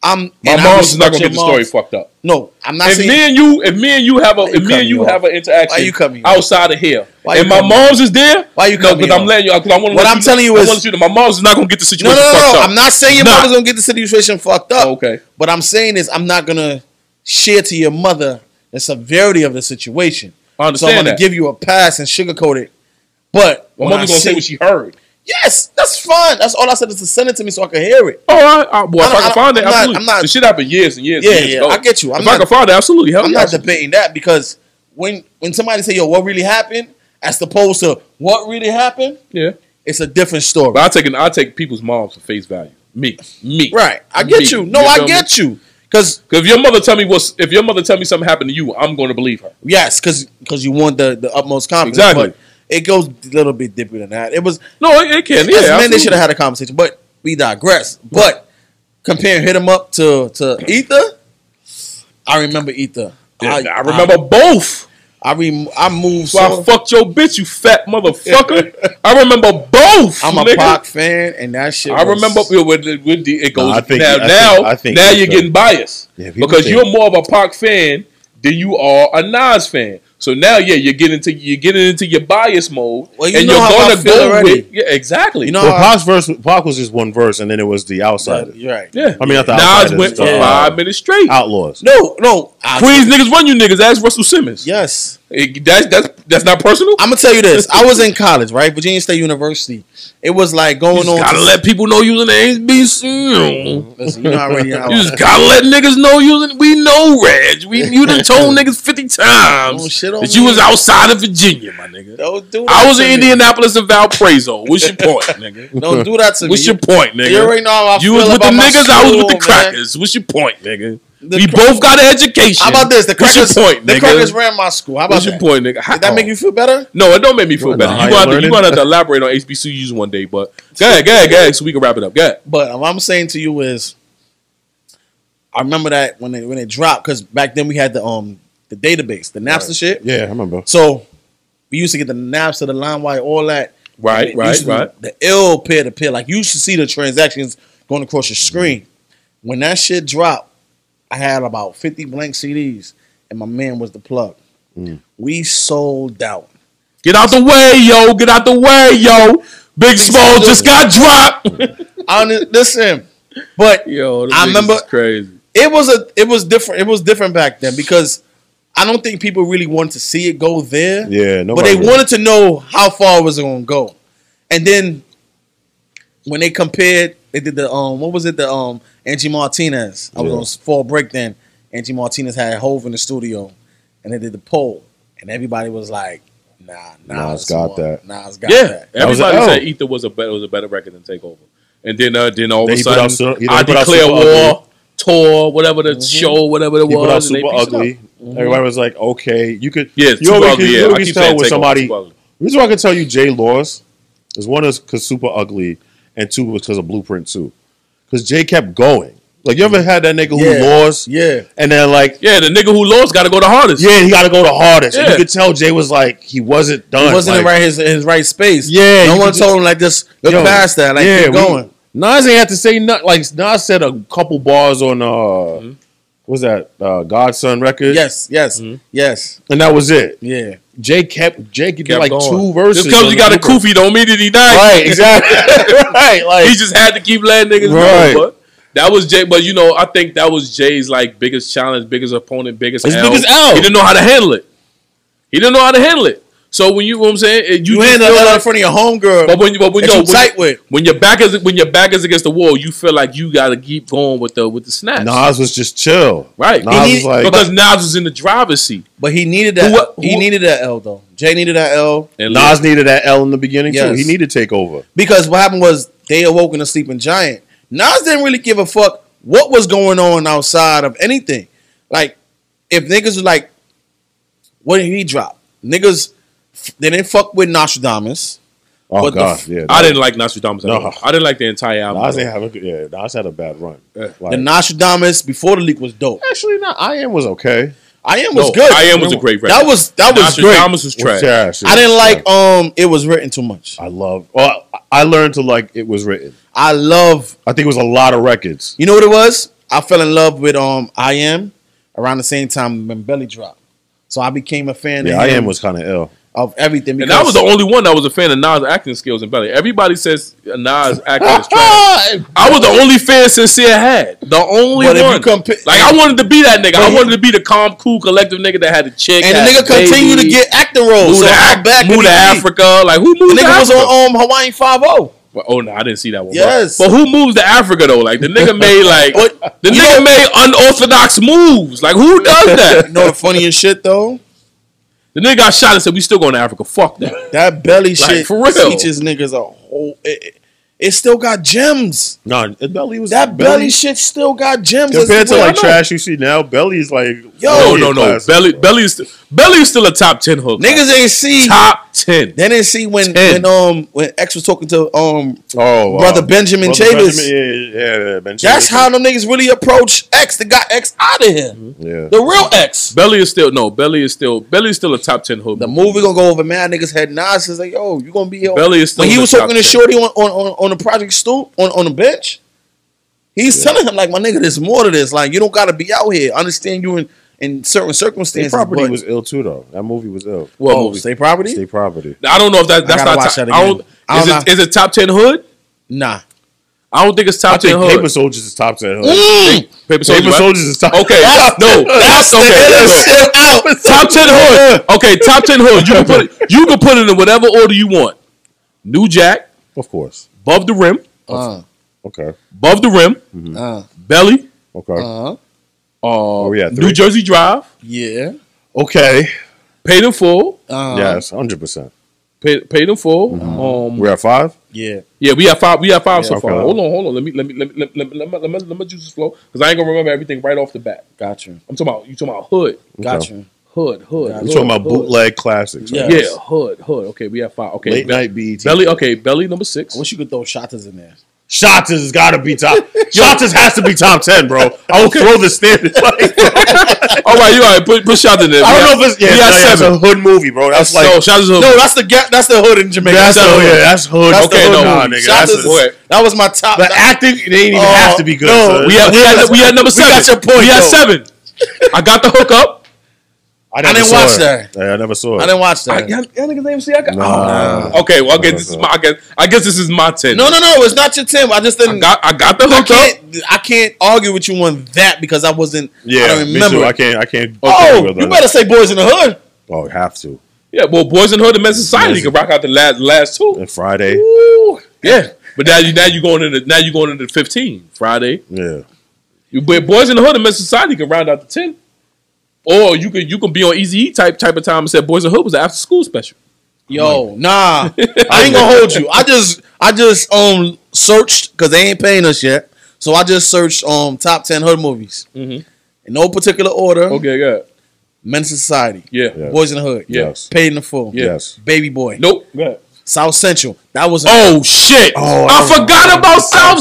Speaker 2: I'm.
Speaker 3: My
Speaker 2: and I
Speaker 3: mom's not
Speaker 2: respect
Speaker 3: gonna
Speaker 2: your
Speaker 3: get the story
Speaker 2: mom's-
Speaker 3: fucked up.
Speaker 2: No, I'm not
Speaker 3: if
Speaker 2: saying.
Speaker 3: me and you, if me and you have a,
Speaker 2: you
Speaker 3: if me
Speaker 2: cutting
Speaker 3: and you
Speaker 2: me
Speaker 3: have
Speaker 2: off?
Speaker 3: an interaction
Speaker 2: Why you cutting me off?
Speaker 3: outside of here,
Speaker 2: Why you
Speaker 3: and my
Speaker 2: cutting me off?
Speaker 3: mom's is there,
Speaker 2: Why you
Speaker 3: no,
Speaker 2: cutting me
Speaker 3: because I'm
Speaker 2: off?
Speaker 3: letting you, because I want to.
Speaker 2: What I'm telling you
Speaker 3: I
Speaker 2: is-
Speaker 3: want you to. My mom's is not gonna get the
Speaker 2: No,
Speaker 3: situation
Speaker 2: no, no,
Speaker 3: fucked
Speaker 2: no.
Speaker 3: up.
Speaker 2: I'm not saying your
Speaker 3: Nah. Oh,
Speaker 2: mother's gonna get the situation fucked up.
Speaker 3: Okay.
Speaker 2: But I'm saying is I'm not gonna share to your mother the severity of the situation.
Speaker 3: I
Speaker 2: so I'm
Speaker 3: understand
Speaker 2: gonna
Speaker 3: that.
Speaker 2: give you a pass and sugarcoat it. But
Speaker 3: My
Speaker 2: when I
Speaker 3: mother's gonna say
Speaker 2: see-
Speaker 3: what she heard.
Speaker 2: Yes, that's fine. That's all I said is to send it to me so I can hear it.
Speaker 3: Oh, I, I, well,
Speaker 2: I
Speaker 3: if I can
Speaker 2: don't- I'm
Speaker 3: find it,
Speaker 2: not-
Speaker 3: absolutely.
Speaker 2: I'm not-
Speaker 3: the shit happened years and years.
Speaker 2: Yeah,
Speaker 3: and years
Speaker 2: yeah,
Speaker 3: ago.
Speaker 2: I get you. I'm
Speaker 3: if I
Speaker 2: not-
Speaker 3: can find it, absolutely. Hell
Speaker 2: I'm
Speaker 3: yeah,
Speaker 2: not
Speaker 3: absolutely.
Speaker 2: debating that because when when somebody say, yo, what really happened, as opposed to what really happened,
Speaker 3: Yeah,
Speaker 2: it's a different story.
Speaker 3: but I take I take people's moms for face value. Me, me.
Speaker 2: right. I get
Speaker 3: Me.
Speaker 2: you. No, I get you. Cause
Speaker 3: Because if your mother tell me what's, if your mother tell me something happened to you, I'm going to believe her.
Speaker 2: Yes, because because you want the the utmost confidence.
Speaker 3: Exactly.
Speaker 2: But it goes a little bit deeper than that. It was
Speaker 3: No, it, it can. Yeah,
Speaker 2: as men they
Speaker 3: absolutely.
Speaker 2: should have had a conversation, but we digress. But comparing hit him up to to Ether, I remember Ether.
Speaker 3: Yeah, I, remember both.
Speaker 2: I I, rem- I moved.
Speaker 3: So I
Speaker 2: so-
Speaker 3: fucked your bitch, you fat
Speaker 4: *laughs*
Speaker 3: motherfucker. I remember both.
Speaker 2: I'm a
Speaker 3: nigga.
Speaker 2: Pac fan, and that shit.
Speaker 3: I
Speaker 2: was-
Speaker 3: remember with, with, with the, it goes
Speaker 4: Nah, I think-
Speaker 3: now.
Speaker 4: I think-
Speaker 3: now,
Speaker 4: I think
Speaker 3: now
Speaker 4: it's
Speaker 3: you're
Speaker 4: a-
Speaker 3: getting biased
Speaker 4: Yeah, people
Speaker 3: because
Speaker 4: think-
Speaker 3: you're more of a Pac fan than you are a Nas fan. So now, yeah, you're getting into you're getting into your bias mode,
Speaker 2: Well, you
Speaker 3: and
Speaker 2: know
Speaker 3: you're
Speaker 2: how I
Speaker 3: gonna
Speaker 2: feel
Speaker 3: go
Speaker 2: already.
Speaker 3: with yeah, exactly.
Speaker 2: You know
Speaker 4: Well,
Speaker 2: how I-
Speaker 4: Pac's verse, Pac was just one verse, and then it was the outsider.
Speaker 2: You're right.
Speaker 3: yeah.
Speaker 4: I mean, I thought
Speaker 3: Nas
Speaker 4: Outsiders,
Speaker 3: went for
Speaker 4: uh,
Speaker 3: five minutes straight.
Speaker 4: Outlaws.
Speaker 2: No, no. I-
Speaker 3: Queens niggas run you niggas. That's Russell Simmons.
Speaker 2: Yes.
Speaker 3: It- that's that's that's not personal.
Speaker 2: I'm gonna tell you this. I was in college, right? Virginia State University. It was like going
Speaker 3: you
Speaker 2: on.
Speaker 3: just gotta
Speaker 2: to- Mm.
Speaker 3: let people know you in the HBCU.
Speaker 2: Listen, you know already how
Speaker 3: You just gotta let niggas know you. was in- We know, Reg. We you
Speaker 2: *laughs*
Speaker 3: done told niggas fifty times
Speaker 2: Don't Oh, shit on
Speaker 3: that you
Speaker 2: me.
Speaker 3: was outside of Virginia, my nigga.
Speaker 2: Don't do that
Speaker 3: I was
Speaker 2: to
Speaker 3: in
Speaker 2: me.
Speaker 3: Indianapolis and Valparaiso. What's
Speaker 2: *laughs*
Speaker 3: your point, nigga?
Speaker 2: Don't do that to me.
Speaker 3: What's your point, nigga?
Speaker 2: You already know how I
Speaker 3: You
Speaker 2: feel
Speaker 3: was with the
Speaker 2: about my
Speaker 3: niggas. I was with the
Speaker 2: school, man.
Speaker 3: crackers. What's your point, nigga?
Speaker 2: The
Speaker 3: we
Speaker 2: cra-
Speaker 3: both got an education.
Speaker 2: How about this? The
Speaker 3: What's
Speaker 2: crackers,
Speaker 3: your point,
Speaker 2: the
Speaker 3: nigga?
Speaker 2: crackers ran my school. How about
Speaker 3: What's your
Speaker 2: that?
Speaker 3: point, nigga? How-
Speaker 2: Did that make you feel better?
Speaker 3: No, it don't make me feel better.
Speaker 4: know
Speaker 3: You're
Speaker 4: how
Speaker 3: gonna,
Speaker 4: you
Speaker 3: have to, you
Speaker 4: learning?
Speaker 3: gonna have to elaborate on HBCUs one day, but go ahead, go ahead, go ahead, so we can wrap it up. Go ahead.
Speaker 2: But what I'm saying to you is, I I remember that when it when it dropped because back then we had the um the database, the Napster shit.
Speaker 4: Yeah, I remember.
Speaker 2: So we used to get the Napster, the LimeWire, all that.
Speaker 3: Right,
Speaker 2: It
Speaker 3: right,
Speaker 2: used to be
Speaker 3: right.
Speaker 2: The ill peer to peer, like you should see the transactions going across your screen. When that shit dropped, I had about fifty blank CDs, and my man was the plug. We sold out.
Speaker 3: Get out the way, yo. Get out the way, yo. Big Smalls just got dropped.
Speaker 2: I don't- listen, but
Speaker 3: *laughs* yo,
Speaker 2: I remember-
Speaker 3: crazy.
Speaker 2: it was a it was different. It was different back then because I don't think people really wanted to see it go there.
Speaker 4: Yeah,
Speaker 2: but
Speaker 4: nobody
Speaker 2: they
Speaker 4: really-
Speaker 2: wanted to know how far was it going to go, and then when they compared, they did the um what was it the um Angie Martinez. I was
Speaker 4: Yeah.
Speaker 2: on fall break then. Angie Martinez had Hove in the studio, and they did the poll, and everybody was like, Nah, nah,
Speaker 4: Nas got that.
Speaker 2: Nas got
Speaker 3: Yeah,
Speaker 2: that.
Speaker 4: was oh.
Speaker 3: everybody
Speaker 4: an
Speaker 3: said
Speaker 4: L.
Speaker 3: Ether was a better was a better record than Takeover, and then uh, then all of
Speaker 4: Then
Speaker 3: a
Speaker 4: he put out
Speaker 3: sudden
Speaker 4: Su- he
Speaker 3: I
Speaker 4: then put out
Speaker 3: declare
Speaker 4: Super
Speaker 3: war,
Speaker 4: Ugly.
Speaker 3: tour, whatever the show, whatever it
Speaker 4: He put out
Speaker 3: was, and they
Speaker 4: super
Speaker 3: pieced it up.
Speaker 4: ugly. Everybody was like, okay, you could.
Speaker 3: Yeah,
Speaker 4: you
Speaker 3: Super
Speaker 4: always
Speaker 3: Ugly,
Speaker 4: can,
Speaker 3: yeah.
Speaker 4: you
Speaker 3: I
Speaker 4: always
Speaker 3: keep
Speaker 4: can tell
Speaker 3: saying
Speaker 4: when
Speaker 3: Takeover,
Speaker 4: somebody.
Speaker 3: Super Ugly.
Speaker 4: The reason why I can tell you Jay Laws is one is because super ugly, and two was because of Blueprint too. Because Jay kept going. Like you ever had that nigga
Speaker 2: Yeah.
Speaker 4: who lost,
Speaker 2: Yeah,
Speaker 4: and then like,
Speaker 3: Yeah, the nigga who lost got to go the hardest.
Speaker 4: yeah, he got to go the hardest. And
Speaker 3: Yeah.
Speaker 4: you could tell Jay was like he wasn't done.
Speaker 2: he wasn't
Speaker 4: like,
Speaker 2: in right his, in his right space.
Speaker 4: Yeah,
Speaker 2: no
Speaker 4: you
Speaker 2: one
Speaker 4: could
Speaker 2: told him like just look
Speaker 4: Yo,
Speaker 2: past that, like keep
Speaker 4: we-
Speaker 2: going.
Speaker 4: Nas ain't have to say nothing. Like Nas said a couple bars on uh, what was that uh, Godson record?
Speaker 2: Yes, yes,
Speaker 3: mm-hmm.
Speaker 2: yes,
Speaker 4: and that was it.
Speaker 2: yeah.
Speaker 4: Jay kept Jay could do
Speaker 3: Kept
Speaker 4: like
Speaker 3: going.
Speaker 4: two verses.
Speaker 3: Just because
Speaker 4: on
Speaker 3: you got a
Speaker 4: the Blueprint.
Speaker 3: koofy don't mean that he died.
Speaker 4: right? Exactly, right. Like
Speaker 3: he just had to keep letting niggas
Speaker 4: Right.
Speaker 3: know. But that was Jay. But you know, I think that was Jay's like biggest challenge, biggest opponent, biggest
Speaker 4: His
Speaker 3: L.
Speaker 4: biggest L.
Speaker 3: He didn't know how to handle it. He didn't know how to handle it. So when you, know what I'm saying, it- you,
Speaker 2: You
Speaker 3: just
Speaker 2: hand that
Speaker 3: feel
Speaker 2: letter in
Speaker 3: like-
Speaker 2: front of your homegirl.
Speaker 3: But when you, but when,
Speaker 2: that
Speaker 3: yo,
Speaker 2: you
Speaker 3: when,
Speaker 2: tight with.
Speaker 3: when your back is when your back is against the wall, you feel like you got to keep going with the with the snaps.
Speaker 4: Nas was just chill.
Speaker 3: Right.
Speaker 4: Nas
Speaker 3: He
Speaker 4: was
Speaker 2: needed-
Speaker 4: like
Speaker 3: because Nas was in the driver's seat.
Speaker 2: But he needed that.
Speaker 3: Who-
Speaker 2: he
Speaker 3: who-
Speaker 2: needed that L though. Jay needed that L
Speaker 3: And
Speaker 4: Nas needed that L in the beginning too.
Speaker 2: Yes.
Speaker 4: He needed takeover.
Speaker 2: because what happened was they awoke in a sleeping giant. Nas didn't really give a fuck what was going on outside of anything. Like if niggas was like, what did he drop? Niggas they didn't fuck with Nostradamus.
Speaker 4: Oh
Speaker 2: What the
Speaker 4: god,
Speaker 2: f-
Speaker 4: yeah.
Speaker 3: I didn't like Nostradamus. at
Speaker 4: No.
Speaker 3: all. I didn't like the entire album.
Speaker 4: Nas didn't have a good. Yeah, Nas had a bad run. Like,
Speaker 2: The Nostradamus before the leak was dope.
Speaker 4: actually, not. I am was okay.
Speaker 2: I am
Speaker 3: No,
Speaker 2: was good.
Speaker 3: I am was a great record.
Speaker 2: That was that was great.
Speaker 3: Nostradamus was trash.
Speaker 4: Trash, yeah.
Speaker 2: I didn't like um it was written too much.
Speaker 4: I love. Well, I- I learned to like it was written.
Speaker 2: I love
Speaker 4: I think it was a lot of records.
Speaker 2: You know what it was? I fell in love with um I Am around the same time when Belly dropped. So I became a fan
Speaker 4: Yeah,
Speaker 2: of,
Speaker 4: I
Speaker 2: him,
Speaker 4: am was kind of ill.
Speaker 2: of everything.
Speaker 3: And
Speaker 2: Because
Speaker 3: that was the only one that was a fan of Nas' acting skills and belly. Everybody says Nas acting is trash. I was the only fan Sincere had. The only
Speaker 2: But if you
Speaker 3: one.
Speaker 2: compa-
Speaker 3: like I wanted to be that nigga. I wanted to be the calm, cool, collective nigga that had a chick.
Speaker 2: and the
Speaker 3: had a
Speaker 2: nigga continued to
Speaker 3: baby,
Speaker 2: get acting roles.
Speaker 3: moved
Speaker 2: so
Speaker 3: to,
Speaker 2: I'm
Speaker 3: Af-
Speaker 2: back in
Speaker 3: moved to
Speaker 2: the league.
Speaker 3: Africa. Like who
Speaker 2: The
Speaker 3: moved? to
Speaker 2: nigga was
Speaker 3: Africa?
Speaker 2: on um, Hawaiian Five O.
Speaker 3: Well, oh no, I didn't see that one.
Speaker 2: Yes.
Speaker 3: but, but who moves to Africa though? Like the nigga
Speaker 2: *laughs*
Speaker 3: made like
Speaker 2: But-
Speaker 3: the nigga made unorthodox moves. Like who does
Speaker 2: You *laughs*
Speaker 3: that?
Speaker 2: know the funniest shit though?
Speaker 3: The nigga got shot and said, "We still going to Africa."
Speaker 2: *laughs*
Speaker 3: Fuck that.
Speaker 2: That belly
Speaker 3: Like,
Speaker 2: shit
Speaker 3: for real.
Speaker 2: teaches niggas a whole. It, it- it still got gems.
Speaker 4: No, Belly was
Speaker 2: That belly, shit still got gems.
Speaker 4: compared
Speaker 2: That's
Speaker 4: to
Speaker 2: what I
Speaker 4: like
Speaker 2: know.
Speaker 4: trash you see now. Belly is like
Speaker 2: Oh,
Speaker 3: No,
Speaker 2: yeah,
Speaker 3: no, no. Belly, belly is st- belly is still a top ten hook.
Speaker 2: Niggas ain't see.
Speaker 3: top ten.
Speaker 2: They didn't see when
Speaker 3: Ten.
Speaker 2: when um when X was talking to um
Speaker 4: Oh, wow.
Speaker 2: Brother Benjamin Chavis.
Speaker 4: Benjamin, yeah, yeah, yeah, Benjamin
Speaker 2: That's
Speaker 4: Chavis.
Speaker 2: how them niggas really approach X. They got X out of here.
Speaker 4: Yeah.
Speaker 2: The real X.
Speaker 3: Belly is still no. Belly is still belly is still a top ten hook.
Speaker 2: The movie gonna go over mad niggas head Nas is like, yo, you gonna be here.
Speaker 3: Belly is still
Speaker 2: when he
Speaker 3: in
Speaker 2: was
Speaker 3: the
Speaker 2: talking to
Speaker 3: top ten.
Speaker 2: Shorty on, on, on, on the project stoop on, on the bench, he's telling him like, my nigga, there's more to this. Like, you don't gotta be out here. I understand you in, in certain
Speaker 4: State
Speaker 2: circumstances.
Speaker 4: Property
Speaker 2: but-
Speaker 4: was ill too, though. That movie was ill.
Speaker 3: What
Speaker 2: oh,
Speaker 3: movie?
Speaker 2: State Property?
Speaker 4: State Property.
Speaker 3: I don't know if that, that's
Speaker 2: gotta
Speaker 3: not.
Speaker 2: watch
Speaker 3: Top,
Speaker 2: that
Speaker 3: I
Speaker 2: again.
Speaker 3: don't.
Speaker 2: I
Speaker 3: Is
Speaker 2: don't
Speaker 3: it, is it top ten hood?
Speaker 2: Nah.
Speaker 3: I don't think it's top
Speaker 4: I
Speaker 3: ten
Speaker 4: think
Speaker 3: hood.
Speaker 4: Paper Soldiers is top ten.
Speaker 3: Paper Soldier,
Speaker 4: Paper
Speaker 3: right?
Speaker 4: Soldiers is top.
Speaker 3: Okay, Mm.
Speaker 2: *laughs*
Speaker 3: no, that's okay.
Speaker 4: illest
Speaker 3: look.
Speaker 2: Shit out.
Speaker 3: Top ten hood. Okay, top ten hood. You can put it. You can put it in whatever order you want. New Jack,
Speaker 4: Of course.
Speaker 3: above the rim,
Speaker 2: Uh,
Speaker 4: Okay.
Speaker 3: above the rim,
Speaker 2: uh,
Speaker 3: belly,
Speaker 4: Okay.
Speaker 2: uh,
Speaker 3: uh,
Speaker 4: Where we at,
Speaker 3: New
Speaker 4: three?
Speaker 3: Jersey Drive,
Speaker 2: yeah.
Speaker 4: okay.
Speaker 3: paid in full,
Speaker 2: Uh,
Speaker 4: yes, hundred percent.
Speaker 3: paid paid in full. Um,
Speaker 4: We're at five.
Speaker 2: Yeah.
Speaker 3: yeah, we have five. We have five so
Speaker 4: Yeah,
Speaker 3: far.
Speaker 4: okay.
Speaker 3: Hold on, hold on. Let me let me let me let me let me, let me, let me, let me juices flow because I ain't gonna remember everything right off the bat.
Speaker 2: Gotcha.
Speaker 3: I'm talking about you talking about hood,
Speaker 2: Gotcha.
Speaker 3: hood, hood.
Speaker 4: We're talking about
Speaker 3: hood.
Speaker 4: bootleg classics. right?
Speaker 2: Yeah.
Speaker 3: Yeah, hood, hood. Okay, we have five. Okay,
Speaker 4: Late
Speaker 3: be-
Speaker 4: night BET.
Speaker 3: belly. Okay, belly number six.
Speaker 2: I wish you could throw shotas in there.
Speaker 4: Shots has got to be top. Shots has- has to be top ten, bro. I will throw the standard. *laughs* Like,
Speaker 3: All right, you all right? Put, put Shots in there.
Speaker 4: I don't know if it's yeah,
Speaker 3: he
Speaker 4: no,
Speaker 3: has
Speaker 4: yeah, it's
Speaker 3: seven.
Speaker 4: a hood movie, bro. That's like
Speaker 3: so Shots is hood.
Speaker 2: No, that's the ga- that's the hood in Jamaica.
Speaker 4: that's
Speaker 2: the
Speaker 4: oh
Speaker 2: hood.
Speaker 4: yeah, that's hood.
Speaker 2: That's
Speaker 4: okay,
Speaker 2: the
Speaker 4: no,
Speaker 2: hood
Speaker 4: nah,
Speaker 2: movie.
Speaker 4: nigga,
Speaker 2: Shots
Speaker 4: that's
Speaker 2: is-
Speaker 4: a,
Speaker 3: wait.
Speaker 2: that was my top.
Speaker 4: the acting they didn't even
Speaker 2: Oh,
Speaker 4: have to be good.
Speaker 2: no,
Speaker 4: son.
Speaker 3: we had we had, we had number
Speaker 2: We
Speaker 3: seven.
Speaker 2: got your point,
Speaker 3: We had
Speaker 2: though.
Speaker 3: seven. I got the hook up.
Speaker 4: I, never
Speaker 2: didn't
Speaker 4: saw
Speaker 2: watch
Speaker 4: it.
Speaker 2: that.
Speaker 4: Yeah, I never saw it.
Speaker 2: I didn't watch
Speaker 3: I,
Speaker 2: that.
Speaker 3: y'all, y'all niggas ain't see. I got.
Speaker 4: Nah.
Speaker 3: Oh, okay, well, I guess this is my. I guess, I guess this is my ten.
Speaker 2: no, no, no. It's not your Tim. I just
Speaker 3: I
Speaker 2: didn't.
Speaker 3: got I got the
Speaker 2: I
Speaker 3: hook up.
Speaker 2: can't. I can't argue with you on that because I wasn't.
Speaker 4: yeah,
Speaker 2: I don't
Speaker 4: me
Speaker 2: remember.
Speaker 4: too.
Speaker 2: it.
Speaker 4: I can't. I can't.
Speaker 2: Oh,
Speaker 4: okay,
Speaker 2: you
Speaker 4: brother.
Speaker 2: better say Boys in the Hood.
Speaker 4: Oh, you have to.
Speaker 3: Yeah, well, Boys in the Hood and Men's Society can rock out the last last two.
Speaker 4: And Friday.
Speaker 3: Ooh, yeah, but now you now you going into now you going into fifteen Friday.
Speaker 4: Yeah.
Speaker 3: You, but Boys in the Hood and Men's Society can round out the ten, or you can you can be on Easy type type of time and say Boys in the Hood was the after school special.
Speaker 2: Yo, nah, I ain't gonna hold you. I just, I just um searched because they ain't paying us yet, so I just searched um top ten hood movies in no particular order.
Speaker 3: Okay, yeah,
Speaker 2: Men's Society,
Speaker 3: yeah,
Speaker 4: Yeah.
Speaker 2: Boys in the Hood,
Speaker 4: Yes.
Speaker 2: Paid in the Full,
Speaker 4: Yes.
Speaker 2: Baby Boy,
Speaker 3: Nope. Yeah.
Speaker 2: South Central. That was
Speaker 3: Oh shit!
Speaker 4: Oh,
Speaker 3: I,
Speaker 4: I
Speaker 3: forgot about South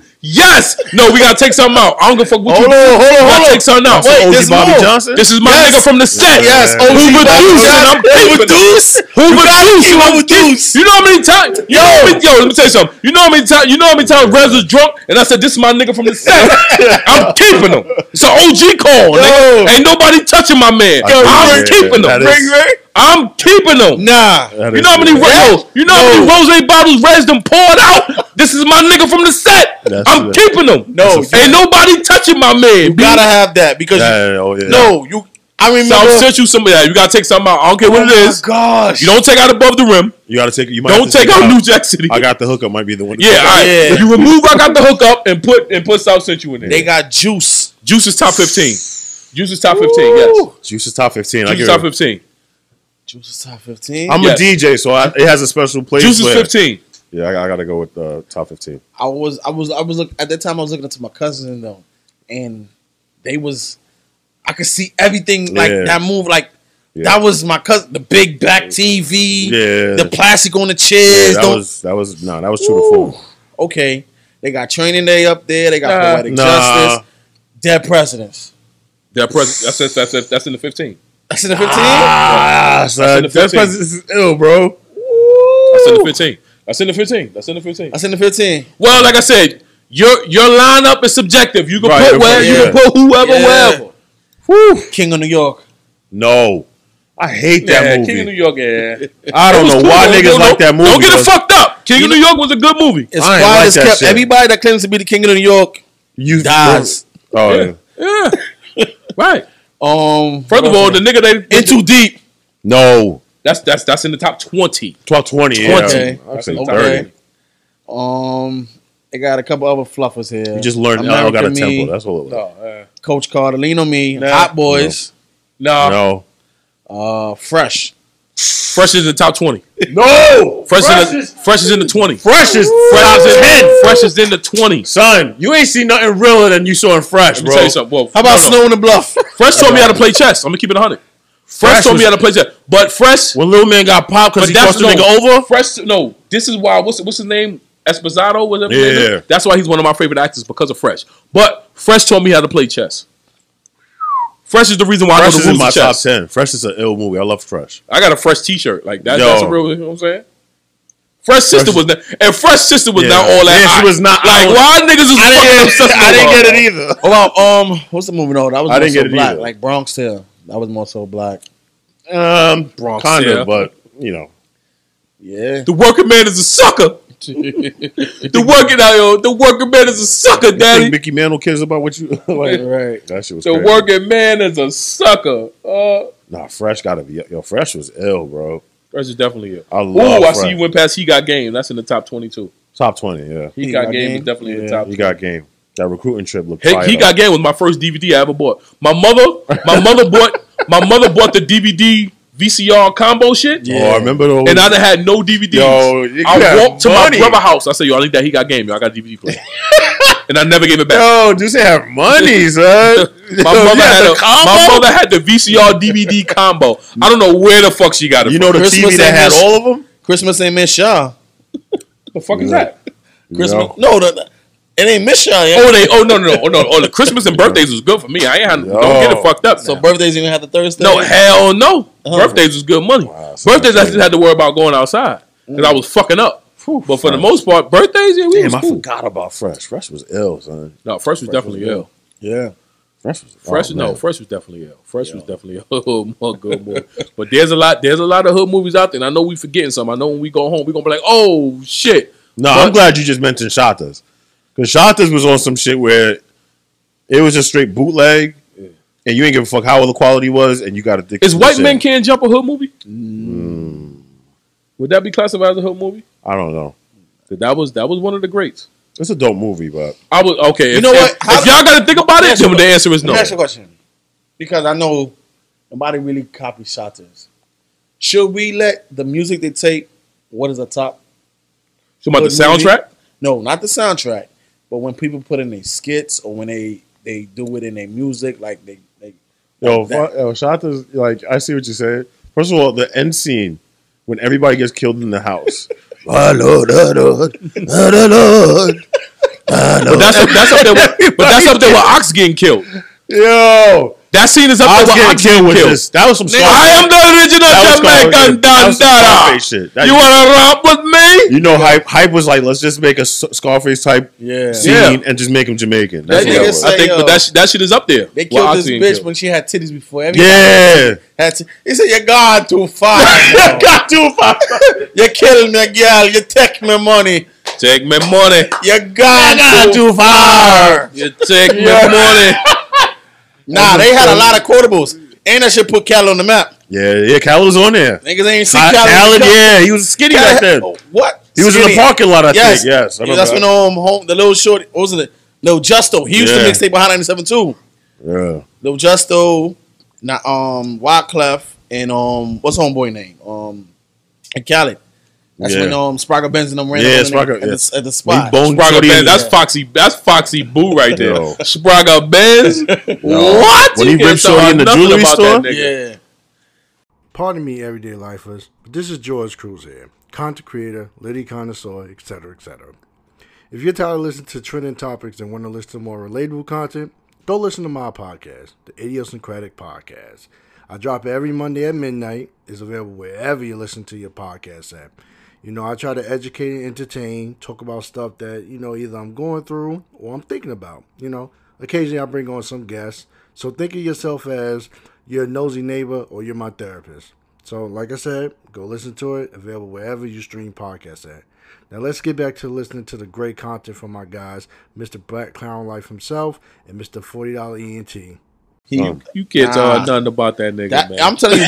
Speaker 3: Central. Yes. No, we gotta take something out. I don't give a fuck what you.
Speaker 2: Hold on, hold on,
Speaker 3: We gotta
Speaker 2: hold on.
Speaker 3: Take something out.
Speaker 2: Wait,
Speaker 4: OG
Speaker 2: there's
Speaker 4: Bobby
Speaker 2: more.
Speaker 4: Johnson.
Speaker 3: This is my nigga from the set.
Speaker 2: Yes,
Speaker 3: Who
Speaker 2: OG Bobby
Speaker 3: produced?
Speaker 2: Johnson.
Speaker 3: and I'm peeping it.
Speaker 2: Deuce.
Speaker 3: Who produced? Who produced? You know how many times? Yo, yo, let me tell you something. You know how many times? You know how many times Rez was drunk, and I said, "This is my nigga from the set.
Speaker 4: *laughs*
Speaker 3: I'm keeping him. It's an OG
Speaker 2: Yo.
Speaker 3: call. Nigga. Ain't nobody touching my man.
Speaker 4: Yo,
Speaker 3: I'm
Speaker 4: yeah,
Speaker 3: keeping
Speaker 4: that
Speaker 3: him.
Speaker 4: is- Ring, ring.
Speaker 3: I'm keeping him.
Speaker 2: Nah,
Speaker 4: That
Speaker 3: You
Speaker 4: is
Speaker 3: know how many
Speaker 4: good.
Speaker 3: Rose, you know how many rose bottles Rez them poured out? This is my nigga from the set.
Speaker 4: That's
Speaker 3: I'm
Speaker 4: it.
Speaker 3: keeping them.
Speaker 2: No,
Speaker 3: ain't nobody touching my man. B.
Speaker 2: gotta have that because
Speaker 4: Yeah, yeah, yeah, oh, yeah.
Speaker 2: no, you. I remember.
Speaker 3: South Central, somebody you gotta take something out. I don't care what it
Speaker 2: Oh my
Speaker 3: is.
Speaker 2: gosh,
Speaker 3: You don't take out above the rim.
Speaker 4: You gotta take. You might
Speaker 3: Don't
Speaker 4: have to
Speaker 3: take out
Speaker 4: it
Speaker 3: New Jack City.
Speaker 4: I got the hookup. Might be the one.
Speaker 3: yeah, all right.
Speaker 2: Yeah.
Speaker 3: You remove I got the hookup and put and put South Central in there.
Speaker 2: they got juice.
Speaker 3: Juice is top fifteen. Juice is top fifteen. Yes.
Speaker 4: Juice is top fifteen. I
Speaker 3: Juice
Speaker 4: give
Speaker 3: is
Speaker 4: it-
Speaker 3: top fifteen.
Speaker 2: Juice is top fifteen.
Speaker 4: I'm
Speaker 3: Yes.
Speaker 4: a DJ, so I, it has a special place.
Speaker 3: Juice is
Speaker 4: where-
Speaker 3: fifteen.
Speaker 4: Yeah, I, I gotta go with uh, top fifteen.
Speaker 2: I was I was I was look at that time I was looking up to my cousin though, and they was I could see everything like
Speaker 4: Yeah.
Speaker 2: that move like
Speaker 4: Yeah.
Speaker 2: that was my cousin the big black TV
Speaker 4: Yeah.
Speaker 2: the plastic on the chairs
Speaker 4: that
Speaker 2: don't-
Speaker 4: was that was no, that was true to form.
Speaker 2: okay they got training day up there they got
Speaker 3: Nah.
Speaker 2: poetic
Speaker 4: Nah.
Speaker 2: justice dead presidents
Speaker 3: That pres- that's, that's that's that's in the fifteen.
Speaker 2: that's in the fifteen
Speaker 4: Ah,
Speaker 3: in
Speaker 4: son,
Speaker 3: the
Speaker 4: that
Speaker 3: 15.
Speaker 4: presence is ill, bro.
Speaker 3: That's in the fifteen. That's in the fifteen. That's in the fifteen.
Speaker 2: that's in the fifteen
Speaker 3: Well, like I said, your your lineup is subjective. You can
Speaker 4: Right,
Speaker 3: put where you
Speaker 4: yeah.
Speaker 3: can put whoever
Speaker 2: Yeah.
Speaker 3: wherever.
Speaker 2: King of New York
Speaker 4: No, I hate that
Speaker 3: yeah,
Speaker 4: movie.
Speaker 3: King of New York. Yeah,
Speaker 4: I don't
Speaker 3: It
Speaker 4: know
Speaker 3: was
Speaker 4: why
Speaker 3: cool.
Speaker 4: niggas
Speaker 3: Don't-
Speaker 4: like that movie.
Speaker 3: Don't get it
Speaker 4: because
Speaker 3: fucked up. King of New York was a good movie.
Speaker 2: it's
Speaker 4: I ain't
Speaker 2: quiet
Speaker 4: like
Speaker 2: as
Speaker 4: that
Speaker 2: kept
Speaker 4: shit.
Speaker 2: everybody that claims to be the King of New York
Speaker 4: You
Speaker 2: dies
Speaker 4: Oh, yeah.
Speaker 3: Yeah. Yeah, right.
Speaker 2: um
Speaker 3: First of all, the nigga they
Speaker 2: in too deep
Speaker 4: no,
Speaker 3: that's that's that's in the top twenty.
Speaker 4: twelve twenty.
Speaker 2: Okay.
Speaker 4: Yeah, I'd say
Speaker 3: Okay.
Speaker 4: thirty.
Speaker 2: Um, they got a couple other fluffers here.
Speaker 4: You just learned LL got a temple. That's all it was.
Speaker 3: No, uh,
Speaker 2: Coach Carter, Lean on Me, Hot Boys,
Speaker 3: nah,
Speaker 4: No,
Speaker 2: uh, Fresh.
Speaker 3: Fresh is in the top twenty.
Speaker 4: no,
Speaker 3: Fresh, is, in the, fresh is in the twenty. Fresh,
Speaker 4: Fresh is
Speaker 3: is
Speaker 4: top ten.
Speaker 3: in, fresh is in the twenty.
Speaker 4: Son, you ain't seen nothing realer than you saw in Fresh,
Speaker 3: Let me
Speaker 4: bro.
Speaker 3: tell you something. Well,
Speaker 2: How about
Speaker 3: no, no.
Speaker 2: Snow in the Bluff?
Speaker 3: Fresh told me how to play chess. I'm gonna keep it hundred. Fresh,
Speaker 4: Fresh
Speaker 3: told me
Speaker 4: was-
Speaker 3: how to play chess, but Fresh
Speaker 4: When Lil Man got popped because
Speaker 3: But
Speaker 4: he
Speaker 3: that's
Speaker 4: crossed the
Speaker 3: no,
Speaker 4: nigga over.
Speaker 3: Fresh, no. This is why. What's what's his name? Esposito, whatever. his
Speaker 4: Yeah.
Speaker 3: name is. That's why he's one of my favorite actors because of Fresh. But Fresh told me how to play chess. Fresh is the reason why
Speaker 4: Fresh
Speaker 3: I know
Speaker 4: is
Speaker 3: the rules
Speaker 4: in my
Speaker 3: of
Speaker 4: top
Speaker 3: chess.
Speaker 4: ten. Fresh is an ill movie. I love Fresh.
Speaker 3: I got a Fresh T-shirt. Like that,
Speaker 4: Yo.
Speaker 3: that's a real. You know what I'm saying? Fresh sister was not, and Fresh sister was
Speaker 4: Yeah.
Speaker 3: not all that.
Speaker 4: Yeah, she
Speaker 3: hot.
Speaker 4: was not- I
Speaker 3: Like
Speaker 4: was-
Speaker 3: why niggas is fucking
Speaker 4: *laughs*
Speaker 3: obsessed with her?
Speaker 4: it either.
Speaker 2: oh, wow, um, what's the movie? No, that was
Speaker 4: I
Speaker 2: more
Speaker 4: didn't
Speaker 2: so
Speaker 4: get it
Speaker 2: black,
Speaker 4: either.
Speaker 2: like Bronx Tale. That was more so black.
Speaker 4: Um,
Speaker 2: Bronx,
Speaker 4: kind
Speaker 3: yeah.
Speaker 4: of, but you know,
Speaker 2: Yeah,
Speaker 3: The working man is a sucker. the working out, yo. The working man is a sucker,
Speaker 4: Daddy. think
Speaker 3: daddy.
Speaker 4: Mickey Mantle cares about what you *laughs*
Speaker 2: *laughs*
Speaker 4: like.
Speaker 2: right.
Speaker 4: That shit was
Speaker 3: The
Speaker 4: crazy.
Speaker 3: working man is a sucker. Uh,
Speaker 4: Nah, Fresh gotta be yo. Fresh was ill, bro.
Speaker 3: Fresh is definitely it.
Speaker 4: I
Speaker 3: Oh,
Speaker 4: love.
Speaker 3: I
Speaker 4: Fresh.
Speaker 3: see you went past. He got game. That's in the top twenty-two.
Speaker 4: Top twenty. Yeah,
Speaker 3: He,
Speaker 2: He
Speaker 3: got,
Speaker 2: Got
Speaker 3: game,
Speaker 2: Game?
Speaker 3: is definitely in the
Speaker 2: Yeah.
Speaker 3: top.
Speaker 4: he got game. That recruiting trip looked.
Speaker 3: He,
Speaker 4: fire.
Speaker 3: he got game was my first DVD I ever bought. My mother,
Speaker 4: *laughs*
Speaker 3: my mother bought, my mother bought the DVD VCR combo shit.
Speaker 4: Oh, I remember those.
Speaker 3: And I done had no DVDs.
Speaker 4: Yo, you
Speaker 3: I
Speaker 4: got
Speaker 3: walked to
Speaker 4: money.
Speaker 3: my brother house. I said, "Yo, I need that. He got game. Yo, I got a DVD player."
Speaker 4: *laughs*
Speaker 3: and I never gave it back.
Speaker 4: *laughs* yo, just have money, *laughs* son.
Speaker 3: *laughs* My mother, had a, my mother had the VCR DVD combo. I don't know where the fuck she got it.
Speaker 4: You know the
Speaker 2: Christmas
Speaker 4: TV that
Speaker 2: and
Speaker 4: had
Speaker 2: this-
Speaker 4: all of them. *laughs*
Speaker 2: Christmas ain't Miss Shaw.
Speaker 3: the fuck is that?
Speaker 2: Christmas.
Speaker 4: know?
Speaker 2: No, the, the- it ain't Miss Shine.
Speaker 3: Oh, they. Oh no, no, no, oh, no. Oh, the Christmas and birthdays was good for me. I ain't had, don't get it fucked up.
Speaker 2: so
Speaker 3: So
Speaker 2: birthdays you didn't have the Thursday.
Speaker 3: Oh, no, hell no.
Speaker 4: Oh.
Speaker 3: Birthdays was good money.
Speaker 4: so
Speaker 3: birthdays, I
Speaker 4: that's
Speaker 3: just had to worry about going outside because I was fucking up. but for the most part, birthdays, yeah, we was
Speaker 4: Mm. Damn, I
Speaker 3: cool.
Speaker 4: forgot about Fresh. Fresh was ill, son.
Speaker 3: No, fresh was definitely
Speaker 4: was
Speaker 3: ill.
Speaker 4: Yeah. Fresh was
Speaker 3: Fresh,
Speaker 4: oh,
Speaker 3: no,
Speaker 4: man.
Speaker 3: fresh was definitely ill. Fresh was definitely ill. *laughs* more good boy. But there's a lot, there's a lot of hood movies out there. And I know we forgetting some. I know when we go home, we gonna be like, oh shit.
Speaker 4: No,
Speaker 3: But-
Speaker 4: I'm glad you just mentioned Shatas. Because Shatas was on some shit where it was just straight bootleg. And you ain't give a fuck how the quality was, and you got addicted.
Speaker 3: Is
Speaker 4: to
Speaker 3: White
Speaker 4: shit.
Speaker 3: Men Can't Jump a hood movie? Would that be classified as a hood movie?
Speaker 4: I don't know.
Speaker 3: That was that was one of the greats.
Speaker 4: It's a dope movie, but
Speaker 3: I was okay. You
Speaker 2: know what?
Speaker 3: If,
Speaker 2: How-
Speaker 3: if y'all gotta think about it, then the answer is no.
Speaker 2: Let me ask you a question. Because I know nobody really copies Shatas. Should we let the music they take, what is the top?
Speaker 3: So about the
Speaker 2: Hood movie?
Speaker 3: soundtrack.
Speaker 2: No, not the soundtrack, but when people put in their skits or when they they do it in their music, like they, they
Speaker 4: yo,
Speaker 2: that.
Speaker 4: fu- yo, Shatas, like I see what you say. First of all, the end scene when everybody gets killed in the house. *laughs* My Lord, my Lord, my Lord.
Speaker 3: But that's up, that's up there.
Speaker 4: *laughs*
Speaker 3: With, but that's up there with Ox getting killed.
Speaker 4: Yo,
Speaker 3: That scene is up
Speaker 4: I was
Speaker 3: there with
Speaker 4: getting
Speaker 3: Ox getting
Speaker 4: killed with
Speaker 3: killed.
Speaker 4: this. That was some.
Speaker 3: Nigga, I am the original
Speaker 4: That was
Speaker 3: Jamaican
Speaker 4: Scarface. That was some Scarface
Speaker 3: Dandara.
Speaker 4: shit. That-
Speaker 3: you wanna romp with me?
Speaker 4: You know, hype. Hype was like, let's just make a S- Scarface type
Speaker 2: Yeah.
Speaker 4: scene
Speaker 3: Yeah.
Speaker 4: and just make him Jamaican.
Speaker 2: That
Speaker 4: That's what
Speaker 2: nigga
Speaker 4: that
Speaker 2: said-
Speaker 4: was.
Speaker 3: I think,
Speaker 2: yo.
Speaker 3: but that sh- that shit is up there.
Speaker 2: they
Speaker 3: with
Speaker 2: killed
Speaker 3: Ox
Speaker 2: this bitch
Speaker 3: getting killed.
Speaker 2: when she had titties before. Everybody
Speaker 4: *laughs* Yeah,
Speaker 2: had t- he said, "You gone too far.
Speaker 4: *laughs*
Speaker 2: yo.
Speaker 4: got too far.
Speaker 2: you killing me, girl. You take my money.
Speaker 3: Take me
Speaker 2: *laughs*
Speaker 3: money.
Speaker 2: You gone, too, far."
Speaker 3: You take me money.
Speaker 2: Nah, they had a lot of quotables, and that should put Cal on the map.
Speaker 4: Yeah, yeah, Khaled was on there.
Speaker 2: Niggas ain't see
Speaker 4: Cal-
Speaker 2: Cal.
Speaker 4: Khaled, yeah, he was skinny
Speaker 2: Cal-
Speaker 4: back then.
Speaker 2: oh, What?
Speaker 4: He was in the
Speaker 2: Skinny.
Speaker 4: parking lot, I
Speaker 2: Yes,
Speaker 4: think. Yes, I
Speaker 2: Yeah, that's when
Speaker 4: remember
Speaker 2: um, home the little short what was it? Lil Justo. He used to
Speaker 4: Yeah.
Speaker 2: mixtape behind ninety seven too.
Speaker 4: that.
Speaker 2: Lil Justo, not um Wyclef, and um what's homeboy name? Um and Khaled. That's
Speaker 4: Yeah.
Speaker 2: when um Sprague Benz and them ran
Speaker 4: Yeah,
Speaker 2: up in the-
Speaker 4: Sprague,
Speaker 2: at, the,
Speaker 4: yeah.
Speaker 2: s- at the
Speaker 4: Yeah,
Speaker 2: spot.
Speaker 4: he boned
Speaker 3: Spraga
Speaker 4: Cody
Speaker 3: Benz.
Speaker 4: in
Speaker 3: That's
Speaker 4: the-
Speaker 3: Foxy. That's Foxy Boo right there.
Speaker 4: Yo.
Speaker 3: Spraga
Speaker 4: *laughs*
Speaker 3: Benz. What?
Speaker 4: When he
Speaker 3: You can't
Speaker 4: ripped
Speaker 3: tell
Speaker 4: Shorty in the
Speaker 3: nothing
Speaker 4: jewelry
Speaker 3: about that
Speaker 4: store?
Speaker 3: nigga.
Speaker 2: yeah.
Speaker 6: Pardon me, everyday lifers, but this is George Cruz here, content creator, lady connoisseur, etc., etc. If you're tired of listening to trending topics and want to listen to more relatable content, go listen to my podcast, the Idiosyncratic Podcast. I drop it every Monday at midnight. It's available wherever you listen to your podcast at. You know, I try to educate and entertain, talk about stuff that, you know, either I'm going through or I'm thinking about. You know, occasionally I bring on some guests. So think of yourself as your nosy neighbor or you're my therapist. So, like I said, go listen to it, available wherever you stream podcasts at. Now, let's get back to listening to the great content from my guys, Mr. Black Clown Life himself and Mr. $40 ENT.
Speaker 2: He,
Speaker 4: Oh.
Speaker 3: You can't tell
Speaker 2: Nah.
Speaker 3: nothing about that nigga,
Speaker 2: that,
Speaker 3: man.
Speaker 2: I'm telling
Speaker 3: *laughs*
Speaker 2: you,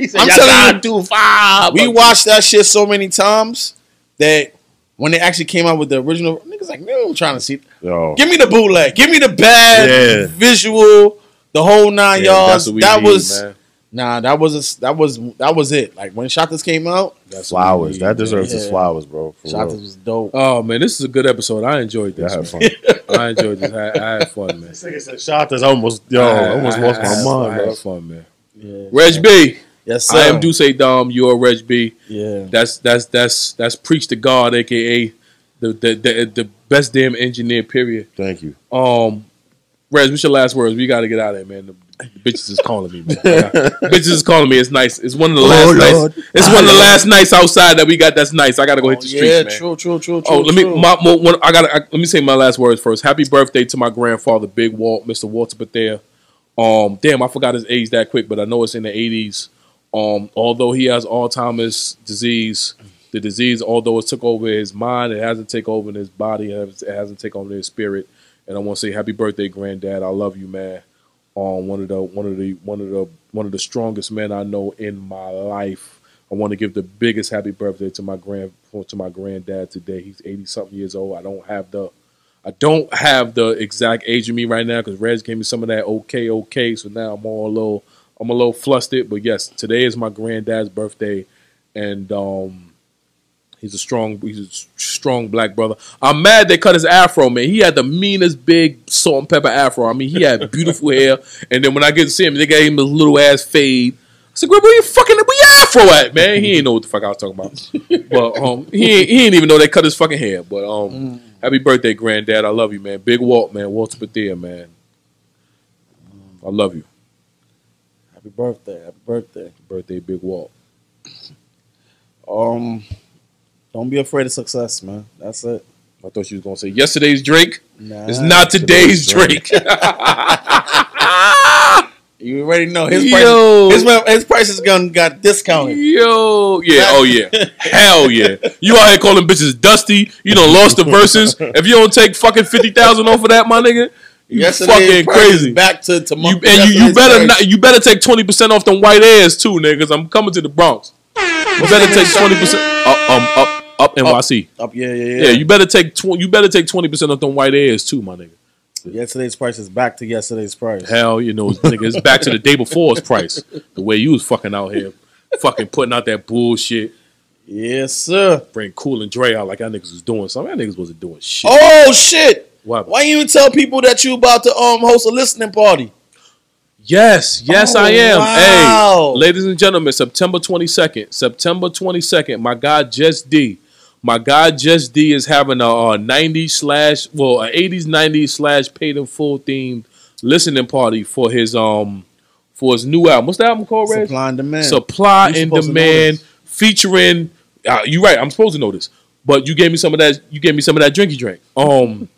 Speaker 2: we, I'm
Speaker 3: "Y'all
Speaker 2: telling you, we watched that shit so many times that when they actually came out with the original, niggas like, no, I'm trying to see.
Speaker 4: Yeah, yo,
Speaker 2: Give me the bootleg. Give me the bad
Speaker 4: Yeah.
Speaker 2: visual, the whole nine
Speaker 3: Yeah,
Speaker 2: yards.
Speaker 3: what we
Speaker 2: That
Speaker 3: need,
Speaker 2: was
Speaker 3: man.
Speaker 2: nah. That was a, that was that was it. Like when Shakas came out,
Speaker 4: flowers. That deserves his
Speaker 2: Yeah.
Speaker 4: flowers, bro. For
Speaker 2: Shakas
Speaker 4: real.
Speaker 2: was dope.
Speaker 3: Oh man, this is a good episode. I enjoyed
Speaker 4: I
Speaker 3: this.
Speaker 4: had fun.
Speaker 3: man. I enjoyed this. I, I had fun, man.
Speaker 4: This nigga said Shatas. I almost, yo, I almost lost
Speaker 3: I
Speaker 4: my
Speaker 3: had-
Speaker 4: mind.
Speaker 3: I
Speaker 4: bro.
Speaker 3: had fun, man. Reg B,
Speaker 2: yes, sir.
Speaker 3: I am Duce Dom. You are Reg B.
Speaker 2: Yeah,
Speaker 3: That's that's that's that's preach to God, aka the the the, the best damn engineer. Period.
Speaker 4: Thank you.
Speaker 3: Um, Reg, what's your last words? We got to get out of here, man. The, the bitches is calling me, man. bitches is calling me. It's nice. It's one of the last
Speaker 4: Lord.
Speaker 3: nights. It's one of the last nights outside that we got. That's nice. I gotta go hit the streets,
Speaker 2: Oh, yeah.
Speaker 3: man.
Speaker 2: True, true, true, true.
Speaker 3: Oh, let me.
Speaker 2: true.
Speaker 3: My, my, one, I got. to Let me say my last words first. Happy birthday to my grandfather, Big Walt, Mister Walter Bethea. Um, damn, I forgot his age that quick, but I know it's in the eighties. Um, although he has Alzheimer's disease, the disease, although it took over his mind, it hasn't taken over in his body, it hasn't, it hasn't taken over his spirit. And I want to say happy birthday, granddad. I love you, man. Um, one of the one of the one of the one of the strongest men I know in my life. I want to give the biggest happy birthday to my grand to my granddad today. He's eighty something years old. I don't have the I don't have the exact age of me right now because Reg gave me some of that okay okay. So now I'm all a little I'm a little flustered. But yes, today is my granddad's birthday, and um, he's a strong he's a s- strong black brother. I'm mad they cut his afro, man. He had the meanest big salt *laughs* and pepper afro. I mean, he had beautiful hair, and then when I get to see him, they gave him a little ass fade. It's like, where, where you fucking where your afro at, man? He ain't know what the fuck I was talking *laughs* about. but um, he ain't, he ain't even know they cut his fucking hair. But um, happy birthday, granddad. I love you, man. Big Walt, man. Walter Padilla, man. I love you.
Speaker 2: Happy birthday. Happy birthday.
Speaker 3: Birthday, Big Walt.
Speaker 2: Um, don't be afraid of success, man. That's it.
Speaker 3: I thought you was gonna say yesterday's Drake.
Speaker 2: Nah,
Speaker 3: It's not Ah, today's Drake. *laughs*
Speaker 2: You already know his
Speaker 3: Yo.
Speaker 2: price. His, mo- his price is gonna got discounted.
Speaker 3: *laughs* Yo, Oh, yeah, oh yeah, hell yeah. You out here calling bitches dusty. You done lost the verses. If you don't take fucking fifty thousand off of that, my nigga, you
Speaker 2: Yesterday's
Speaker 3: fucking
Speaker 2: price is
Speaker 3: crazy.
Speaker 2: Back to tomorrow.
Speaker 3: You, and you, you better not, you better take twenty percent off them white ass too, niggas. I'm coming to the Bronx. You better take twenty percent up, um, up, up NYC.
Speaker 2: Up, Oh, yeah, yeah, yeah.
Speaker 3: Yeah, you better take tw- you better take twenty percent off them white ass too, my nigga.
Speaker 2: yesterday's price is back to yesterday's price.
Speaker 3: Hell, you know, nigga, it's back to the day before's price. The way you was fucking out here, fucking putting out that bullshit.
Speaker 2: Yes, sir.
Speaker 3: bring Cool and Dre out like y'all niggas was doing something. Y'all niggas wasn't doing shit.
Speaker 2: Oh shit!
Speaker 3: What?
Speaker 2: Why you even tell people that you about to um host a listening party?
Speaker 3: Yes, yes,
Speaker 2: Oh,
Speaker 3: I am.
Speaker 2: wow.
Speaker 3: Hey, ladies and gentlemen, September 22nd, September 22nd, my guy Jess D. My guy Jess D is having a uh, 90 slash, well, a 80s, 90s slash paid in full themed listening party for his um for his new album. What's the album called, Reg?
Speaker 2: Supply and demand. You
Speaker 3: Supply and
Speaker 2: supposed to know
Speaker 3: demand
Speaker 2: this.
Speaker 3: featuring. Uh, you right. I'm supposed to know this, but you gave me some of that. You gave me some of that drinky drink. Um,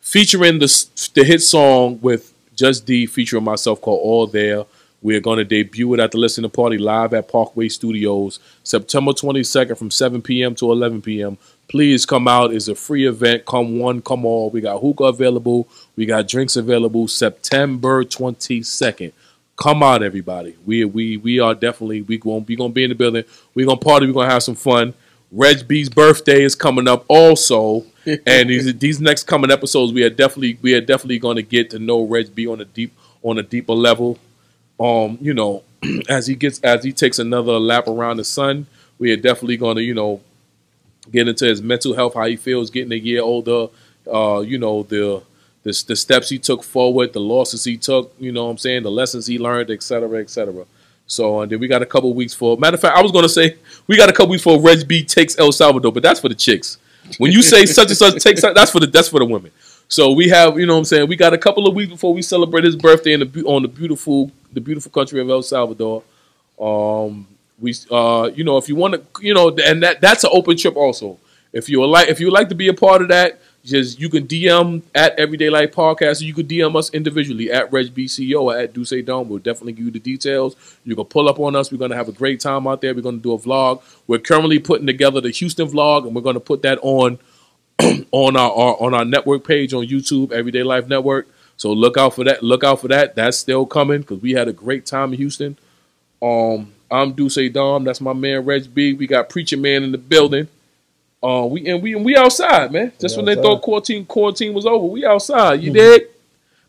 Speaker 3: featuring the s- the hit song with Just D featuring myself called All There. We're going to debut it at the listening party live at Parkway Studios September 22nd from 7 p.m. to 11 p.m. Please come out. It's a free event. Come one, come all. We got hookah available. We got drinks available September 22nd come out everybody we we we are definitely we going we gonna be in the building we gonna party we gonna have some fun reg b's birthday is coming up also and these these next coming episodes we are definitely we are definitely gonna get to know reg b on a deep on a deeper level um you know *clears throat* as he gets as he takes another lap around the sun we are definitely gonna you know get into his mental health, how he feels getting a year older, uh, you know, the, the the steps he took forward, the losses he took, you know what I'm saying, the lessons he learned, et cetera, et cetera. So and then we got a couple weeks for matter of fact, I was gonna say we got a couple weeks for Reg B takes El Salvador, but that's for the chicks. When you say such and such takes that's for the that's for the women. So we have, you know what I'm saying, we got a couple of weeks before we celebrate his birthday in the beau- on the beautiful the beautiful country of El Salvador. Um, we, uh, you know, if you want to, you know, and that that's an open trip also. If you would like, if you would like to be a part of that, just you can DM at Everyday Life Podcast. or You can DM us individually at Reg BCO or at Duce Dome. We'll definitely give you the details. You can pull up on us. We're gonna have a great time out there. We're gonna do a vlog. We're currently putting together the Houston vlog, and we're gonna put that on on our, our on our network page on YouTube, Everyday Life Network. So look out for that. Look out for that. That's still coming because we had a great time in Houston. Um, I'm Duce Dom. That's my man Reg B. We got Preacher Man in the building. Uh, we and we and we outside, Mm-hmm. man. Just when they thought quarantine quarantine was over, we outside. You dig?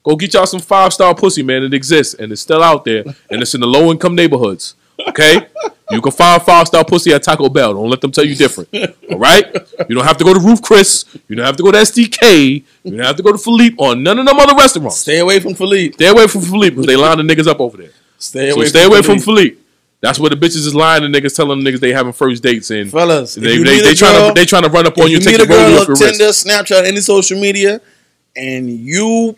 Speaker 3: Go get y'all some five star pussy, man. It exists and it's still out there and it's in the low income neighborhoods. Okay, you can find five star pussy at Taco Bell. Don't let them tell you different. All *laughs* right, you don't have to go to Roof Chris. You don't have to go to SDK. You don't have to go to Philippe or none of them other restaurants.
Speaker 2: Stay away from Philippe.
Speaker 3: Stay away from Philippe because they line the niggas up over there.
Speaker 2: Stay
Speaker 3: So
Speaker 2: away.
Speaker 3: stay away from
Speaker 2: Philippe.
Speaker 3: Philippe. That's where the bitches is lying and niggas telling them niggas they having first dates and
Speaker 2: Fellas, if
Speaker 3: they
Speaker 2: you
Speaker 3: they,
Speaker 2: need
Speaker 3: they
Speaker 2: a
Speaker 3: trying
Speaker 2: girl-
Speaker 3: to they trying to run up on you,
Speaker 2: you
Speaker 3: and take
Speaker 2: meet
Speaker 3: the
Speaker 2: a
Speaker 3: roll
Speaker 2: girl
Speaker 3: off
Speaker 2: on
Speaker 3: your
Speaker 2: Tinder,
Speaker 3: wrist.
Speaker 2: Snapchat, any social media, and you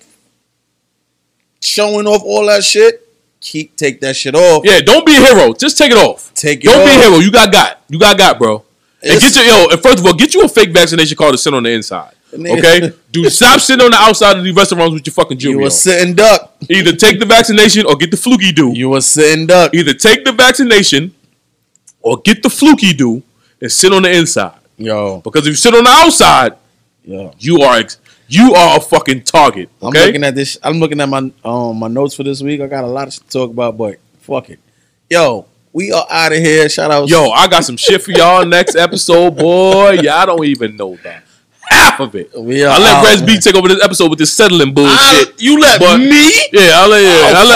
Speaker 2: showing off all that shit, keep take that shit off.
Speaker 3: Yeah, don't be a hero. Just take it off.
Speaker 2: Take it
Speaker 3: don't be a
Speaker 2: off.
Speaker 3: hero. You got got. You got got, bro. And
Speaker 2: It's-
Speaker 3: get your yo. And first of all, get you a fake vaccination card to sit on the inside.
Speaker 2: Nigga.
Speaker 3: Okay, do stop sitting on the outside of these restaurants with your fucking
Speaker 2: You
Speaker 3: jewelry.
Speaker 2: a
Speaker 3: on.
Speaker 2: sitting duck.
Speaker 3: Either take the vaccination or get the fluky do.
Speaker 2: You a sitting duck.
Speaker 3: Either take the vaccination or get the fluky do and sit on the inside.
Speaker 2: Yo,
Speaker 3: Because if you sit on the outside,
Speaker 2: yo.
Speaker 3: You are ex- you are a fucking target.
Speaker 2: I'm
Speaker 3: Okay.
Speaker 2: looking at this. I'm looking at my um my notes for this week. I got a lot of shit to talk about, but fuck it. Yo, we are out of here. Shout out.
Speaker 3: Yo, I got some shit for y'all next episode, boy. Y'all don't even know that. Half of it.
Speaker 2: We are
Speaker 3: I let
Speaker 2: out,
Speaker 3: Rez B
Speaker 2: Oh, man.
Speaker 3: take over this episode with this settling
Speaker 2: I,
Speaker 3: bullshit.
Speaker 2: you let
Speaker 3: But-
Speaker 2: me.
Speaker 3: yeah, I let, yeah, I let,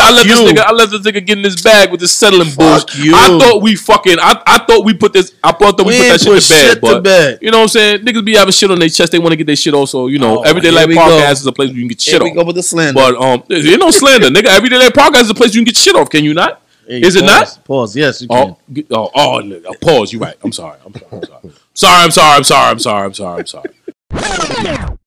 Speaker 3: I
Speaker 2: fuck
Speaker 3: let this
Speaker 2: you.
Speaker 3: nigga, I let this nigga get in this bag with this settling
Speaker 2: Fuck
Speaker 3: bullshit.
Speaker 2: you.
Speaker 3: I thought we fucking, I, I thought we put this, I thought that we,
Speaker 2: We
Speaker 3: put that
Speaker 2: ain't
Speaker 3: shit
Speaker 2: put
Speaker 3: to bed,
Speaker 2: shit to
Speaker 3: but
Speaker 2: bed.
Speaker 3: you know what I'm saying? Niggas be having shit on their chest, they want to get their shit also. You know,
Speaker 2: Oh,
Speaker 3: everyday
Speaker 2: here
Speaker 3: life
Speaker 2: we go.
Speaker 3: podcast is a place where you can get shit
Speaker 2: Here we
Speaker 3: off.
Speaker 2: go with the slander.
Speaker 3: But um, there ain't no slander, nigga. Everyday Life Podcast is a place you can get shit off. Can you not?
Speaker 2: Hey,
Speaker 3: Is it
Speaker 2: pause,
Speaker 3: not?
Speaker 2: Pause. Yes, you can.
Speaker 3: Oh, g- oh, oh, look, oh, pause. You're right. I'm sorry. I'm sorry. I'm sorry. Sorry. I'm sorry. I'm sorry. I'm sorry. I'm sorry. I'm sorry.